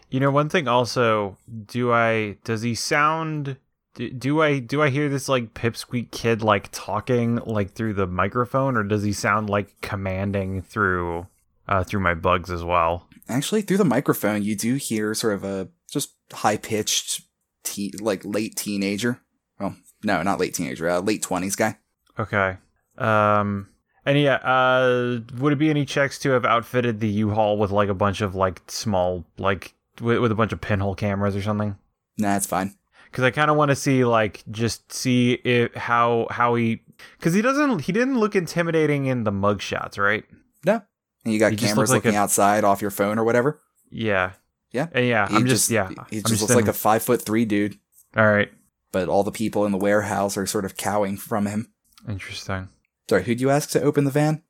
[SPEAKER 4] You know, one thing also, do I does he sound do, do I do I hear this like pipsqueak kid like talking like through the microphone or does he sound like commanding through uh through my bugs as well?
[SPEAKER 1] actually, through the microphone, you do hear sort of a just high pitched, te- like late teenager. Well, no, not late teenager. Uh, late twenties guy.
[SPEAKER 4] Okay. Um and yeah, uh would it be any checks to have outfitted the U-Haul with like a bunch of like small like with, with a bunch of pinhole cameras or something?
[SPEAKER 1] Nah, it's fine.
[SPEAKER 4] because I kind of want to see like just see if how how he because he doesn't he didn't look intimidating in the mugshots, right?
[SPEAKER 1] And you got
[SPEAKER 4] He just
[SPEAKER 1] cameras
[SPEAKER 4] looks like
[SPEAKER 1] looking
[SPEAKER 4] a-
[SPEAKER 1] outside off your phone or whatever.
[SPEAKER 4] Yeah,
[SPEAKER 1] Yeah.
[SPEAKER 4] And yeah.
[SPEAKER 1] He
[SPEAKER 4] I'm just, yeah.
[SPEAKER 1] He
[SPEAKER 4] I'm
[SPEAKER 1] just looks like
[SPEAKER 4] in-
[SPEAKER 1] a five foot three dude,
[SPEAKER 4] all right.
[SPEAKER 1] but all the people in the warehouse are sort of cowing from him.
[SPEAKER 4] Interesting.
[SPEAKER 1] Sorry, who'd you ask to open the van?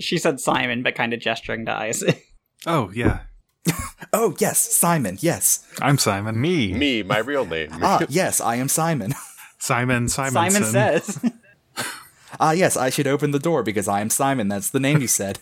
[SPEAKER 3] She said Simon, but kind of gesturing to [laughs] Isaac.
[SPEAKER 5] Oh, yeah.
[SPEAKER 1] Oh yes, Simon. Yes.
[SPEAKER 5] I'm Simon.
[SPEAKER 4] Me.
[SPEAKER 2] Me, my real name.
[SPEAKER 1] Ah, yes, I am Simon. [laughs]
[SPEAKER 5] Simon Simonson.
[SPEAKER 3] Simon says. [laughs]
[SPEAKER 1] Ah, yes, I should open the door because I am Simon. That's the
[SPEAKER 4] [laughs]
[SPEAKER 1] name you said.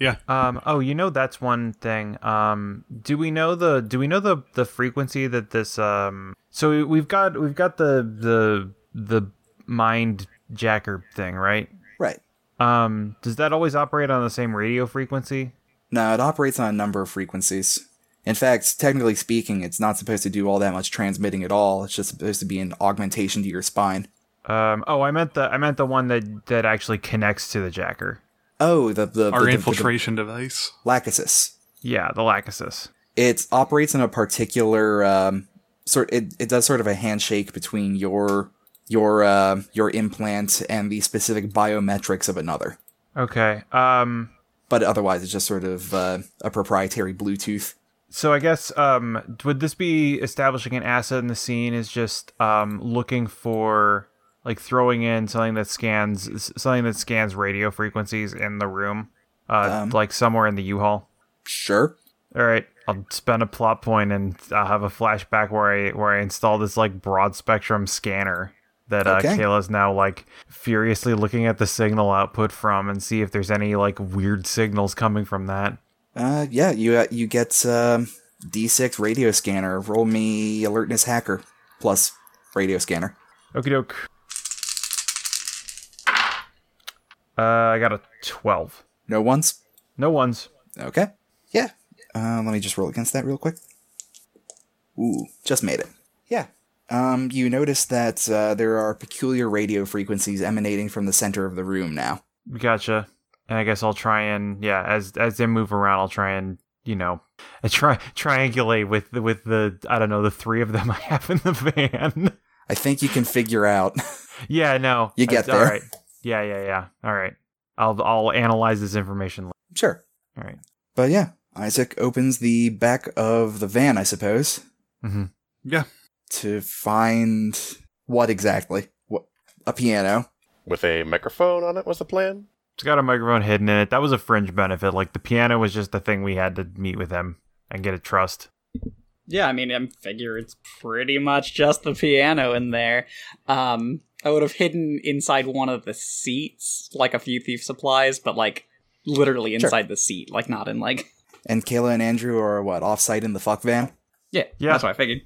[SPEAKER 5] Yeah.
[SPEAKER 4] Um, oh, you know that's one thing. Um, do we know the do we know the the frequency that this um so we've got we've got the the the mind jacker thing, right?
[SPEAKER 1] right.
[SPEAKER 4] Um, does that always operate on the same radio frequency?
[SPEAKER 1] No, it operates on a number of frequencies. In fact, technically speaking, it's not supposed to do all that much transmitting at all. It's just supposed to be an augmentation to your spine.
[SPEAKER 4] Um, oh, I meant the I meant the one that that actually connects to the jacker.
[SPEAKER 1] Oh, the the,
[SPEAKER 5] Our
[SPEAKER 1] the,
[SPEAKER 5] infiltration device.
[SPEAKER 1] the, the Lachesis.
[SPEAKER 4] Yeah, the Lachesis.
[SPEAKER 1] it operates in a particular um, sort. It, it does sort of a handshake between your your uh, your implant and the specific biometrics of another.
[SPEAKER 4] Okay. Um,
[SPEAKER 1] But otherwise, it's just sort of uh, a proprietary Bluetooth.
[SPEAKER 4] so I guess um, would this be establishing an asset in the scene is just um, looking for like throwing in something that scans s- something that scans radio frequencies in the room, uh,
[SPEAKER 1] Um.
[SPEAKER 4] like somewhere in the U-Haul.
[SPEAKER 1] Sure.
[SPEAKER 4] All right, I'll spend a plot point and I'll have a flashback where I where I install this like broad spectrum scanner that uh,
[SPEAKER 1] Okay.
[SPEAKER 4] Kayla's now like furiously looking at the signal output from and see if there's any like weird signals coming from that.
[SPEAKER 1] Uh, yeah, you uh, you get um, D6 radio scanner. Roll me alertness hacker plus radio scanner.
[SPEAKER 4] Okie doke. Uh, I got a twelve.
[SPEAKER 1] No ones.
[SPEAKER 4] No ones.
[SPEAKER 1] Okay. Yeah. Uh, let me just roll against that real quick. Ooh, just made it. Yeah. Um, you notice that uh, there are peculiar radio frequencies emanating from the center of the room now.
[SPEAKER 4] Gotcha. And I guess I'll try and yeah, as as they move around, I'll try and you know, [laughs] I try triangulate with the- with the I don't know the three of them [laughs] I have in the van.
[SPEAKER 1] I think you can figure out. [laughs]
[SPEAKER 4] Yeah, no.
[SPEAKER 1] You get
[SPEAKER 4] All
[SPEAKER 1] there.
[SPEAKER 4] right. Yeah, yeah, yeah. All right. I'll I'll analyze this information. later.
[SPEAKER 1] sure.
[SPEAKER 4] All right.
[SPEAKER 1] But yeah, Isaac opens the back of the van, I suppose.
[SPEAKER 4] Mhm.
[SPEAKER 5] Yeah.
[SPEAKER 1] To find what exactly? What a piano.
[SPEAKER 2] With a microphone on it was the plan.
[SPEAKER 4] It's got a microphone hidden in it. That was a fringe benefit. Like the piano was just the thing we had to meet with him and get a trust.
[SPEAKER 3] Yeah, I mean, I figure it's pretty much just the piano in there. Um, I would have hidden inside one of the seats, like a few thief supplies, but like literally inside the seat, like not in like. [laughs]
[SPEAKER 1] And Kayla and Andrew are what offsite in the fuck van.
[SPEAKER 3] Yeah,
[SPEAKER 4] Yeah.
[SPEAKER 3] that's what I figured.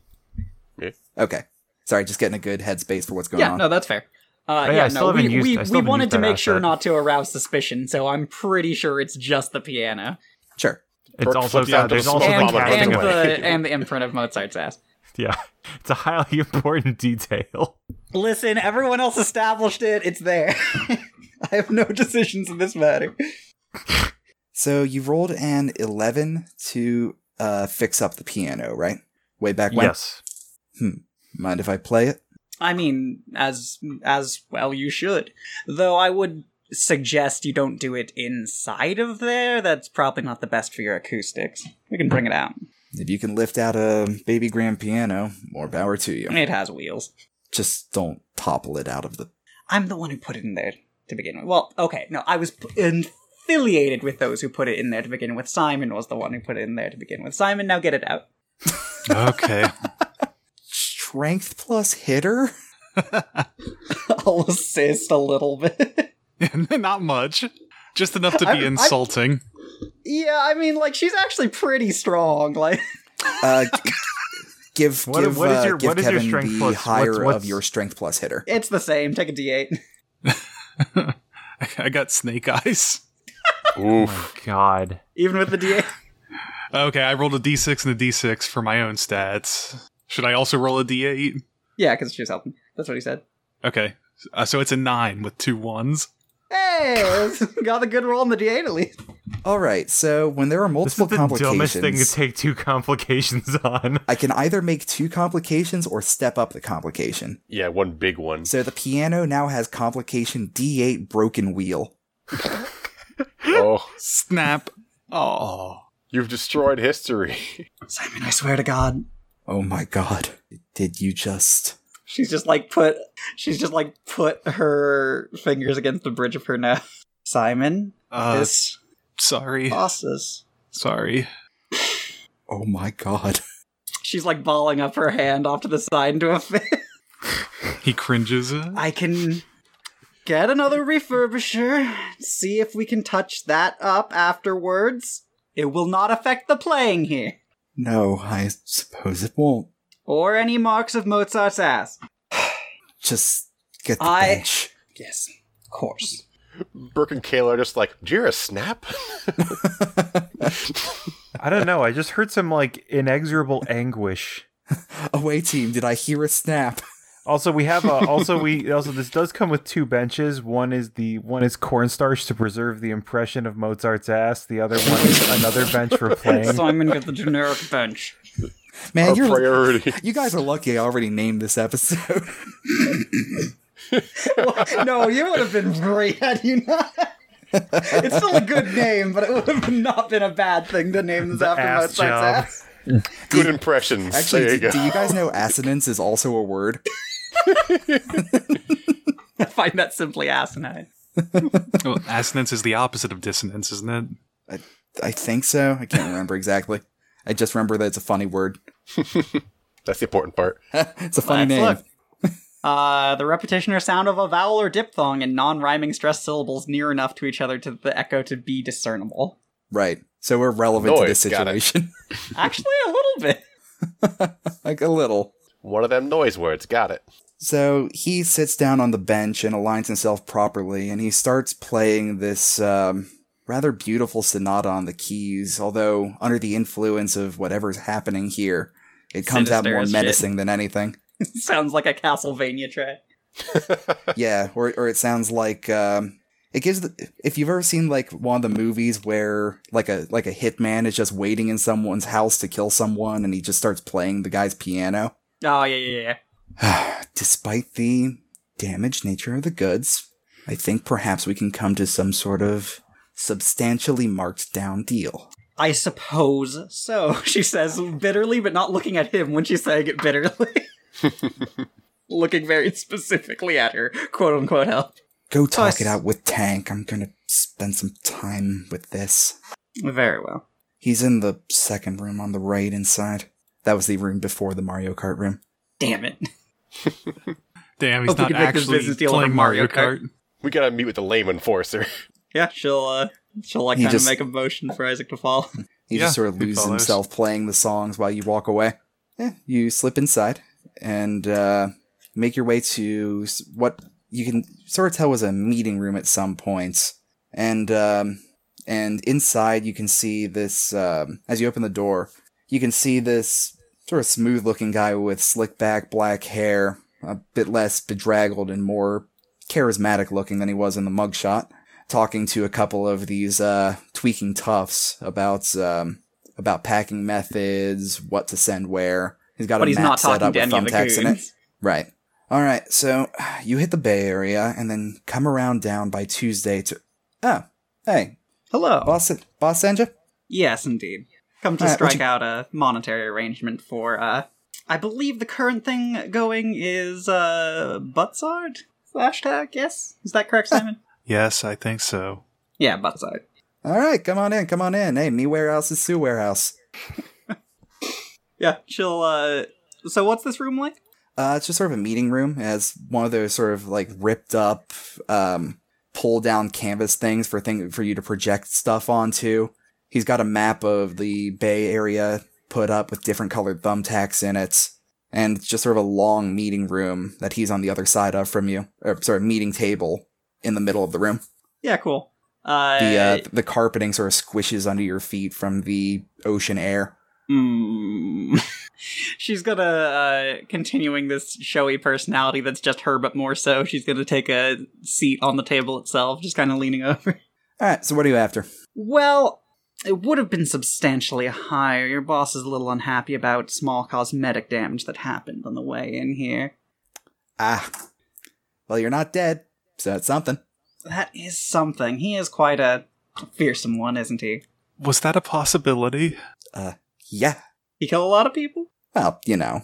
[SPEAKER 1] Okay. Sorry, just getting a good headspace for what's going
[SPEAKER 3] yeah,
[SPEAKER 1] on.
[SPEAKER 3] no, that's fair. Uh,
[SPEAKER 4] Oh, yeah,
[SPEAKER 3] yeah,
[SPEAKER 4] I still
[SPEAKER 3] no, we,
[SPEAKER 4] haven't used-
[SPEAKER 3] we,
[SPEAKER 4] I still
[SPEAKER 3] we
[SPEAKER 4] haven't
[SPEAKER 3] wanted
[SPEAKER 4] used
[SPEAKER 3] to
[SPEAKER 4] that
[SPEAKER 3] make sure
[SPEAKER 4] asset.
[SPEAKER 3] not to arouse suspicion, so I'm pretty sure it's just the piano
[SPEAKER 1] Sure.
[SPEAKER 4] It's
[SPEAKER 2] Or
[SPEAKER 4] also
[SPEAKER 2] flip you out to
[SPEAKER 4] uh,
[SPEAKER 2] the
[SPEAKER 4] there's also
[SPEAKER 2] small
[SPEAKER 4] the
[SPEAKER 2] bomb
[SPEAKER 4] casting
[SPEAKER 3] and, and
[SPEAKER 4] of it. [laughs]
[SPEAKER 3] the and the imprint of Mozart's ass.
[SPEAKER 4] Yeah, it's a highly [laughs] important detail.
[SPEAKER 3] Listen, everyone else established it. It's there. [laughs] I have no decisions in this matter.
[SPEAKER 1] So you rolled an 11 to uh, fix up the piano, right? Way back when?
[SPEAKER 4] Yes.
[SPEAKER 1] Mind if I play it?
[SPEAKER 3] I mean, as as well you should. Though I would suggest you don't do it inside of there. That's probably not the best for your acoustics. We can bring it out.
[SPEAKER 1] If you can lift out a baby grand piano, more power to you.
[SPEAKER 3] It has wheels.
[SPEAKER 1] Just don't topple it out of the.
[SPEAKER 3] I'm the one who put it in there to begin with. Well, okay, no, I was p- affiliated with those who put it in there to begin with. Simon was the one who put it in there to begin with. Simon, now get it out. [laughs]
[SPEAKER 5] Okay. [laughs]
[SPEAKER 1] Strength plus hitter? [laughs]
[SPEAKER 3] I'll assist a little bit. [laughs]
[SPEAKER 5] Not much. Just enough to be
[SPEAKER 3] I'm- I'm-
[SPEAKER 5] insulting. [laughs]
[SPEAKER 3] yeah, I mean, like she's actually pretty strong. Like, [laughs]
[SPEAKER 1] Uh, g- give
[SPEAKER 4] [laughs] What-
[SPEAKER 1] give,
[SPEAKER 4] what is
[SPEAKER 1] uh,
[SPEAKER 4] your-
[SPEAKER 1] give
[SPEAKER 4] what is your
[SPEAKER 1] Kevin
[SPEAKER 4] strength
[SPEAKER 1] the
[SPEAKER 4] plus- what's-
[SPEAKER 1] higher of
[SPEAKER 4] what's-
[SPEAKER 1] your strength plus hitter.
[SPEAKER 3] it's the same. Take a d8.
[SPEAKER 5] I got snake eyes.
[SPEAKER 2] Oof.
[SPEAKER 4] Oh, God.
[SPEAKER 3] [laughs] Even with the d8.
[SPEAKER 5] Okay, I rolled a d6 and a d6 for my own stats. Should I also roll a d8?
[SPEAKER 3] [laughs] Yeah, because she was helping. That's what he said.
[SPEAKER 5] Okay, uh, so it's a nine with two ones.
[SPEAKER 3] Hey, [laughs] got a good roll on the d8 at least.
[SPEAKER 1] All right, so when there are
[SPEAKER 4] This
[SPEAKER 1] multiple
[SPEAKER 4] is the
[SPEAKER 1] complications,
[SPEAKER 4] dumbest thing to take two [laughs] complications on.
[SPEAKER 1] I can either make two complications or step up the complication.
[SPEAKER 2] Yeah, one big one.
[SPEAKER 1] So the piano now has complication D8 broken wheel.
[SPEAKER 2] [gasps] oh,
[SPEAKER 5] Snap. Oh.
[SPEAKER 2] you've destroyed history. [laughs]
[SPEAKER 3] Simon, I swear to God.
[SPEAKER 1] Oh my god. Did you just.
[SPEAKER 3] She's just like put she's just like put her fingers against the bridge of her neck. Simon,
[SPEAKER 5] Uh,
[SPEAKER 3] this
[SPEAKER 5] sorry.
[SPEAKER 3] bosses.
[SPEAKER 5] sorry.
[SPEAKER 1] Oh my god.
[SPEAKER 3] She's like balling up her hand off to the side into a fist.
[SPEAKER 5] He
[SPEAKER 3] [laughs]
[SPEAKER 5] cringes.
[SPEAKER 3] I can get another refurbisher, see if we can touch that up afterwards. It will not affect the playing here,
[SPEAKER 1] No, I suppose it won't.
[SPEAKER 3] or any marks of Mozart's ass.
[SPEAKER 1] Just get the
[SPEAKER 3] I-
[SPEAKER 1] bench.
[SPEAKER 3] Yes, of [laughs] course.
[SPEAKER 2] Burke and Kayla are just like, "Do you hear
[SPEAKER 1] [laughs]
[SPEAKER 2] a snap?"
[SPEAKER 6] I don't know. I just heard some like inexorable anguish.
[SPEAKER 1] Away team, did I hear a snap? [laughs]
[SPEAKER 6] Also, we have uh, also
[SPEAKER 4] [laughs]
[SPEAKER 6] we also this does come with two benches. One is the one is cornstarch to preserve the impression of Mozart's ass. The other one is another bench
[SPEAKER 4] [laughs]
[SPEAKER 6] for playing.
[SPEAKER 3] I'm gonna get the generic bench.
[SPEAKER 1] Man,
[SPEAKER 2] Our
[SPEAKER 1] you're [laughs]
[SPEAKER 2] priority.
[SPEAKER 1] you guys are lucky I already named this episode.
[SPEAKER 3] [laughs]
[SPEAKER 1] [laughs]
[SPEAKER 3] no, you would have been great had you not. [laughs] it's still a good name, but it would have not been a bad thing to name this after
[SPEAKER 6] ass
[SPEAKER 3] Mozart's
[SPEAKER 6] job.
[SPEAKER 3] ass.
[SPEAKER 2] Good impressions.
[SPEAKER 1] Actually,
[SPEAKER 2] there you
[SPEAKER 1] do,
[SPEAKER 2] go.
[SPEAKER 1] do you guys know assonance is also a word?
[SPEAKER 3] I [laughs] find that simply asinine.
[SPEAKER 5] Well, assonance is the opposite of dissonance, isn't it?
[SPEAKER 1] I think so. I can't remember exactly. I just remember that it's a funny word.
[SPEAKER 2] That's the important part.
[SPEAKER 1] It's a funny
[SPEAKER 3] Let's
[SPEAKER 1] name.
[SPEAKER 3] look. Uh, the repetition or sound of a vowel or diphthong and non-rhyming stressed syllables near enough to each other to the echo to be discernible.
[SPEAKER 1] Right. So we're relevant to this
[SPEAKER 2] Noise, got it.
[SPEAKER 1] situation. [laughs]
[SPEAKER 3] Actually, a little [laughs] bit.
[SPEAKER 1] like a little.
[SPEAKER 2] One of them noise words. Got it.
[SPEAKER 1] So he sits down on the bench and aligns himself properly, and he starts playing this um, rather beautiful sonata on the keys. Although under the influence of whatever's happening here, it comes out
[SPEAKER 3] Sinister
[SPEAKER 1] more
[SPEAKER 3] as shit.
[SPEAKER 1] menacing than
[SPEAKER 3] [laughs]
[SPEAKER 1] anything.
[SPEAKER 3] Sounds like a Castlevania track.
[SPEAKER 1] yeah, or or it sounds like um, it gives. The, if you've ever seen like one of the movies where like a like a hitman is just waiting in someone's house to kill someone, and he just starts playing the guy's piano,
[SPEAKER 3] Oh yeah, yeah, yeah.
[SPEAKER 1] [sighs] despite the damaged nature of the goods, I think perhaps we can come to some sort of substantially marked down deal.
[SPEAKER 3] I suppose so. [laughs] She says bitterly, but not looking at him when she's saying it bitterly. [laughs] looking very specifically at her quote unquote help.
[SPEAKER 1] Go talk
[SPEAKER 3] Us.
[SPEAKER 1] it out with Tank. I'm gonna spend some time with this.
[SPEAKER 3] Very well.
[SPEAKER 1] He's in the second room on the right inside. That was the room before the Mario Kart room.
[SPEAKER 3] Damn it. [laughs]
[SPEAKER 5] Damn, he's
[SPEAKER 3] Hope we
[SPEAKER 5] not
[SPEAKER 3] can make this
[SPEAKER 5] actually
[SPEAKER 3] business deal over
[SPEAKER 5] playing
[SPEAKER 3] Mario
[SPEAKER 5] Mario
[SPEAKER 3] Kart.
[SPEAKER 5] Kart.
[SPEAKER 2] We gotta meet with the lame enforcer. [laughs]
[SPEAKER 3] Yeah, she'll uh she'll like
[SPEAKER 1] He
[SPEAKER 3] kind of
[SPEAKER 1] just-
[SPEAKER 3] make a motion for Isaac to fall.
[SPEAKER 1] He
[SPEAKER 5] Yeah,
[SPEAKER 1] just sort of
[SPEAKER 5] good
[SPEAKER 1] loses
[SPEAKER 5] fellows.
[SPEAKER 1] himself playing the songs while you walk away. Yeah, you slip inside and uh, make your way to s- what you can sort of tell was a meeting room at some point. And um, and inside you can see this um, as you open the door, you can see this sort of smooth-looking guy with slick back black hair, a bit less bedraggled and more charismatic-looking than he was in the mugshot talking to a couple of these uh, tweaking toughs about um, about packing methods, what to send where. He's got a
[SPEAKER 3] but he's
[SPEAKER 1] map
[SPEAKER 3] not
[SPEAKER 1] set
[SPEAKER 3] talking
[SPEAKER 1] up
[SPEAKER 3] to
[SPEAKER 1] with
[SPEAKER 3] any of the
[SPEAKER 1] thumbtacks in it.
[SPEAKER 3] goons.
[SPEAKER 1] Right. All right. So you hit the Bay Area and then come around down by Tuesday to. Oh, hey,
[SPEAKER 3] Hello.
[SPEAKER 1] boss, boss Senja.
[SPEAKER 3] Yes, indeed. Come to
[SPEAKER 1] Alright,
[SPEAKER 3] strike
[SPEAKER 1] what you-
[SPEAKER 3] out a monetary arrangement for uh I believe the current thing going is uh Butzard? Hashtag, yes? Is that correct,
[SPEAKER 1] Ah.
[SPEAKER 3] Simon?
[SPEAKER 5] Yes, I think so.
[SPEAKER 3] yeah, Butzard.
[SPEAKER 1] All right, come on in, come on in. Hey, me warehouse is Sue warehouse.
[SPEAKER 3] Yeah, she'll uh so what's this room like?
[SPEAKER 1] Uh, it's just sort of a meeting room as one of those sort of like ripped up, um, pull down canvas things for thing for you to project stuff onto. He's got a map of the Bay Area put up with different colored thumbtacks in it, and it's just sort of a long meeting room that he's on the other side of from you, or sorry, meeting table in the middle of the room.
[SPEAKER 3] Yeah, cool. Uh,
[SPEAKER 1] The uh, the carpeting sort of squishes under your feet from the ocean air.
[SPEAKER 3] mm.
[SPEAKER 1] [laughs]
[SPEAKER 3] she's gonna uh continuing this showy personality that's just her but more so she's gonna take a seat on the table itself just kind of leaning over
[SPEAKER 1] All right, so what are you after?
[SPEAKER 3] Well, it would have been substantially higher. Your boss is a little unhappy about small cosmetic damage that happened on the way in here.
[SPEAKER 1] Ah, well, you're not dead, so it's something.
[SPEAKER 3] That is something. He is quite a fearsome one, isn't he?
[SPEAKER 5] Was that a possibility?
[SPEAKER 1] Yeah.
[SPEAKER 3] He killed a lot of people?
[SPEAKER 1] Well, you know,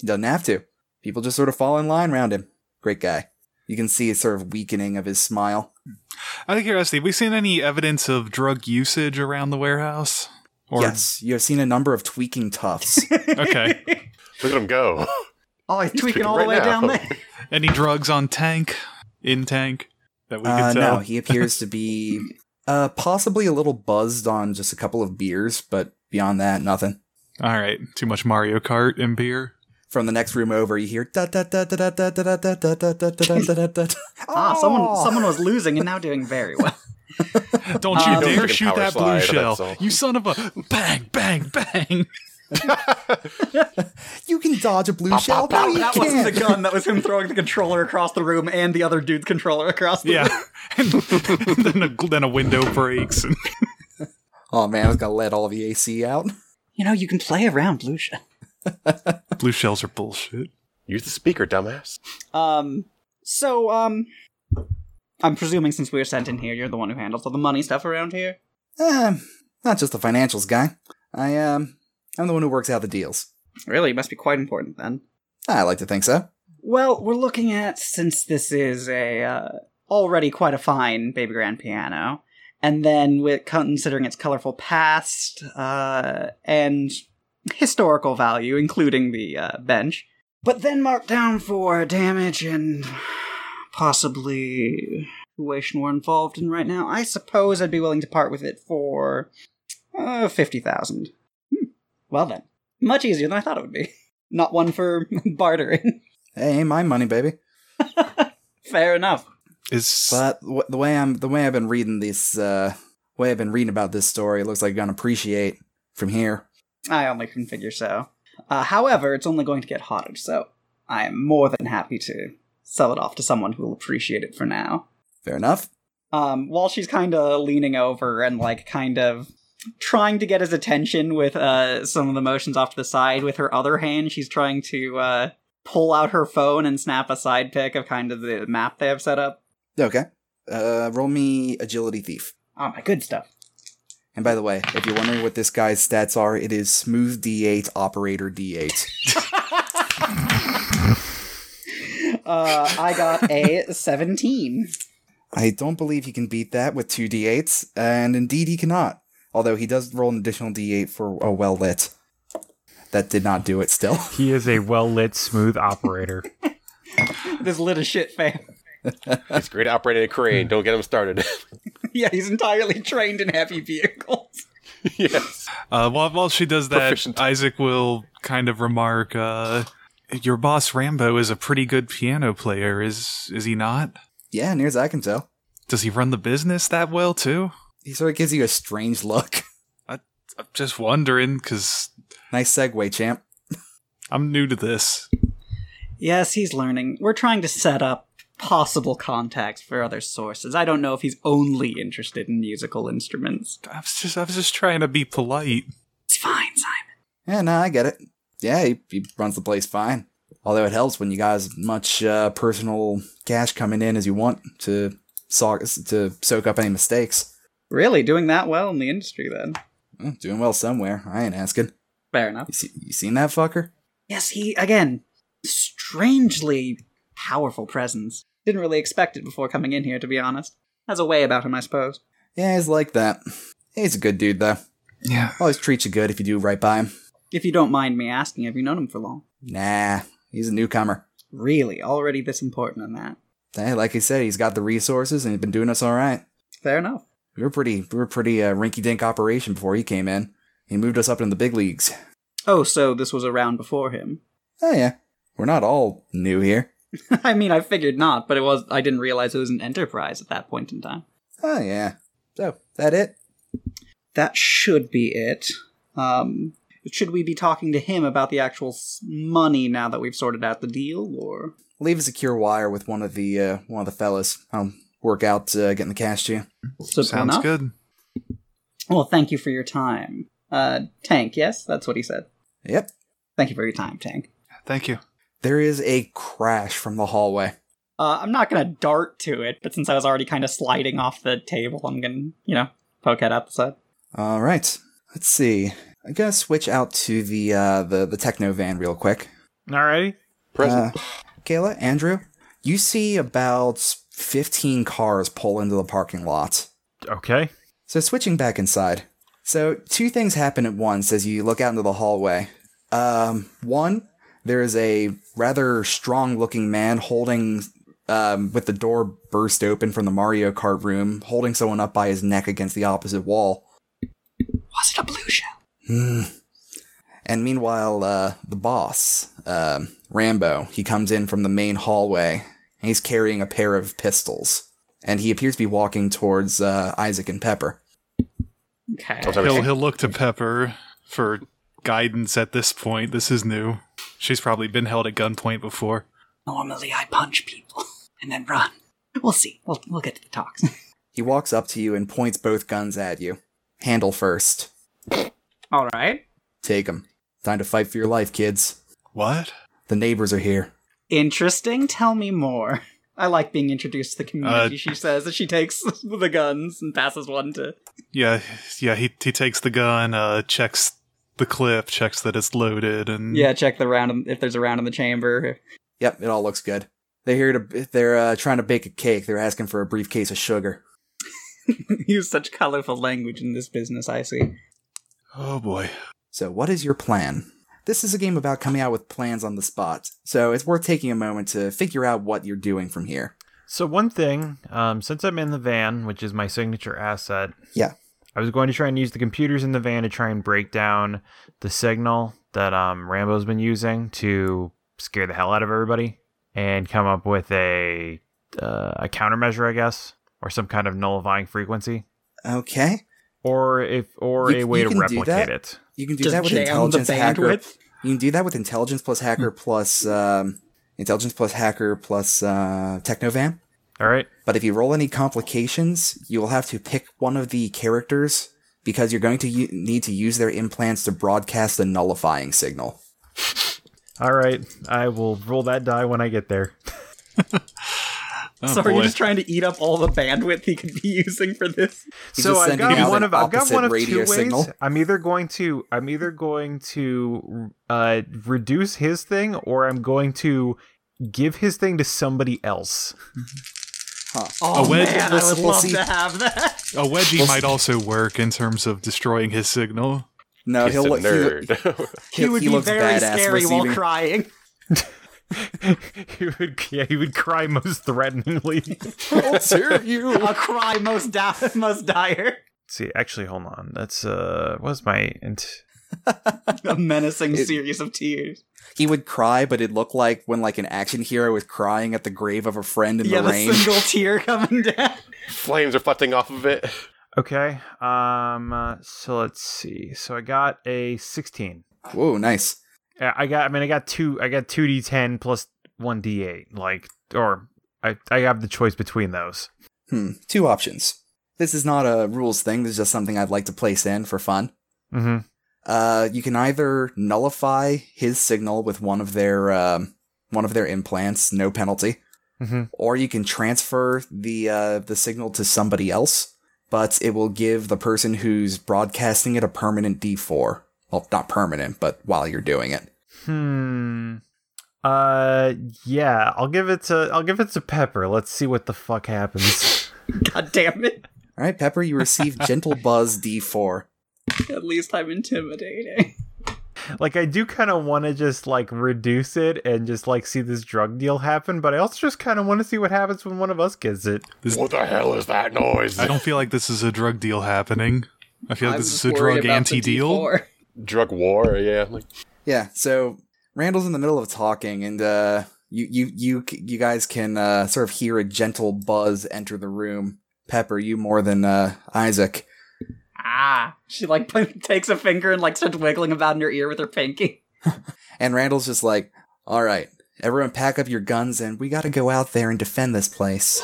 [SPEAKER 1] he doesn't have to. People just sort of fall in line around him. Great guy. You can see a sort of weakening of his smile.
[SPEAKER 5] Out of curiosity, have we seen any evidence of drug usage around the warehouse? Or-
[SPEAKER 1] yes, you have seen a number of tweaking toughs.
[SPEAKER 5] Okay.
[SPEAKER 2] Look at him go.
[SPEAKER 3] Oh, he's [laughs] tweaking all the
[SPEAKER 2] right
[SPEAKER 3] [laughs] way
[SPEAKER 2] now.
[SPEAKER 3] down there.
[SPEAKER 5] Any drugs on tank? In tank?
[SPEAKER 8] that [laughs] we can
[SPEAKER 1] Uh,
[SPEAKER 8] tell?
[SPEAKER 1] no, he appears
[SPEAKER 8] [laughs]
[SPEAKER 1] to be uh, possibly a little buzzed on just a couple of beers, but beyond that, nothing.
[SPEAKER 8] All right, too much Mario Kart and beer.
[SPEAKER 1] From the next room over, you hear da da da da da da da da da da da da da da da da.
[SPEAKER 3] [laughs] Ah, someone someone was losing and now doing very well.
[SPEAKER 8] Don't you
[SPEAKER 3] Um,
[SPEAKER 8] dare
[SPEAKER 2] Don't
[SPEAKER 8] shoot
[SPEAKER 2] power
[SPEAKER 8] that
[SPEAKER 2] slide,
[SPEAKER 8] blue
[SPEAKER 2] that's
[SPEAKER 8] shell!
[SPEAKER 2] all.
[SPEAKER 8] You son of a bang, bang, bang!
[SPEAKER 1] You can dodge a blue shell. No, you
[SPEAKER 3] [laughs] that wasn't the
[SPEAKER 1] can't.
[SPEAKER 3] gun. That was him throwing the controller across the room and the other dude's controller across
[SPEAKER 8] [laughs]
[SPEAKER 3] the
[SPEAKER 8] Yeah, [laughs]
[SPEAKER 3] room.
[SPEAKER 8] and then a, then a window breaks. And
[SPEAKER 1] Oh man, I was gonna let all the AC out.
[SPEAKER 3] You know, you can play around blue shell.
[SPEAKER 8] [laughs] blue shells are bullshit.
[SPEAKER 2] Use the speaker, dumbass.
[SPEAKER 3] Um, so, um, I'm presuming since we were sent in here, you're the one who handles all the money stuff around here.
[SPEAKER 1] Um, not just the financials guy. I um, I'm the one who works out the deals.
[SPEAKER 3] Really, must be quite important then.
[SPEAKER 1] I like to think so.
[SPEAKER 3] Well, we're looking at since this is a uh, already quite a fine baby grand piano, and then with considering its colorful past uh, and historical value, including the uh, bench, but then marked down for damage and possibly situation we're involved in right now. I suppose I'd be willing to part with it for uh, fifty thousand. Hmm. Well then, much easier than I thought it would be. [laughs] Not one for [laughs] bartering.
[SPEAKER 1] Hey, ain't my money, baby.
[SPEAKER 3] Fair enough.
[SPEAKER 8] Is
[SPEAKER 1] But w- the way I'm, the way I've been reading this, uh, way I've been reading about this story, it looks like you're gonna appreciate from here.
[SPEAKER 3] I only can figure so. Uh, however, it's only going to get hotter, so I am more than happy to sell it off to someone who will appreciate it for now.
[SPEAKER 1] Fair enough.
[SPEAKER 3] Um, while she's kind of leaning over and like kind of trying to get his attention with uh, some of the motions off to the side, with her other hand, she's trying to uh, pull out her phone and snap a side pic of kind of the map they have set up.
[SPEAKER 1] Okay. Uh, roll me agility thief.
[SPEAKER 3] Oh my good stuff.
[SPEAKER 1] And by the way, if you're wondering what this guy's stats are, it is smooth D8 operator D8.
[SPEAKER 3] Uh, I got a [laughs] seventeen.
[SPEAKER 1] I don't believe he can beat that with two D8s, and indeed he cannot. Although he does roll an additional D8 for a well lit. That did not do it. Still, [laughs]
[SPEAKER 4] He is a well lit, smooth operator.
[SPEAKER 3] This lit as shit fam.
[SPEAKER 2] He's great at operating a crane.
[SPEAKER 1] Hmm.
[SPEAKER 2] Don't get him started. [laughs]
[SPEAKER 3] [laughs] Yeah, he's entirely trained in heavy vehicles.
[SPEAKER 2] yes.
[SPEAKER 8] Uh, while, while she does that,
[SPEAKER 2] Proficient.
[SPEAKER 8] Isaac will kind of remark, uh, "Your boss Rambo is a pretty good piano player, is is he not?
[SPEAKER 1] yeah, near as I can tell,
[SPEAKER 8] Does he run the business that well too?
[SPEAKER 1] he sort of gives you a strange look. [laughs]
[SPEAKER 8] I'm just wondering because
[SPEAKER 1] nice segue, champ.
[SPEAKER 8] I'm new to this.
[SPEAKER 3] Yes, he's learning. We're trying to set up possible contacts for other sources. I don't know if he's only interested in musical instruments.
[SPEAKER 8] I was just I was just trying to be polite.
[SPEAKER 3] It's fine, Simon.
[SPEAKER 1] Yeah, no, I get it. Yeah, he, he runs the place fine. Although it helps when you got as much uh, personal cash coming in as you want to so- to soak up any mistakes.
[SPEAKER 3] Really, doing that well in the industry then.
[SPEAKER 1] Mm, Doing well somewhere. I ain't asking.
[SPEAKER 3] Fair enough.
[SPEAKER 1] You, see, you seen that fucker?
[SPEAKER 3] Yes, he again, strangely powerful presence. Didn't really expect it before coming in here, to be honest. Has a way about him, I suppose.
[SPEAKER 1] Yeah, he's like that. He's a good dude though.
[SPEAKER 8] Yeah,
[SPEAKER 1] Always treats you good if you do right by him.
[SPEAKER 3] If you don't mind me asking, have you known him for long?
[SPEAKER 1] Nah, he's a newcomer.
[SPEAKER 3] Really, already this important in that.
[SPEAKER 1] Hey, like I said, he's got the resources and he's been doing us all right.
[SPEAKER 3] Fair enough.
[SPEAKER 1] We were pretty, we were pretty uh, rinky-dink operation before he came in. He moved us up into the big leagues.
[SPEAKER 3] Oh, so this was around before him.
[SPEAKER 1] Oh yeah, we're not all new here.
[SPEAKER 3] [laughs] I mean, I figured not, but it was. I didn't realize it was an enterprise at that point in time.
[SPEAKER 1] Oh yeah. So that it?
[SPEAKER 3] That should be it. Um, should we be talking to him about the actual s- money now that we've sorted out the deal, or
[SPEAKER 1] Leave a secure wire with one of the uh, one of the fellas. I'll work out uh, getting the cash to you.
[SPEAKER 3] Simple
[SPEAKER 8] sounds
[SPEAKER 3] enough?
[SPEAKER 8] good.
[SPEAKER 3] Well, thank you for your time, uh, Tank. Yes, that's what he said.
[SPEAKER 1] Yep.
[SPEAKER 3] Thank you for your time, Tank.
[SPEAKER 8] Thank you.
[SPEAKER 1] There is a crash from the hallway.
[SPEAKER 3] Uh, I'm not gonna dart to it, but since I was already kind of sliding off the table, I'm gonna, you know, poke it up the side.
[SPEAKER 1] All right. Let's see. I'm gonna switch out to the uh, the the techno van real quick.
[SPEAKER 4] Alrighty.
[SPEAKER 2] Present.
[SPEAKER 1] Uh, Kayla, Andrew, you see about 15 cars pull into the parking lot.
[SPEAKER 4] Okay.
[SPEAKER 1] So, switching back inside. So, two things happen at once as you look out into the hallway. Um, one, there is a rather strong looking man holding um, with the door burst open from the Mario Kart room, holding someone up by his neck against the opposite wall.
[SPEAKER 3] Was it a blue shell?
[SPEAKER 1] Hmm. And meanwhile, uh, the boss, um, Rambo, he comes in from the main hallway. And he's carrying a pair of pistols, and he appears to be walking towards uh, Isaac and Pepper.
[SPEAKER 3] Okay.
[SPEAKER 2] Don't tell me-
[SPEAKER 8] He'll he'll look to Pepper for guidance at this point. This is new. She's probably been held at gunpoint before.
[SPEAKER 3] Normally, I punch people [laughs] and then run. We'll see. We'll we'll get to the talks.
[SPEAKER 1] He walks up to you and points both guns at you. Handle first.
[SPEAKER 3] All right.
[SPEAKER 1] Take 'em. Time to fight for your life, kids.
[SPEAKER 8] What?
[SPEAKER 1] The neighbors are here.
[SPEAKER 3] Interesting. Tell me more. [laughs] I like being introduced to the community. she says as she takes [laughs] the guns and passes one to.
[SPEAKER 8] Yeah, yeah. He he takes the gun, uh, checks the clip, checks that it's loaded, and
[SPEAKER 3] Yeah, check the round in- if there's a round in the chamber. [laughs]
[SPEAKER 1] Yep, it all looks good. They're here to. They're uh, trying to bake a cake. They're asking for a briefcase of sugar.
[SPEAKER 3] Use such colorful language in this business. I see.
[SPEAKER 8] Oh boy.
[SPEAKER 1] So, what is your plan? This is a game about coming out with plans on the spot, so it's worth taking a moment to figure out what you're doing from here.
[SPEAKER 4] So one thing, um, since I'm in the van, which is my signature asset,
[SPEAKER 1] Yeah.
[SPEAKER 4] I was going to try and use the computers in the van to try and break down the signal that um, Rambo's been using to scare the hell out of everybody and come up with a uh, a countermeasure, I guess, or some kind of nullifying frequency,
[SPEAKER 1] Okay.
[SPEAKER 4] or if or
[SPEAKER 1] You-
[SPEAKER 4] a way
[SPEAKER 1] you
[SPEAKER 4] to
[SPEAKER 1] can do that.
[SPEAKER 4] replicate it.
[SPEAKER 1] You can do
[SPEAKER 3] Just
[SPEAKER 1] that with
[SPEAKER 3] jam the
[SPEAKER 1] intelligence hacker.
[SPEAKER 3] bandwidth? Hmm.
[SPEAKER 1] You can do that with intelligence plus hacker plus um, intelligence plus hacker plus uh, technovan.
[SPEAKER 4] All right.
[SPEAKER 1] But if you roll any complications, you will have to pick one of the characters because you're going to u- need to use their implants to broadcast the nullifying signal.
[SPEAKER 4] All right, I will roll that die when I get there.
[SPEAKER 8] Oh
[SPEAKER 3] so are you
[SPEAKER 8] boy.
[SPEAKER 3] just trying to eat up all the bandwidth he could be [laughs] using for this?
[SPEAKER 1] He's
[SPEAKER 4] so
[SPEAKER 1] just
[SPEAKER 4] I've
[SPEAKER 1] sending
[SPEAKER 4] got
[SPEAKER 1] out
[SPEAKER 4] one
[SPEAKER 1] an
[SPEAKER 4] of I've got
[SPEAKER 1] opposite
[SPEAKER 4] one of two
[SPEAKER 1] radio
[SPEAKER 4] ways.
[SPEAKER 1] signal.
[SPEAKER 4] I'm either going to I'm either going to uh, reduce his thing, or I'm going to give his thing to somebody else.
[SPEAKER 3] Oh
[SPEAKER 8] wedge-
[SPEAKER 3] man, I would
[SPEAKER 1] we'll
[SPEAKER 3] love
[SPEAKER 1] see.
[SPEAKER 3] to have [laughs] that.
[SPEAKER 8] A wedgie might also work in terms of destroying his signal.
[SPEAKER 1] No,
[SPEAKER 2] He's
[SPEAKER 1] he'll
[SPEAKER 2] a
[SPEAKER 1] look. He,
[SPEAKER 2] nerd. [laughs]
[SPEAKER 1] he, he looks badass receiving.
[SPEAKER 3] crying.
[SPEAKER 4] [laughs] he would yeah, he would cry most threateningly.
[SPEAKER 3] [laughs]
[SPEAKER 4] [laughs]
[SPEAKER 2] Oh,
[SPEAKER 3] A cry most da- most dire.
[SPEAKER 4] see, actually, hold on. That's uh, what's my int-
[SPEAKER 3] [laughs] A menacing
[SPEAKER 1] It-
[SPEAKER 3] series of tears.
[SPEAKER 1] he would cry, but it looked like when like an action hero is crying at the grave of a friend in
[SPEAKER 3] yeah,
[SPEAKER 1] the
[SPEAKER 3] the
[SPEAKER 1] rain.
[SPEAKER 3] single tear coming down.
[SPEAKER 2] Flames reflecting off of it.
[SPEAKER 4] okay. Um, uh, so let's see. So I got a sixteen.
[SPEAKER 1] [laughs] Whoa, nice.
[SPEAKER 4] Yeah, I got. I mean, I got two. I got two d10 plus one d8. Like, or I I have the choice between those.
[SPEAKER 1] Hmm. Two options. This is not a rules thing. This is just something I'd like to place in for fun.
[SPEAKER 4] Mm-hmm.
[SPEAKER 1] Uh, you can either nullify his signal with one of their um, one of their implants, no penalty,
[SPEAKER 4] Mhm.
[SPEAKER 1] or you can transfer the uh, the signal to somebody else, but it will give the person who's broadcasting it a permanent D4. Well, not permanent, but while you're doing it.
[SPEAKER 4] Hmm. Uh yeah, I'll give it to I'll give it to Pepper. Let's see what the fuck happens.
[SPEAKER 3] God damn it.
[SPEAKER 1] All right, Pepper, you receive Gentle Buzz D4.
[SPEAKER 3] At least I'm intimidating.
[SPEAKER 4] like I do kind of want to just like reduce it and just like see this drug deal happen, but I also just kind of want to see what happens when one of us gets it.
[SPEAKER 2] What the hell is that noise?
[SPEAKER 8] I don't feel like this is a drug deal happening. I feel like
[SPEAKER 3] I'm
[SPEAKER 8] this is
[SPEAKER 3] just
[SPEAKER 8] a
[SPEAKER 3] worried
[SPEAKER 8] drug
[SPEAKER 3] about the
[SPEAKER 8] anti deal.
[SPEAKER 3] D4.
[SPEAKER 2] Drug war, yeah. Like,
[SPEAKER 1] Yeah, so Randall's in the middle of talking, and uh, you you you c- you guys can uh, sort of hear a gentle buzz enter the room. Pepper, you more than uh, Isaac.
[SPEAKER 3] Ah. She like [laughs] put, takes a finger and like starts wiggling about in her ear with her pinky.
[SPEAKER 1] And Randall's just like, "All right, everyone, pack up your guns, and we got to go out there and defend this place.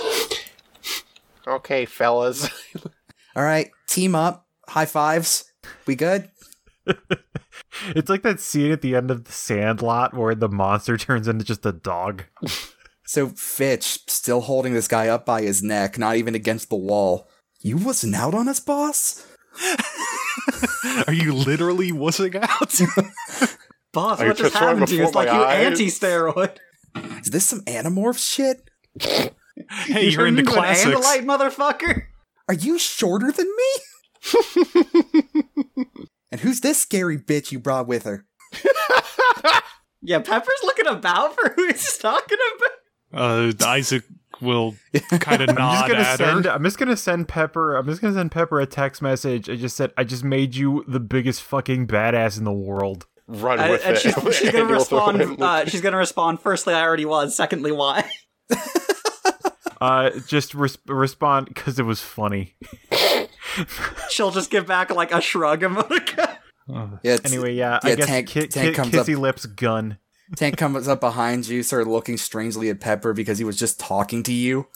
[SPEAKER 2] okay, fellas.
[SPEAKER 1] All right, team up, high fives. We good?
[SPEAKER 4] It's like that scene at the end of the Sandlot where the monster [laughs] turns into just a dog.
[SPEAKER 1] So Fitch, still holding this guy up by his neck, not even against the wall. You wasn't out on us, boss.
[SPEAKER 8] [laughs] Are you literally wussing
[SPEAKER 3] [laughs]
[SPEAKER 8] out?
[SPEAKER 3] Boss,
[SPEAKER 2] I
[SPEAKER 3] what just
[SPEAKER 2] transformed
[SPEAKER 3] happened to you? It's
[SPEAKER 2] before
[SPEAKER 3] like
[SPEAKER 2] my
[SPEAKER 3] you
[SPEAKER 2] eyes.
[SPEAKER 3] anti-steroid.
[SPEAKER 1] Is this some Animorph shit?
[SPEAKER 8] hey, you're into
[SPEAKER 3] turned an
[SPEAKER 8] classics.
[SPEAKER 3] Andalite, motherfucker.
[SPEAKER 1] Are you shorter than me? [laughs] and who's this scary bitch you brought with her?
[SPEAKER 3] Yeah, Pepper's looking about for who he's talking about.
[SPEAKER 8] Uh, Isaac
[SPEAKER 3] [laughs]
[SPEAKER 8] will kind of
[SPEAKER 4] I'm just
[SPEAKER 8] nod
[SPEAKER 4] gonna
[SPEAKER 8] at
[SPEAKER 4] send.
[SPEAKER 8] her.
[SPEAKER 4] I'm just gonna send Pepper. I'm just gonna send Pepper a text message. I just said I just made you the biggest fucking badass in the world.
[SPEAKER 2] Run
[SPEAKER 3] And,
[SPEAKER 2] with
[SPEAKER 3] and
[SPEAKER 2] it. [laughs]
[SPEAKER 3] she's, she's gonna
[SPEAKER 2] And you'll
[SPEAKER 3] respond.
[SPEAKER 2] win.
[SPEAKER 3] Uh, she's gonna respond. Firstly, I already was. Secondly, why? [laughs]
[SPEAKER 4] Uh, just res- respond because it was funny.
[SPEAKER 3] She'll just give back like a shrug emoticon.
[SPEAKER 1] Yeah, it's-
[SPEAKER 4] Anyway, yeah, I
[SPEAKER 1] Yeah,
[SPEAKER 4] guess
[SPEAKER 1] Tank-
[SPEAKER 4] ki-
[SPEAKER 1] Tank
[SPEAKER 4] ki-
[SPEAKER 1] comes up-
[SPEAKER 4] Kissy Lips gun.
[SPEAKER 1] Tank comes up behind you, sort of looking strangely at Pepper because he was just talking to you.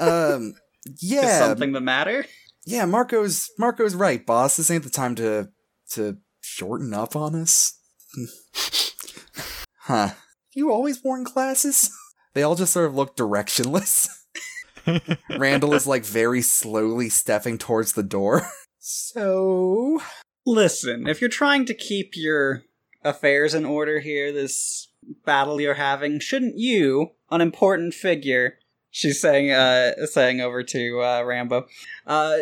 [SPEAKER 1] um,
[SPEAKER 3] Is
[SPEAKER 1] yeah,
[SPEAKER 3] something the matter?
[SPEAKER 1] yeah. Marco's Marco's right, boss. This ain't the time to to shorten up on us. [laughs] huh? You always worn glasses? [laughs] They all just sort of look directionless. Randall is like very slowly stepping towards the door. [laughs] So
[SPEAKER 3] Listen, if you're trying to keep your affairs in order here, this battle you're having, shouldn't you, an important figure, she's saying, uh, saying over to uh, Rambo, uh,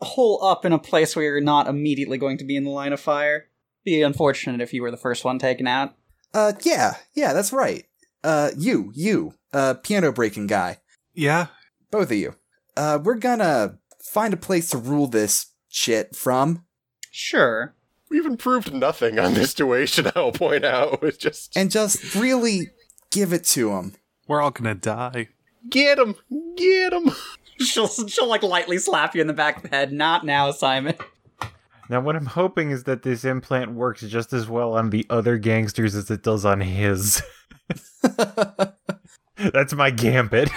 [SPEAKER 3] hole up in a place where you're not immediately going to be in the line of fire? Be unfortunate if you were the first one taken out.
[SPEAKER 1] Uh, yeah, yeah, that's right. Uh, you, you, uh, piano breaking guy,
[SPEAKER 8] Yeah,
[SPEAKER 1] both of you. Uh, we're gonna find a place to rule this shit from,
[SPEAKER 3] Sure. [laughs]
[SPEAKER 2] We've improved nothing on this situation. [laughs] I'll point out. It's just
[SPEAKER 1] and just really give it to him.
[SPEAKER 8] we're all gonna die.
[SPEAKER 2] get him, get him.
[SPEAKER 3] She'll, she'll like lightly slap you in the back of the head. Not now, Simon.
[SPEAKER 4] Now, what I'm hoping is that this implant works just as well on the other gangsters as it does on his. [laughs] That's
[SPEAKER 1] [laughs]
[SPEAKER 4] my gambit.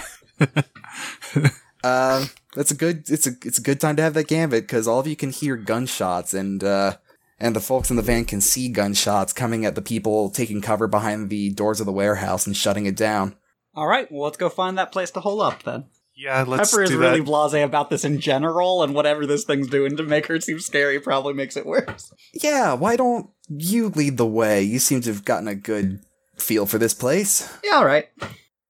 [SPEAKER 1] Uh, that's a good, it's a, it's a good time to have that gambit because all of you can hear gunshots and, uh, and the folks in the van can see gunshots coming at the people taking cover behind the doors of the warehouse and shutting it down.
[SPEAKER 3] All right, well, let's go find that place to hole up then.
[SPEAKER 8] Yeah, let's
[SPEAKER 3] Pepper is
[SPEAKER 8] do
[SPEAKER 3] really
[SPEAKER 8] that.
[SPEAKER 3] blasé about this in general, and whatever this thing's doing to make her seem scary probably makes it worse.
[SPEAKER 1] Yeah, why don't you lead the way? You seem to have gotten a good feel for this place.
[SPEAKER 3] Yeah, all right.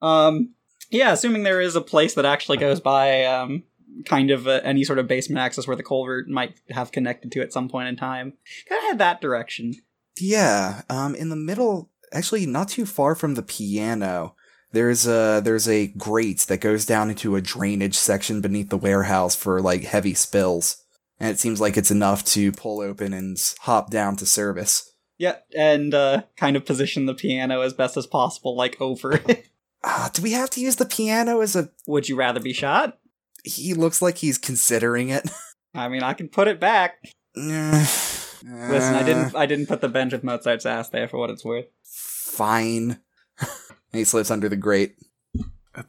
[SPEAKER 3] Um, yeah, assuming there is a place that actually goes by um, kind of uh, any sort of basement access where the culvert might have connected to at some point in time. Kind of head that direction.
[SPEAKER 1] Yeah, um, in the middle, actually, not too far from the piano, there's a there's a grate that goes down into a drainage section beneath the warehouse for like heavy spills, and it seems like it's enough to pull open and s- hop down to service.
[SPEAKER 3] Yeah, and uh, kind of position the piano as best as possible, like over. [laughs] it.
[SPEAKER 1] Ah, do we have to use the piano as a?
[SPEAKER 3] Would you rather be shot?
[SPEAKER 1] He looks like he's considering it.
[SPEAKER 3] I mean, I can put it back. [sighs] Listen,
[SPEAKER 1] Listen,
[SPEAKER 3] I didn't.
[SPEAKER 8] Uh.
[SPEAKER 3] I didn't put the bench of Mozart's ass there for what it's worth.
[SPEAKER 1] [sighs] Fine. [laughs] and he slips under the grate.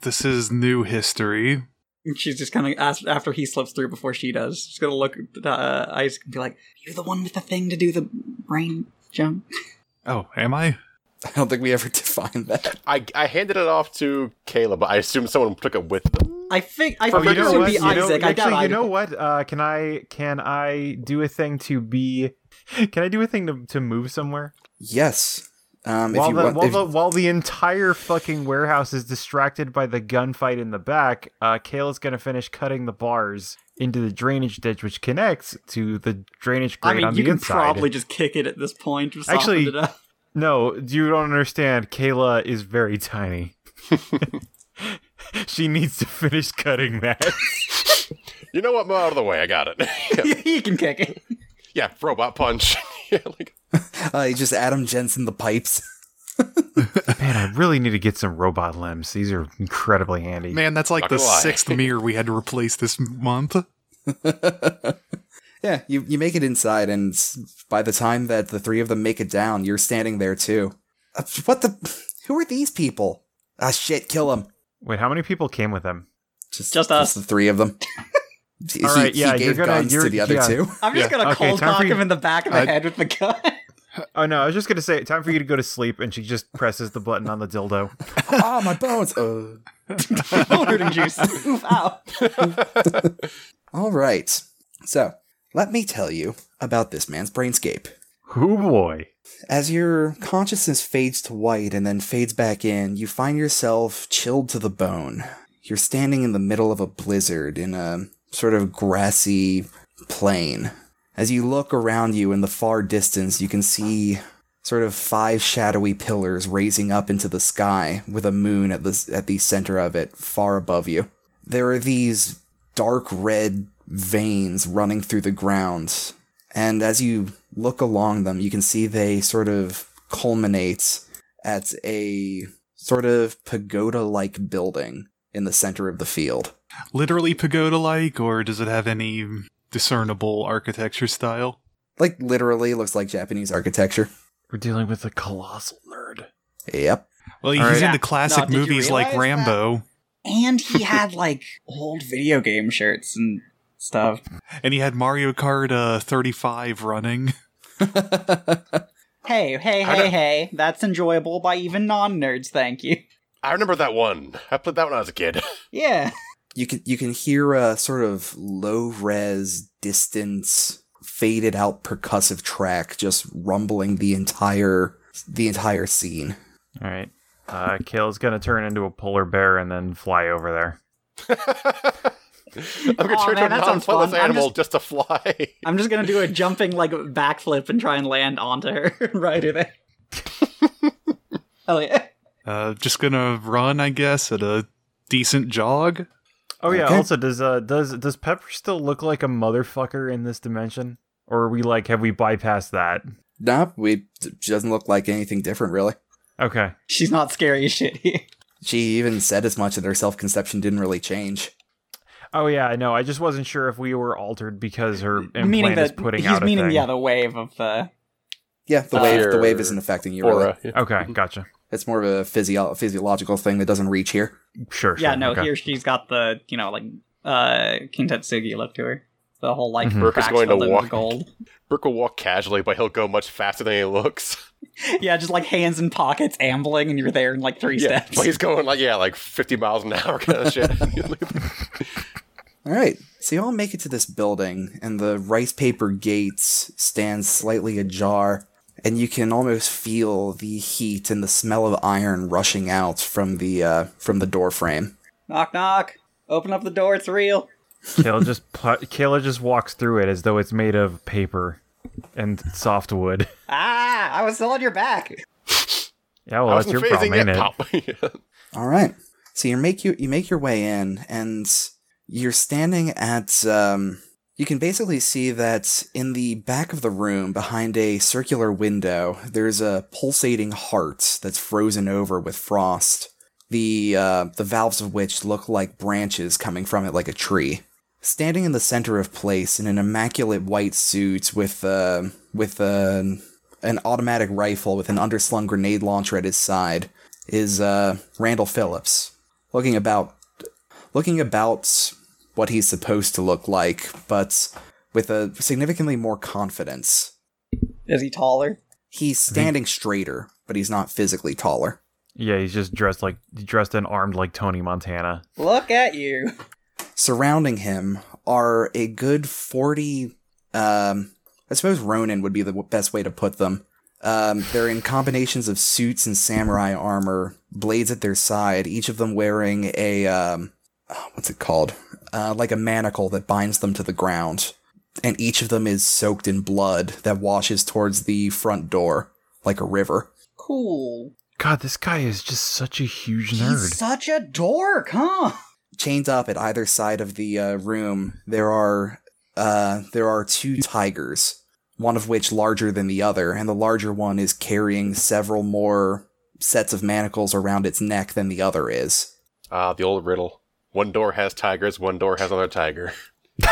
[SPEAKER 8] This is new history.
[SPEAKER 3] And She's just kind of asked after he slips through before she does. She's gonna look at uh, Isaac and be like, "You're the one with the thing to do the brain jump."
[SPEAKER 8] Oh, am I?
[SPEAKER 1] I don't think we ever [laughs] defined that.
[SPEAKER 2] I, I handed it off to Caleb, but I assume someone took it with them.
[SPEAKER 3] I think I
[SPEAKER 2] Oh,
[SPEAKER 3] think
[SPEAKER 2] you know
[SPEAKER 3] it would
[SPEAKER 2] what?
[SPEAKER 3] be
[SPEAKER 2] You know-
[SPEAKER 3] Isaac. I doubt
[SPEAKER 4] actually, you
[SPEAKER 3] Isaac.
[SPEAKER 4] know what? Uh, can I can I do a thing to be? Can I do a thing to, to move somewhere
[SPEAKER 1] Yes. Um, if
[SPEAKER 4] while
[SPEAKER 1] you
[SPEAKER 4] the,
[SPEAKER 1] want,
[SPEAKER 4] while,
[SPEAKER 1] if-
[SPEAKER 4] the, while the entire fucking warehouse is distracted by the gunfight in the back? Uh, Kale is gonna finish cutting the bars into the drainage ditch, which connects to the drainage grate
[SPEAKER 3] I mean,
[SPEAKER 4] on
[SPEAKER 3] you
[SPEAKER 4] the
[SPEAKER 3] can
[SPEAKER 4] inside. eh?
[SPEAKER 3] probably just kick it at this point. Just soften
[SPEAKER 4] Actually-
[SPEAKER 3] it up.
[SPEAKER 4] No, you don't understand. Kayla is very tiny. she needs to finish cutting that.
[SPEAKER 2] You know what? Move out of the way. I got it. [laughs] yeah.
[SPEAKER 3] [laughs] he can kick it.
[SPEAKER 2] yeah, robot punch. [laughs] yeah, like,
[SPEAKER 1] Uh, you just Adam Jensen the pipes. [laughs]
[SPEAKER 4] Man, I really need to get some robot limbs. These are incredibly handy.
[SPEAKER 8] Man, that's like
[SPEAKER 2] Not
[SPEAKER 8] the
[SPEAKER 2] gonna lie.
[SPEAKER 8] sixth mirror we had to replace this month.
[SPEAKER 1] yeah, you, you make it inside, and s- by the time that the three of them make it down, you're standing there too. Uh, what the? Who are these people? Ah, shit, kill them.
[SPEAKER 4] Wait, how many people came with them?
[SPEAKER 3] Just us.
[SPEAKER 1] the three of them. [laughs] He-
[SPEAKER 4] All right,
[SPEAKER 1] he,
[SPEAKER 4] yeah,
[SPEAKER 1] he
[SPEAKER 4] you're
[SPEAKER 1] gave
[SPEAKER 4] gonna-
[SPEAKER 1] guns
[SPEAKER 4] you're-
[SPEAKER 1] to the other
[SPEAKER 4] yeah. [laughs]
[SPEAKER 1] two. [laughs]
[SPEAKER 3] I'm just
[SPEAKER 8] Yeah.
[SPEAKER 3] gonna
[SPEAKER 4] Okay,
[SPEAKER 3] cold
[SPEAKER 4] time for
[SPEAKER 3] cock
[SPEAKER 4] you- Uh,
[SPEAKER 3] him in the back of the
[SPEAKER 8] I-
[SPEAKER 3] head with the gun. [laughs]
[SPEAKER 4] Oh no, I was just gonna say, time for you to go to sleep, and she just presses the button on the dildo.
[SPEAKER 1] Ah, my bones. Uh,
[SPEAKER 3] Rooting
[SPEAKER 4] [laughs]
[SPEAKER 3] juice. Oof, ow.
[SPEAKER 1] all right. So let me tell you about this man's brainscape.
[SPEAKER 4] Who boy?
[SPEAKER 1] As your consciousness fades to white and then fades back in, you find yourself chilled to the bone. You're standing in the middle of a blizzard in a sort of grassy plain. As you look around you in the far distance, you can see sort of five shadowy pillars raising up into the sky with a moon at the, at the center of it, far above you. There are these dark red veins running through the ground, and as you look along them, you can see they sort of culminate at a sort of pagoda like building in the center of the field.
[SPEAKER 8] Literally pagoda like, or does it have any discernible architecture style?
[SPEAKER 1] Like, literally looks like Japanese architecture.
[SPEAKER 4] We're dealing with a colossal nerd.
[SPEAKER 1] Yep. [laughs]
[SPEAKER 8] Well, he's
[SPEAKER 5] All right.
[SPEAKER 8] in
[SPEAKER 3] Yeah.
[SPEAKER 8] the classic
[SPEAKER 3] No, did you
[SPEAKER 8] movies like
[SPEAKER 3] realize that?
[SPEAKER 8] Rambo,
[SPEAKER 3] And he had like old video game shirts and stuff.
[SPEAKER 8] and he had Mario Kart uh, 35 running.
[SPEAKER 3] Hey, hey,
[SPEAKER 2] I
[SPEAKER 3] hey,
[SPEAKER 2] don't-
[SPEAKER 3] hey. That's enjoyable by even non nerds, thank you.
[SPEAKER 2] I remember that one. I played that when I was a kid. [laughs]
[SPEAKER 3] Yeah.
[SPEAKER 1] you can you can hear a sort of low res distant faded out percussive track just rumbling the entire the entire scene
[SPEAKER 4] All right. Uh, Kale's gonna turn into a polar bear and then fly over there.
[SPEAKER 2] I'm gonna
[SPEAKER 3] Aw,
[SPEAKER 2] turn
[SPEAKER 3] man,
[SPEAKER 2] into a
[SPEAKER 3] that sounds
[SPEAKER 2] non-pointless
[SPEAKER 3] fun. I'm
[SPEAKER 2] animal just... to
[SPEAKER 3] [laughs]
[SPEAKER 2] fly.
[SPEAKER 3] I'm just gonna do a jumping like backflip and try and land onto her [laughs] right in there. Hell yeah.
[SPEAKER 8] Uh, just gonna run, I guess, at a decent jog.
[SPEAKER 4] Oh yeah.
[SPEAKER 1] Okay.
[SPEAKER 4] Also, does uh does does Pepper still look like a motherfucker in this dimension, or are we like have we bypassed that?
[SPEAKER 1] nope we she doesn't look like anything different really
[SPEAKER 4] Okay.
[SPEAKER 3] She's not scary as shit here.
[SPEAKER 1] she even said as much that her self-conception didn't really change
[SPEAKER 4] Oh yeah, I know. I just wasn't sure if we were altered because her implant
[SPEAKER 3] meaning
[SPEAKER 4] is
[SPEAKER 3] that
[SPEAKER 4] putting
[SPEAKER 3] he's
[SPEAKER 4] out a
[SPEAKER 3] meaning
[SPEAKER 4] thing.
[SPEAKER 3] the other wave of uh, the
[SPEAKER 1] yeah the
[SPEAKER 3] Uh,
[SPEAKER 1] wave the wave
[SPEAKER 2] your
[SPEAKER 1] isn't affecting you really
[SPEAKER 2] Aura.
[SPEAKER 4] Okay, gotcha.
[SPEAKER 1] it's more of a physio- physiological thing that doesn't reach here
[SPEAKER 4] Sure.
[SPEAKER 3] yeah
[SPEAKER 4] sure,
[SPEAKER 3] no
[SPEAKER 4] okay.
[SPEAKER 3] he or she's got the you know like uh King Tetsugi look to her the whole like cracks
[SPEAKER 4] Mhm.
[SPEAKER 2] Brooke is going to
[SPEAKER 3] filled in with
[SPEAKER 2] walk.
[SPEAKER 3] gold [laughs]
[SPEAKER 2] Brooke will walk casually, but he'll go much faster than he looks.
[SPEAKER 3] yeah just like hands in pockets ambling and you're there in like three
[SPEAKER 2] Yeah,
[SPEAKER 3] steps
[SPEAKER 2] but he's going like yeah, like 50 miles an hour kind of shit. [laughs]
[SPEAKER 1] All right. So you all make it to this building, and the rice paper gates stand slightly ajar, and you can almost feel the heat and the smell of iron rushing out from the uh, from the door frame.
[SPEAKER 3] [laughs] knock knock open up the door it's real
[SPEAKER 4] Kayla just pl- Kayla just walks through it as though it's made of paper and soft wood.
[SPEAKER 3] ah I was still on your back
[SPEAKER 4] [laughs] Yeah, well,
[SPEAKER 2] I
[SPEAKER 4] that's
[SPEAKER 2] wasn't
[SPEAKER 4] your problem,
[SPEAKER 2] phasing
[SPEAKER 4] ain't
[SPEAKER 2] it.
[SPEAKER 4] it?
[SPEAKER 2] Pop. [laughs] Yeah.
[SPEAKER 1] All right. So you make you you make your way in, and you're standing at. Um, you can basically see that in the back of the room, behind a circular window, there's a pulsating heart that's frozen over with frost. The uh, the valves of which look like branches coming from it, like a tree. Standing in the center of place in an immaculate white suit with uh, with an an automatic rifle with an underslung grenade launcher at his side, is uh, Randall Phillips looking about looking about what he's supposed to look like, but with a significantly more confidence.
[SPEAKER 3] is he taller
[SPEAKER 1] He's standing straighter, but he's not physically taller.
[SPEAKER 4] Yeah, he's just dressed like dressed and armed like Tony Montana.
[SPEAKER 3] look at you
[SPEAKER 1] Surrounding him are a good forty. Um, I suppose Ronin would be the w- best way to put them. Um, they're in combinations of suits and samurai armor, blades at their side, each of them wearing a um, oh, what's it called? Uh, like a manacle that binds them to the ground, and each of them is soaked in blood that washes towards the front door like a river.
[SPEAKER 3] cool
[SPEAKER 4] God, this guy is just such a huge
[SPEAKER 3] he's
[SPEAKER 4] nerd.
[SPEAKER 3] such a dork huh
[SPEAKER 1] chained up at either side of the uh, room there are uh, there are two tigers one of which larger than the other and the larger one is carrying several more sets of manacles around its neck than the other is
[SPEAKER 2] Ah, the old riddle. One door has tigers, one door has another tiger. [laughs]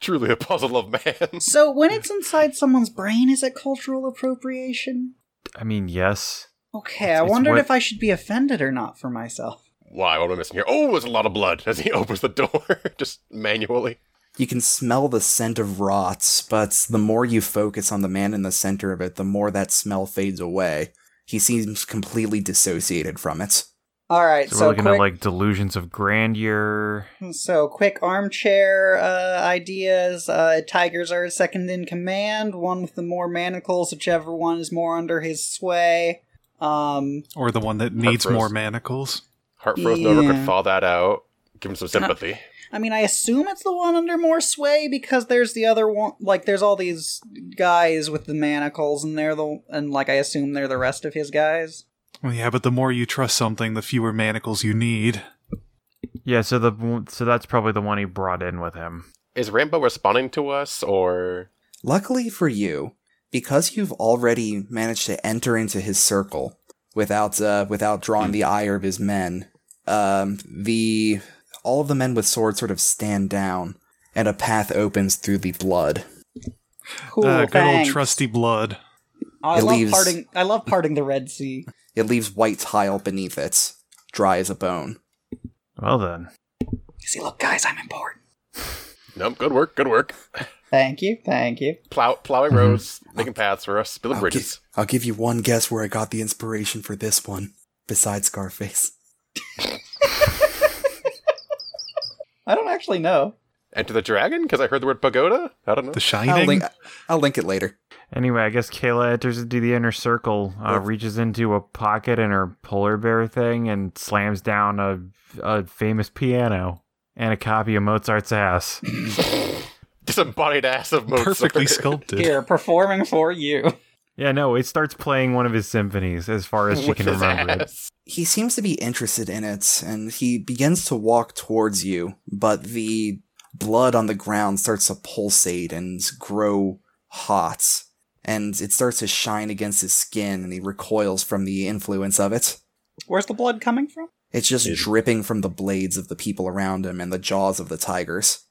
[SPEAKER 2] Truly a puzzle of man.
[SPEAKER 3] so when it's inside someone's brain is it cultural appropriation
[SPEAKER 4] I mean, yes.
[SPEAKER 3] okay
[SPEAKER 4] It's-
[SPEAKER 3] I
[SPEAKER 4] it's
[SPEAKER 3] wondered
[SPEAKER 4] what-
[SPEAKER 3] if I should be offended or not for myself.
[SPEAKER 2] Why? What am I missing here? Oh, there's a lot of blood as he [laughs] opens the door, just manually.
[SPEAKER 1] you can smell the scent of rots but the more you focus on the man in the center of it the more that smell fades away he seems completely dissociated from it
[SPEAKER 3] All right,
[SPEAKER 4] So,
[SPEAKER 3] so,
[SPEAKER 4] we're looking
[SPEAKER 3] quick,
[SPEAKER 4] at like delusions of grandeur.
[SPEAKER 3] so quick armchair uh, ideas. Uh, tigers are second in command. One with the more manacles, whichever one is more under his sway. Um,
[SPEAKER 8] Or the one that needs
[SPEAKER 2] froze.
[SPEAKER 8] more manacles.
[SPEAKER 2] Heart frozen over
[SPEAKER 3] Yeah.
[SPEAKER 2] could thaw that out. Give him some sympathy.
[SPEAKER 3] I mean, I assume it's the one under more sway because there's the other one. Like, there's all these guys with the manacles, and they're the and like I assume they're the rest of his guys.
[SPEAKER 8] Well, yeah, but the more you trust something, the fewer manacles you need.
[SPEAKER 4] Yeah, so the so that's probably the one he brought in with him.
[SPEAKER 2] Is Rambo responding to us, or
[SPEAKER 1] Luckily for you, because you've already managed to enter into his circle without uh, without drawing the ire of his men, um, the all of the men with swords sort of stand down, and a path opens through the blood.
[SPEAKER 3] Cool,
[SPEAKER 8] Ah, good
[SPEAKER 3] thanks. Oh,
[SPEAKER 8] old trusty blood.
[SPEAKER 3] I
[SPEAKER 1] It
[SPEAKER 3] love
[SPEAKER 1] leaves-
[SPEAKER 3] parting. I love parting the Red Sea.
[SPEAKER 1] It leaves white tile beneath it, dry as a bone.
[SPEAKER 4] Well then,
[SPEAKER 3] See, look, guys, I'm important.
[SPEAKER 2] nope? Good work, good work.
[SPEAKER 3] Thank you, thank you.
[SPEAKER 2] Plow, plowing roads, making paths for us, building
[SPEAKER 1] gi-
[SPEAKER 2] bridges.
[SPEAKER 1] I'll give you one guess where I got the inspiration for this one, besides Scarface.
[SPEAKER 3] I don't actually know.
[SPEAKER 2] Enter the dragon because I heard the word pagoda. I don't know.
[SPEAKER 8] The
[SPEAKER 1] I'll
[SPEAKER 8] shining.
[SPEAKER 1] link, I'll link it later.
[SPEAKER 4] anyway, I guess Kayla enters into the inner circle, uh, reaches into a pocket in her polar bear thing, and slams down a a famous piano and a copy of Mozart's ass.
[SPEAKER 2] [laughs] Disembodied ass of Mozart. [laughs]
[SPEAKER 8] Perfectly sculpted.
[SPEAKER 3] Here, performing for you.
[SPEAKER 4] yeah, no, it starts playing one of his symphonies as far as she
[SPEAKER 2] With
[SPEAKER 4] can
[SPEAKER 2] his
[SPEAKER 4] remember it.
[SPEAKER 2] ass.
[SPEAKER 1] He seems to be interested in it, and he begins to walk towards you, but the blood on the ground starts to pulsate and grow hot, and it starts to shine against his skin, and he recoils from the influence of it.
[SPEAKER 3] Where's the blood coming from?
[SPEAKER 1] It's just dripping from the blades of the people around him and the jaws of the tigers.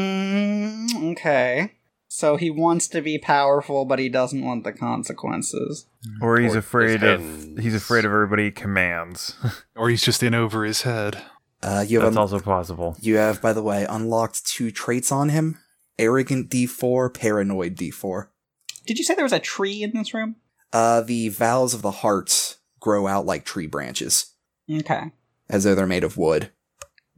[SPEAKER 3] Mm, okay. So he wants to be powerful, but he doesn't want the consequences.
[SPEAKER 4] Or he's
[SPEAKER 2] Or
[SPEAKER 4] afraid
[SPEAKER 2] his
[SPEAKER 4] of
[SPEAKER 2] hands.
[SPEAKER 4] he's afraid of everybody he commands. [laughs]
[SPEAKER 8] Or he's just in over his head.
[SPEAKER 1] Uh, you have
[SPEAKER 4] That's
[SPEAKER 1] un-
[SPEAKER 4] also possible.
[SPEAKER 1] You have, by the way, unlocked two traits on him Arrogant D4, Paranoid D4.
[SPEAKER 3] Did you say there was a tree in this room?
[SPEAKER 1] Uh, the valves of the heart grow out like tree branches,
[SPEAKER 3] Okay.
[SPEAKER 1] as though they're made of wood.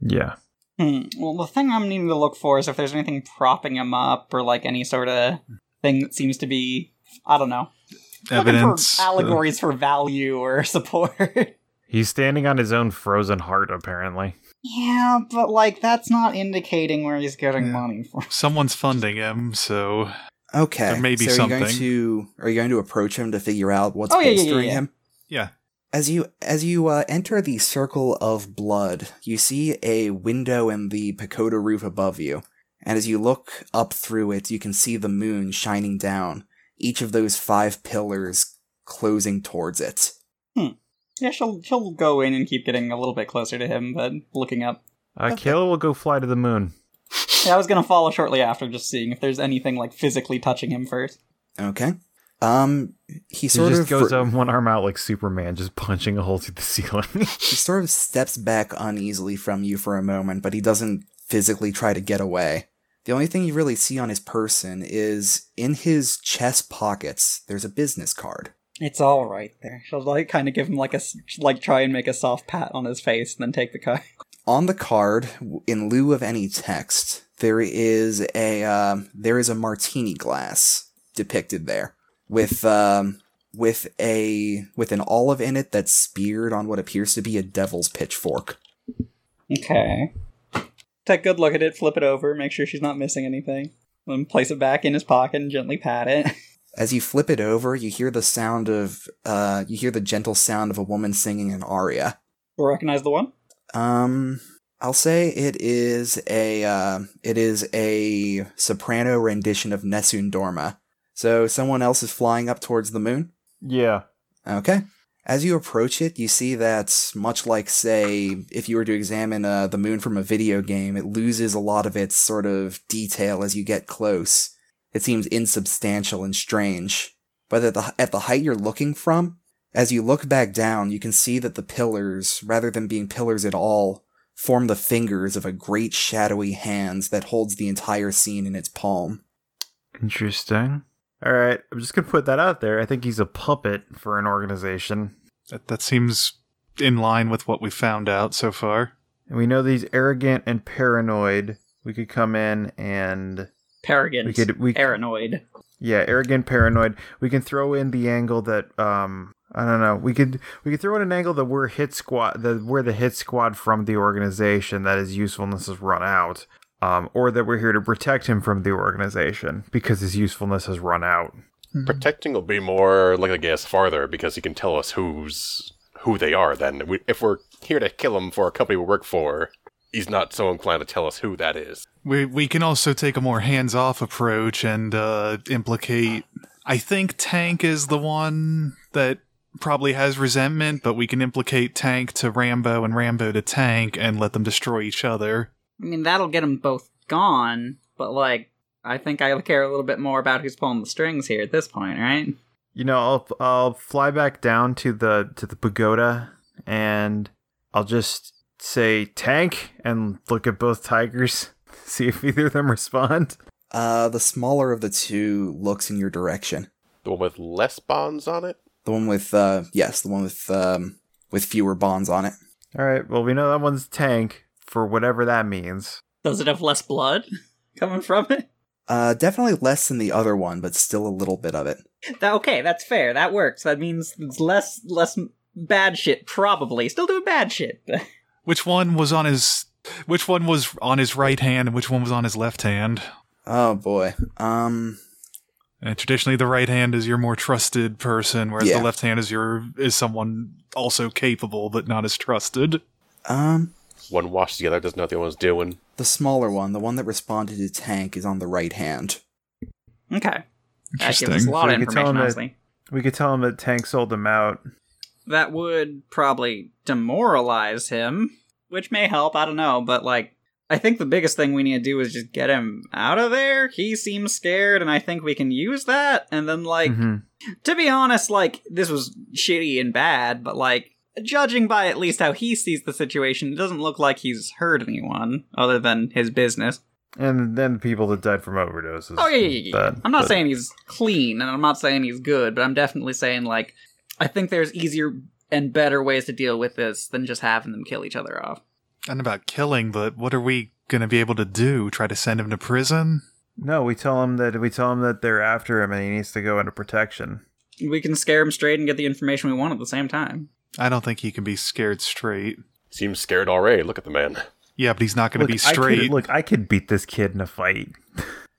[SPEAKER 4] Yeah.
[SPEAKER 3] Hmm. Well, the thing I'm needing to look for is if there's anything propping him up or like any sort of thing that seems to be, I don't know,
[SPEAKER 8] Evidence. uh,
[SPEAKER 3] looking for allegories for value or [laughs] support.
[SPEAKER 4] He's standing on his own frozen heart, apparently.
[SPEAKER 3] yeah, but like that's not indicating where he's getting
[SPEAKER 8] Yeah.
[SPEAKER 3] money from.
[SPEAKER 8] Uh, someone's funding him, so
[SPEAKER 1] Okay.
[SPEAKER 8] There may be
[SPEAKER 1] so are You going
[SPEAKER 8] something.
[SPEAKER 1] to, are you going to approach him to figure out what's
[SPEAKER 3] Oh, yeah, yeah, yeah,
[SPEAKER 1] bolstering
[SPEAKER 3] yeah.
[SPEAKER 1] him?
[SPEAKER 8] yeah.
[SPEAKER 1] As you as you uh, enter the circle of blood, you see a window in the pagoda roof above you, and as you look up through it, you can see the moon shining down. Each of those five pillars closing towards it.
[SPEAKER 3] Yeah, she'll she'll go in and keep getting a little bit closer to him, but looking up.
[SPEAKER 4] Uh, Kayla will go fly to the moon.
[SPEAKER 3] Yeah, I was gonna follow shortly after, just seeing if there's anything like physically touching him first.
[SPEAKER 1] Okay. Um, he
[SPEAKER 4] He
[SPEAKER 1] sort
[SPEAKER 4] just
[SPEAKER 1] of
[SPEAKER 4] goes um, one arm out like Superman, just punching a hole through the [laughs] ceiling.
[SPEAKER 1] he sort of steps back uneasily from you for a moment, but he doesn't physically try to get away. The only thing you really see on his person is in his chest pockets. There's a business card.
[SPEAKER 3] It's all right there. She'll like kind of give him like a s- like try and make a soft pat on his face, and then take the card.
[SPEAKER 1] On the card, w- in lieu of any text, there is a um, there is a martini glass depicted there with um, with a with an olive in it that's speared on what appears to be a devil's pitchfork.
[SPEAKER 3] Okay. Take a good look at it, flip it over, make sure she's not missing anything. Then place it back in his pocket and gently pat [laughs] it.
[SPEAKER 1] As you flip it over, you hear the sound of uh you hear the gentle sound of a woman singing an aria.
[SPEAKER 3] We'll recognize the one.
[SPEAKER 1] Um I'll say it is a uh, it is a soprano rendition of Nessun Dorma. So someone else is flying up towards the moon.
[SPEAKER 4] yeah.
[SPEAKER 1] Okay. As you approach it, you see that much like, say, if you were to examine uh, the moon from a video game, it loses a lot of its sort of detail as you get close. It seems insubstantial and strange. But at the, at the height you're looking from, as you look back down, you can see that the pillars, rather than being pillars at all, form the fingers of a great shadowy hand that holds the entire scene in its palm.
[SPEAKER 4] Interesting. All right, I'm just gonna put that out there. I think he's a puppet for an organization,
[SPEAKER 8] That, that seems in line with what we found out so far.
[SPEAKER 4] and we know that he's arrogant and paranoid. We could come in and
[SPEAKER 3] Paragons.
[SPEAKER 4] We could- we-
[SPEAKER 3] Paranoid.
[SPEAKER 4] yeah, arrogant, paranoid. We can throw in the angle that um I don't know. We could we could throw in an angle that we're hit squad that we're the hit squad from the organization that his usefulness has run out, um, or that we're here to protect him from the organization because his usefulness has run out.
[SPEAKER 2] Protecting will be more like I guess farther because he can tell us who's who they are. Then we, if we're here to kill him for a company we work for, he's not so inclined to tell us who that is.
[SPEAKER 5] We we can also take a more hands-off approach and uh, implicate. I think Tank is the one that probably has resentment, but we can implicate Tank to Rambo and Rambo to Tank and let them destroy each other.
[SPEAKER 3] I mean, that'll get them both gone, but like, I think I care a little bit more about who's pulling the strings here at this point, right?
[SPEAKER 4] You know, I'll I'll fly back down to the to the pagoda and I'll just say tank and look at both tigers, [laughs] see if either of them respond.
[SPEAKER 1] Uh, the smaller of the two looks in your direction.
[SPEAKER 2] The one with less bonds on it.
[SPEAKER 1] The one with uh, yes, the one with um, with fewer bonds on it.
[SPEAKER 4] All right, well we know that one's tank for whatever that means.
[SPEAKER 3] Does it have less blood [laughs] coming from it?
[SPEAKER 1] Uh, definitely less than the other one, but still a little bit of it.
[SPEAKER 3] That, okay, that's fair. That works. That means it's less less bad shit. Probably still doing bad shit.
[SPEAKER 5] Which one was on his? Which one was on his right hand, and which one was on his left hand?
[SPEAKER 1] Oh boy. Um,
[SPEAKER 5] And traditionally, the right hand is your more trusted person, whereas
[SPEAKER 1] Yeah.
[SPEAKER 5] the left hand is your is someone also capable but not as trusted.
[SPEAKER 1] um,
[SPEAKER 2] One watches the other, doesn't know what the other one's doing.
[SPEAKER 1] the smaller one, the one that responded to tank, is on the right hand.
[SPEAKER 3] okay, that gives us a
[SPEAKER 5] Interesting.
[SPEAKER 3] lot of
[SPEAKER 4] So you could tell
[SPEAKER 3] information.
[SPEAKER 4] him that-
[SPEAKER 3] Honestly,
[SPEAKER 4] We could tell him that tank sold him out.
[SPEAKER 3] that would probably demoralize him, which may help. I don't know, but like, I think the biggest thing we need to do is just get him out of there. He seems scared, and I think we can use that. And then like.
[SPEAKER 4] Mhm.
[SPEAKER 3] to be honest, like this was shitty and bad, but like judging by at least how he sees the situation, it doesn't look like he's hurt anyone other than his business.
[SPEAKER 4] And then people that died from overdoses.
[SPEAKER 3] Oh yeah, yeah, yeah. yeah.
[SPEAKER 4] But-
[SPEAKER 3] I'm not
[SPEAKER 4] but-
[SPEAKER 3] saying he's clean, and I'm not saying he's good, but I'm definitely saying like I think there's easier and better ways to deal with this than just having them kill each other off.
[SPEAKER 5] And about killing, but what are we gonna be able to do? Try to send him to prison?
[SPEAKER 4] No, we tell him that we tell him that they're after him and he needs to go into protection.
[SPEAKER 3] We can scare him straight and get the information we want at the same time.
[SPEAKER 5] I don't think he can be scared straight.
[SPEAKER 2] Seems scared already. Look at the man.
[SPEAKER 5] Yeah, but he's not gonna
[SPEAKER 4] Look,
[SPEAKER 5] be
[SPEAKER 4] I
[SPEAKER 5] straight.
[SPEAKER 4] could, look, I could beat this kid in a fight.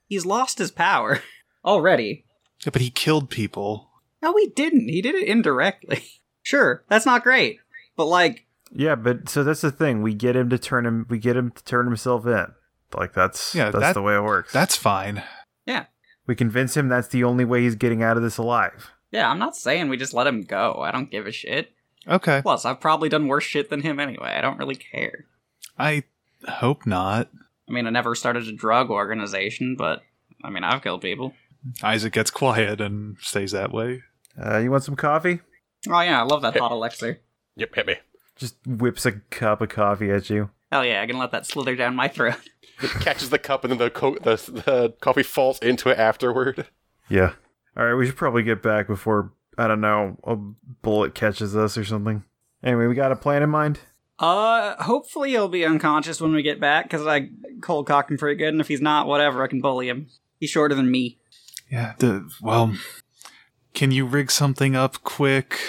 [SPEAKER 3] He's lost his power [laughs] already.
[SPEAKER 5] Yeah, but he killed people.
[SPEAKER 3] No, he didn't. He did it indirectly. [laughs] sure, that's not great, but like,
[SPEAKER 4] Yeah, but so that's the thing. We get him to turn him. We get him to turn himself in. Like that's
[SPEAKER 5] Yeah,
[SPEAKER 4] that's
[SPEAKER 5] that-
[SPEAKER 4] the way it works.
[SPEAKER 5] That's fine.
[SPEAKER 3] yeah,
[SPEAKER 4] we convince him that's the only way he's getting out of this alive.
[SPEAKER 3] yeah. I'm not saying we just let him go. I don't give a shit.
[SPEAKER 5] Okay.
[SPEAKER 3] Plus, I've probably done worse shit than him anyway. I don't really care.
[SPEAKER 5] I hope not.
[SPEAKER 3] I mean, I never started a drug organization, but I mean, I've killed people.
[SPEAKER 5] Isaac gets quiet and stays that way.
[SPEAKER 4] Uh, you want some coffee?
[SPEAKER 3] Oh yeah, I love that hot elixir.
[SPEAKER 2] Yep, hit me.
[SPEAKER 4] Just whips a cup of coffee at you.
[SPEAKER 3] Hell yeah, I can let that slither down my throat. [laughs]
[SPEAKER 2] It catches the cup and then the, co- the the coffee falls into it afterward.
[SPEAKER 4] Yeah. All right, we should probably get back before I don't know a bullet catches us or something. Anyway, we got a plan in mind.
[SPEAKER 3] Uh, hopefully he'll be unconscious when we get back, because I cold cocked him pretty good, and if he's not, whatever, I can bully him. He's shorter than me.
[SPEAKER 5] Yeah. The, well, can you rig something up quick,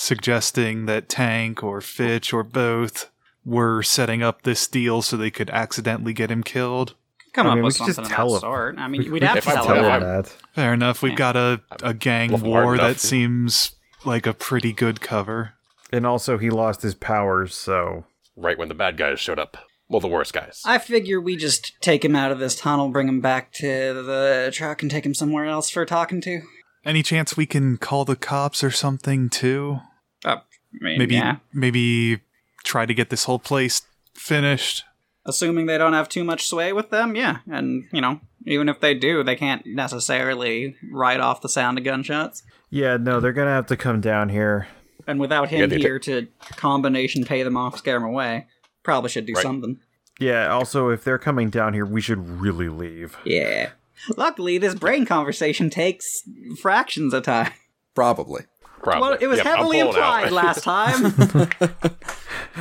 [SPEAKER 5] suggesting that Tank or Fitch or both were setting up this deal so they could accidentally get him killed?
[SPEAKER 3] Come
[SPEAKER 4] I
[SPEAKER 3] up
[SPEAKER 4] mean, we
[SPEAKER 3] with
[SPEAKER 4] could just
[SPEAKER 3] something of
[SPEAKER 4] tell
[SPEAKER 3] that
[SPEAKER 4] him.
[SPEAKER 3] sort. I
[SPEAKER 4] We-
[SPEAKER 3] mean,
[SPEAKER 4] we
[SPEAKER 3] we'd have
[SPEAKER 4] could
[SPEAKER 3] to
[SPEAKER 2] If I
[SPEAKER 3] tell
[SPEAKER 4] tell
[SPEAKER 3] him.
[SPEAKER 2] him
[SPEAKER 4] him
[SPEAKER 2] I'm-
[SPEAKER 4] that.
[SPEAKER 5] Fair enough. We've
[SPEAKER 3] Yeah.
[SPEAKER 5] got a, a gang
[SPEAKER 2] Bluff him hard
[SPEAKER 5] war
[SPEAKER 2] enough.
[SPEAKER 5] that seems like a pretty good cover.
[SPEAKER 4] And also, he lost his powers, so
[SPEAKER 2] Right when the bad guys showed up. Well, the worst guys.
[SPEAKER 3] I figure we just take him out of this tunnel, bring him back to the truck, and take him somewhere else for talking to.
[SPEAKER 5] Any chance we can call the cops or something too?
[SPEAKER 3] Oh, I mean,
[SPEAKER 5] Maybe
[SPEAKER 3] yeah.
[SPEAKER 5] maybe try to get this whole place finished.
[SPEAKER 3] Assuming they don't have too much sway with them, yeah. And, you know, even if they do, they can't necessarily write off the sound of gunshots.
[SPEAKER 4] yeah, no, they're gonna have to come down here.
[SPEAKER 3] And without
[SPEAKER 2] Yeah,
[SPEAKER 3] him
[SPEAKER 2] they ta-
[SPEAKER 3] here to combination pay them off, scare them away, probably should do
[SPEAKER 2] Right.
[SPEAKER 3] something.
[SPEAKER 4] Yeah. Also, if they're coming down here, we should really leave.
[SPEAKER 3] Yeah. Luckily, this brain conversation takes fractions of time.
[SPEAKER 1] Probably.
[SPEAKER 2] Probably.
[SPEAKER 3] Well, it was
[SPEAKER 2] Yep, I'm
[SPEAKER 3] heavily
[SPEAKER 2] pulling out. [laughs]
[SPEAKER 3] implied last
[SPEAKER 4] [laughs]
[SPEAKER 3] time.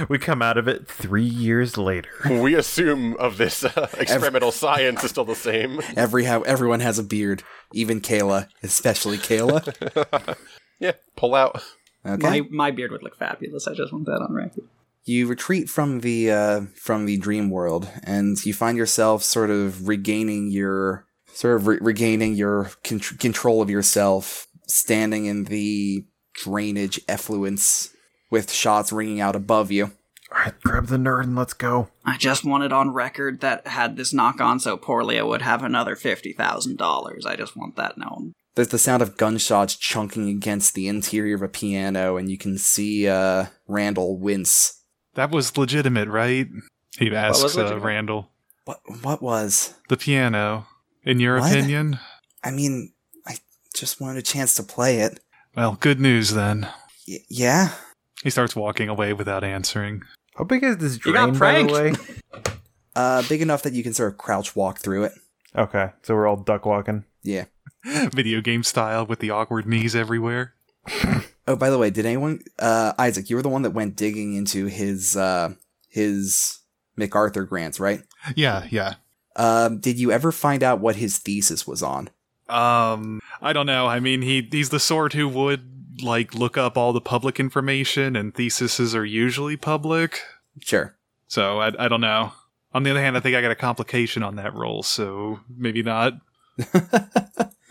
[SPEAKER 4] We come out of it three years later.
[SPEAKER 2] [laughs] we assume of this uh, experimental science is still the same.
[SPEAKER 1] Every how everyone has a beard, even Kayla, especially Kayla.
[SPEAKER 2] Yeah, pull out.
[SPEAKER 1] Okay.
[SPEAKER 3] My my beard would look fabulous. I just want that on record.
[SPEAKER 1] you retreat from the uh, from the dream world, and you find yourself sort of regaining your sort of re- regaining your con- control of yourself, standing in the drainage effluence with shots ringing out above you.
[SPEAKER 4] All right, grab the nerd and let's go.
[SPEAKER 3] I just want it on record that had this knock on so poorly, I would have another fifty thousand dollars. I just want that known.
[SPEAKER 1] There's the sound of gunshots chunking against the interior of a piano, and you can see uh, Randall wince.
[SPEAKER 5] That was legitimate, right? He asks uh,
[SPEAKER 3] legitimate?
[SPEAKER 5] Randall.
[SPEAKER 1] What? What was?
[SPEAKER 5] The piano, in your
[SPEAKER 1] What?
[SPEAKER 5] opinion?
[SPEAKER 1] I mean, I just wanted a chance to play it.
[SPEAKER 5] Well, good news then.
[SPEAKER 1] Y- yeah.
[SPEAKER 5] He starts walking away without answering. [laughs]
[SPEAKER 4] How big is this
[SPEAKER 3] You got
[SPEAKER 4] drain, by
[SPEAKER 3] pranked.
[SPEAKER 4] the way?
[SPEAKER 1] Uh, big enough that you can sort of crouch walk through it.
[SPEAKER 4] [laughs] Okay, so we're all duck walking.
[SPEAKER 1] Yeah.
[SPEAKER 5] Video game style with the awkward knees everywhere.
[SPEAKER 1] Oh, by the way, did anyone? Uh, Isaac, you were the one that went digging into his uh, his MacArthur grants, right?
[SPEAKER 5] Yeah, yeah.
[SPEAKER 1] Um, did you ever find out what his thesis was on?
[SPEAKER 5] Um, I don't know. I mean, he he's the sort who would like look up all the public information, and theses are usually public.
[SPEAKER 1] Sure.
[SPEAKER 5] So I, I don't know. On the other hand, I think I got a complication on that roll, so maybe not.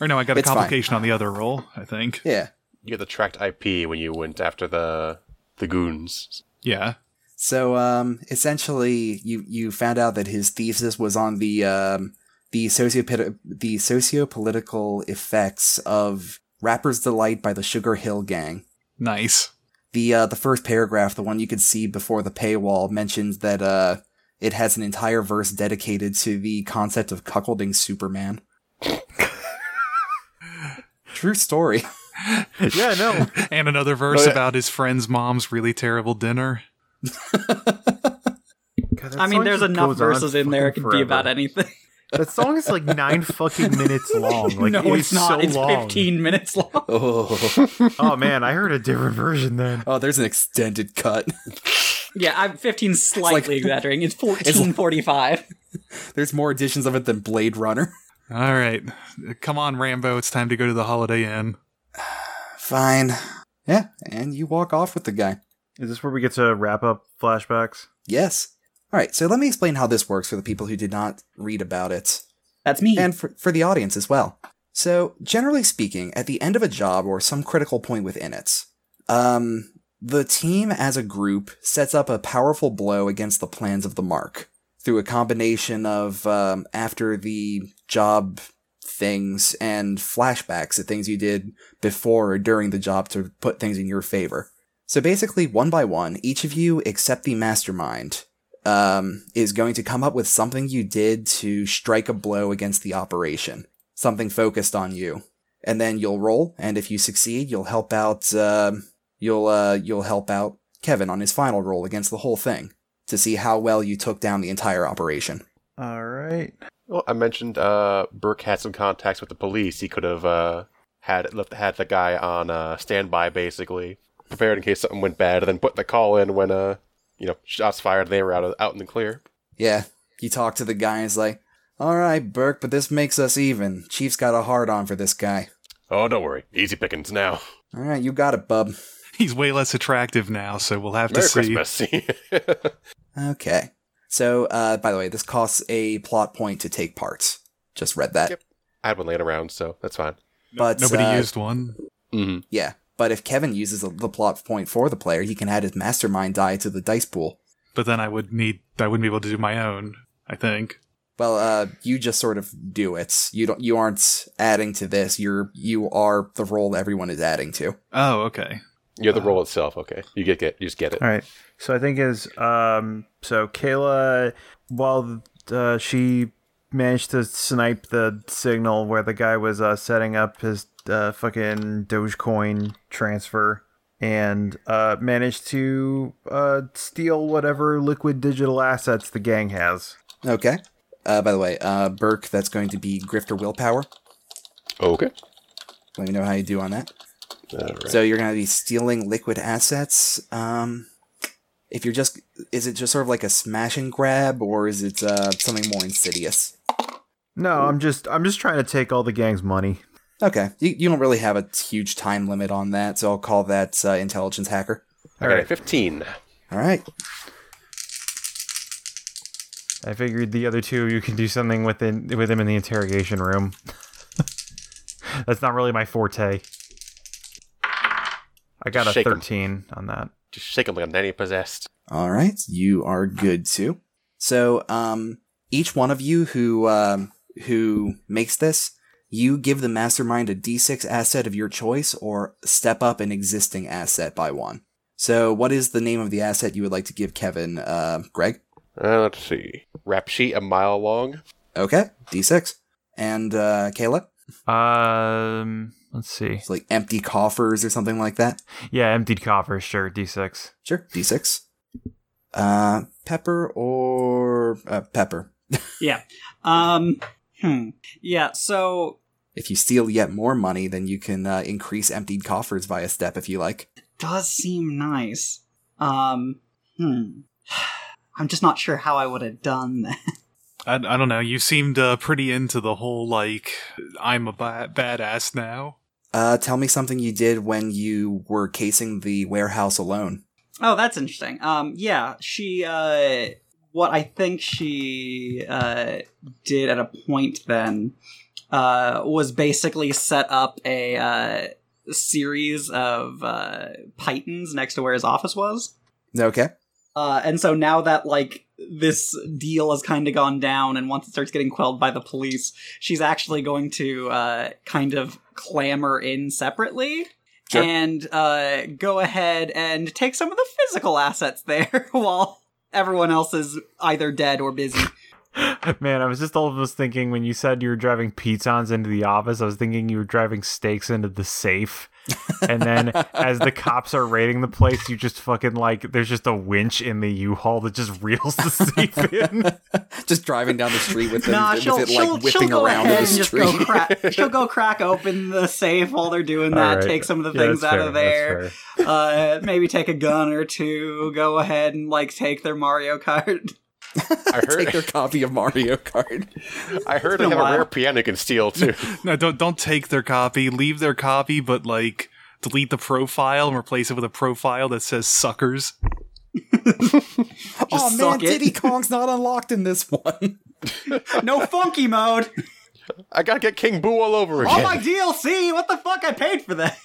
[SPEAKER 5] or no, I got a
[SPEAKER 1] It's fine.
[SPEAKER 5] complication on the other roll. I think.
[SPEAKER 1] Yeah.
[SPEAKER 2] You get the tracked IP when you went after the the goons.
[SPEAKER 5] Yeah.
[SPEAKER 1] So um, essentially, you you found out that his thesis was on the um, the sociopit- the sociopolitical effects of Rapper's Delight by the Sugar Hill Gang.
[SPEAKER 5] Nice.
[SPEAKER 1] the uh, the first paragraph, the one you could see before the paywall, mentions that uh, it has an entire verse dedicated to the concept of cuckolding [laughs] Superman. True story.
[SPEAKER 4] Yeah, no.
[SPEAKER 5] [laughs] And another verse
[SPEAKER 2] yeah.
[SPEAKER 5] about his friend's mom's really terrible dinner.
[SPEAKER 4] God, that
[SPEAKER 3] I mean,
[SPEAKER 4] song
[SPEAKER 3] there's
[SPEAKER 4] just
[SPEAKER 3] enough
[SPEAKER 4] goes on
[SPEAKER 3] verses in there; it
[SPEAKER 4] fucking
[SPEAKER 3] could be about
[SPEAKER 4] forever.
[SPEAKER 3] anything.
[SPEAKER 4] That song is like nine fucking minutes long.
[SPEAKER 3] [laughs]
[SPEAKER 4] Like
[SPEAKER 3] no,
[SPEAKER 4] it is
[SPEAKER 3] it's not.
[SPEAKER 4] so
[SPEAKER 3] it's
[SPEAKER 4] long.
[SPEAKER 3] fifteen minutes
[SPEAKER 4] [laughs]
[SPEAKER 3] long.
[SPEAKER 1] [laughs] Oh,
[SPEAKER 4] Oh man, I heard a different version then.
[SPEAKER 1] oh, there's an extended cut.
[SPEAKER 3] Yeah, I'm fifteen slightly exaggerating.
[SPEAKER 4] [laughs]
[SPEAKER 3] It's fourteen forty-five.
[SPEAKER 1] There's more editions of it than Blade Runner.
[SPEAKER 5] All right, come on, Rambo. It's time to go to the Holiday Inn.
[SPEAKER 1] Fine. Yeah, and you walk off with the guy.
[SPEAKER 4] Is this where we get to wrap up flashbacks?
[SPEAKER 1] Yes. All right, so let me explain how this works for the people who did not read about it.
[SPEAKER 3] That's me.
[SPEAKER 1] and for, for the audience as well. So, generally speaking, at the end of a job or some critical point within it, um, the team as a group sets up a powerful blow against the plans of the mark through a combination of um, after the job things and flashbacks of things you did before or during the job to put things in your favor. So basically, one by one, each of you except the mastermind um, is going to come up with something you did to strike a blow against the operation, something focused on you, and then you'll roll. And if you succeed, you'll help out. um you'll uh, you'll help out Kevin on his final roll against the whole thing to see how well you took down the entire operation.
[SPEAKER 4] All right.
[SPEAKER 2] Well, I mentioned uh, Burke had some contacts with the police. He could have uh, had left had the guy on uh, standby, basically prepared in case something went bad, and then put the call in when uh, you know shots fired. and They were out of, out in the clear.
[SPEAKER 1] Yeah, you talk to the guy. And he's like, "All right, Burke, but this makes us even. Chief's got a hard on for this guy.
[SPEAKER 2] Oh, don't worry, easy pickings [laughs] now.
[SPEAKER 1] All right, you got it, bub."
[SPEAKER 5] He's way less attractive now, so we'll have
[SPEAKER 2] Merry
[SPEAKER 5] to see.
[SPEAKER 2] Christmas.
[SPEAKER 1] Okay. So, uh, by the way, this costs a plot point to take part. Just read that.
[SPEAKER 2] Yep. [laughs] I had one laying around, so that's fine.
[SPEAKER 1] But
[SPEAKER 5] Nobody
[SPEAKER 1] uh,
[SPEAKER 5] used one.
[SPEAKER 2] Mm-hmm.
[SPEAKER 1] Yeah, but if Kevin uses a, the plot point for the player, he can add his mastermind die to the dice pool.
[SPEAKER 5] but then I would need I wouldn't be able to do my own. I think.
[SPEAKER 1] Well, uh, you just sort of do it. You don't. You aren't adding to this. You're you are the role everyone is adding to.
[SPEAKER 5] Oh, okay.
[SPEAKER 2] You're the role itself. Okay, you get get you just get it.
[SPEAKER 4] All right. So I think is um so Kayla while uh, she managed to snipe the signal where the guy was uh, setting up his uh, fucking Dogecoin transfer and uh, managed to uh, steal whatever liquid digital assets the gang has.
[SPEAKER 1] Okay. Uh, by the way, uh, Burke, that's going to be grifter willpower.
[SPEAKER 2] Okay.
[SPEAKER 1] Let me know how you do on that.
[SPEAKER 2] All right.
[SPEAKER 1] So you're going to be stealing liquid assets. Um, if you're just, is it just sort of like a smash and grab, or is it uh, something more insidious?
[SPEAKER 4] No, I'm just I'm just trying to take all the gang's money.
[SPEAKER 1] Okay, you, you don't really have a huge time limit on that, so I'll call that uh, intelligence hacker.
[SPEAKER 2] All right, 15.
[SPEAKER 1] All right,
[SPEAKER 4] I figured the other two of you could do something within with him in the interrogation room. [laughs] That's not really my forte. I got a
[SPEAKER 2] Shake 'em.
[SPEAKER 4] 13 on that.
[SPEAKER 2] Just shake him like a nanny possessed.
[SPEAKER 1] all right, you are good too. So, um, each one of you who um, who makes this, you give the mastermind a D6 asset of your choice, or step up an existing asset by one. So, what is the name of the asset you would like to give Kevin, uh, Greg?
[SPEAKER 2] Uh, let's see. Rap sheet a mile
[SPEAKER 5] [laughs]
[SPEAKER 2] long.
[SPEAKER 1] Okay, D6. And uh, Kayla,
[SPEAKER 4] Um, let's see.
[SPEAKER 1] it's like empty coffers or something like that.
[SPEAKER 4] Yeah, emptied coffers, sure. D6.
[SPEAKER 1] Sure, D6. Uh, pepper or uh, pepper.
[SPEAKER 3] Yeah. Um. Hmm. Yeah. So
[SPEAKER 1] If you steal yet more money, then you can uh, increase emptied coffers by a step if you like.
[SPEAKER 3] does seem nice. Um. Hmm. [sighs] I'm just not sure how I would have done that. [laughs]
[SPEAKER 5] I, I don't know. You seemed uh, pretty into the whole like I'm a ba- badass now.
[SPEAKER 1] Uh, tell me something you did when you were casing the warehouse alone.
[SPEAKER 3] Oh, that's interesting. Um, yeah, she, uh, what I think she, uh, did at a point then, uh, was basically set up a, uh, series of, uh, pythons next to where his office was.
[SPEAKER 1] Okay.
[SPEAKER 3] Uh, and so now that, like, this deal has kind of gone down, and once it starts getting quelled by the police, she's actually going to, uh, kind of clamor in separately
[SPEAKER 1] Sure.
[SPEAKER 3] and uh, go ahead and take some of the physical assets there [laughs] while everyone else is either dead or busy.
[SPEAKER 4] [gasps] Man, I was just almost thinking when you said you were driving pizzas into the office, I was thinking you were driving steaks into the
[SPEAKER 2] [laughs]
[SPEAKER 4] safe.
[SPEAKER 1] [laughs]
[SPEAKER 4] And then as the cops are raiding the place, you just fucking like there's just a winch in the U-Haul that just [laughs] reels the safe in.
[SPEAKER 1] [laughs] Just driving down the street with, them,
[SPEAKER 3] nah,
[SPEAKER 1] with
[SPEAKER 3] she'll,
[SPEAKER 1] it
[SPEAKER 3] she'll,
[SPEAKER 1] like
[SPEAKER 3] she'll
[SPEAKER 1] whipping
[SPEAKER 3] go
[SPEAKER 1] around
[SPEAKER 3] ahead
[SPEAKER 1] in the
[SPEAKER 3] and just go
[SPEAKER 1] [laughs] street.
[SPEAKER 3] crack. She'll go crack open the safe while they're doing that.
[SPEAKER 4] Alright.
[SPEAKER 3] Take some of [laughs] the
[SPEAKER 4] Yeah,
[SPEAKER 3] things
[SPEAKER 4] that's
[SPEAKER 3] out
[SPEAKER 4] fair,
[SPEAKER 3] of
[SPEAKER 4] that's
[SPEAKER 3] there.
[SPEAKER 4] fair.
[SPEAKER 3] Uh, maybe take a gun or two. Go ahead and like take their Mario Kart. [laughs]
[SPEAKER 2] I
[SPEAKER 1] Take their
[SPEAKER 2] heard.
[SPEAKER 1] copy of Mario Kart.
[SPEAKER 2] I
[SPEAKER 5] [laughs]
[SPEAKER 2] heard they
[SPEAKER 3] been a
[SPEAKER 2] have a
[SPEAKER 3] while.
[SPEAKER 2] rare piano you can steal too.
[SPEAKER 5] No, don't don't take their copy. Leave their copy, but like delete the profile and replace it with a profile that says suckers. [laughs]
[SPEAKER 1] oh man,
[SPEAKER 3] suck it.
[SPEAKER 1] Diddy Kong's not unlocked in this one.
[SPEAKER 3] No funky mode.
[SPEAKER 2] I gotta get King Boo all over
[SPEAKER 5] Oh
[SPEAKER 2] again. [laughs]
[SPEAKER 3] All my DLC. What the fuck? I paid for that.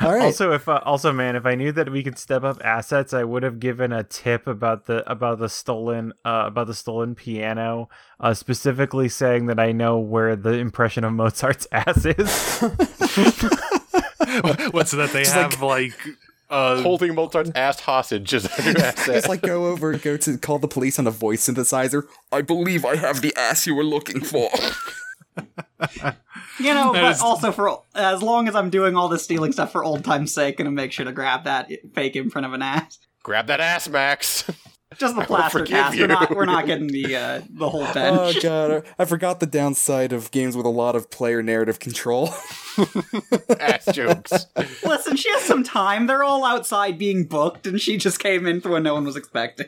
[SPEAKER 1] All right.
[SPEAKER 4] Also, if uh, also man, if I knew that we could step up assets, I would have given a tip about the about the stolen uh, about the stolen piano, uh, specifically saying that I know where the impression of Mozart's [laughs] ass is.
[SPEAKER 5] What's so that they have like, uh,
[SPEAKER 2] Holding Mozart's ass hostage is [laughs]
[SPEAKER 5] [laughs]
[SPEAKER 2] a new asset.
[SPEAKER 1] Just like go over, go to call the police on a voice synthesizer. I believe I have the ass you were looking for.
[SPEAKER 3] You know,
[SPEAKER 5] That
[SPEAKER 3] but
[SPEAKER 5] is-
[SPEAKER 3] also for as long as I'm doing all this stealing stuff for old time's sake, gonna make sure to grab that fake imprint of an ass.
[SPEAKER 2] Grab that ass, Max. [laughs]
[SPEAKER 3] Just the plaster
[SPEAKER 2] forgive
[SPEAKER 3] cast. We're
[SPEAKER 2] you.
[SPEAKER 3] not, we're not getting the uh, the
[SPEAKER 1] [laughs] [laughs]
[SPEAKER 3] whole
[SPEAKER 1] oh
[SPEAKER 3] bench.
[SPEAKER 1] god, I I forgot the downside of games with a lot of player narrative control. [laughs]
[SPEAKER 2] ass jokes.
[SPEAKER 5] Oh,
[SPEAKER 3] Listen, she has some time. They're all outside being booked, and she just came in when no one was expecting.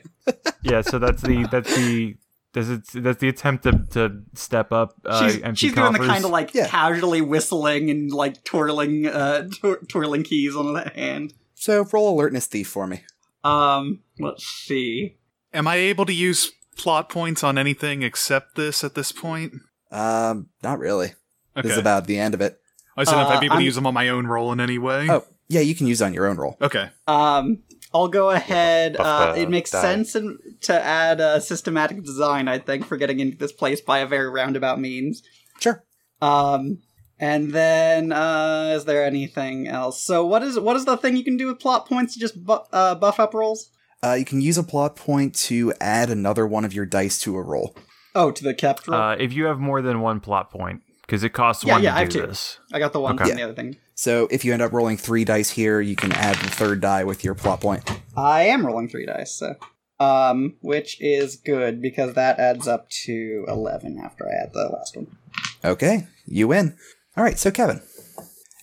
[SPEAKER 4] yeah, so that's the that's the that's it, that's the attempt to, to step up. Uh,
[SPEAKER 3] She's,
[SPEAKER 4] empty
[SPEAKER 3] she's doing
[SPEAKER 4] coffers.
[SPEAKER 3] the kind of like
[SPEAKER 1] Yeah.
[SPEAKER 3] casually whistling and like twirling uh, twir- twirling keys on the hand.
[SPEAKER 1] so roll alertness thief for me.
[SPEAKER 3] Um, let's see.
[SPEAKER 5] am I able to use plot points on anything except this at this point?
[SPEAKER 1] Um, not really. This is
[SPEAKER 5] Okay,
[SPEAKER 1] about the end of it.
[SPEAKER 5] I said if
[SPEAKER 3] Uh,
[SPEAKER 5] I'd be able
[SPEAKER 3] I'm-
[SPEAKER 5] to use them on my own roll in any way.
[SPEAKER 1] Oh, yeah, you can use it on your own roll.
[SPEAKER 5] Okay,
[SPEAKER 3] Um, I'll go ahead.
[SPEAKER 2] buff
[SPEAKER 3] Uh,
[SPEAKER 2] the
[SPEAKER 3] it makes
[SPEAKER 2] die.
[SPEAKER 3] sense in, to add uh, systematic design, I think, for getting into this place by a very roundabout means.
[SPEAKER 1] Sure.
[SPEAKER 3] Um, and then uh, is there anything else? So what is what is the thing you can do with plot points to just bu- uh, buff up rolls?
[SPEAKER 1] Uh, you can use a plot point to add another one of your dice to a roll.
[SPEAKER 3] Oh, to the kept roll.
[SPEAKER 4] uh, if you have more than one plot point, because it costs
[SPEAKER 3] Yeah,
[SPEAKER 4] one
[SPEAKER 3] yeah,
[SPEAKER 4] to
[SPEAKER 3] I have
[SPEAKER 4] do
[SPEAKER 3] two.
[SPEAKER 4] this.
[SPEAKER 3] I got the one
[SPEAKER 4] okay.
[SPEAKER 3] from the other thing.
[SPEAKER 1] So if you end up rolling three dice here, you can add the third die with your plot point.
[SPEAKER 3] I am rolling three dice, so um, which is good because that adds up to eleven after I add the last one.
[SPEAKER 1] Okay, you win. All right, so Kevin,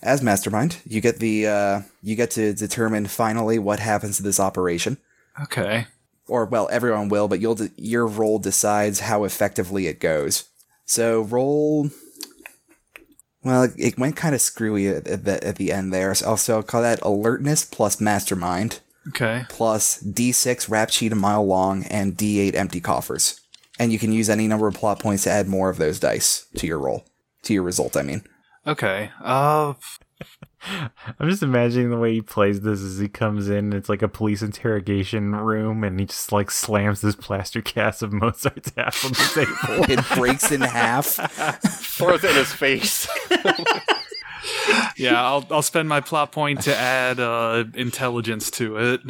[SPEAKER 1] as mastermind, you get the uh, you get to determine finally what happens to this operation,
[SPEAKER 5] okay.
[SPEAKER 1] or well, everyone will, but you'll de- your role decides how effectively it goes. So roll. Well, it, it went kind of screwy at, at, the, at the end there. So I'll, so I'll call that alertness plus mastermind
[SPEAKER 5] Okay.
[SPEAKER 1] plus D6 rap sheet a mile long and D8 empty coffers. And you can use any number of plot points to add more of those dice to your roll, to your result. I mean,
[SPEAKER 5] Okay. Uh,
[SPEAKER 4] I'm just imagining the way he plays this as he comes in. It's like a police interrogation room, and he just like slams this plaster cast of Mozart's half on the
[SPEAKER 3] [laughs]
[SPEAKER 4] table.
[SPEAKER 1] it breaks in half.
[SPEAKER 2] Throws it in his face. [laughs]
[SPEAKER 5] yeah, I'll I'll spend my plot point to add uh, intelligence to it.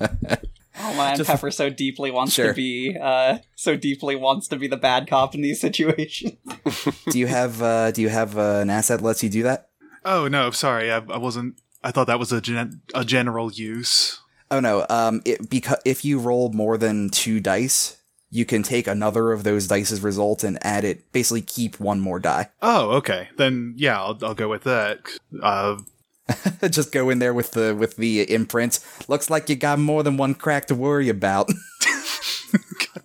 [SPEAKER 3] Oh man, Pepper so deeply wants
[SPEAKER 1] Sure.
[SPEAKER 3] to be uh, so deeply wants to be the bad cop in these [laughs] situations.
[SPEAKER 1] Do you have uh, do you have uh, an asset that lets you do that?
[SPEAKER 5] Oh no, sorry, I, I wasn't. I thought that was a gen- a general use.
[SPEAKER 1] Oh no. Um, it because if you roll more than two dice, you can take another of those dice's result and add it. Basically, keep one more die. [laughs]
[SPEAKER 5] Oh, okay. Then yeah, I'll I'll go with that. Uh,
[SPEAKER 1] Just go in there with the with the imprint. Looks like you got more than one crack to worry about.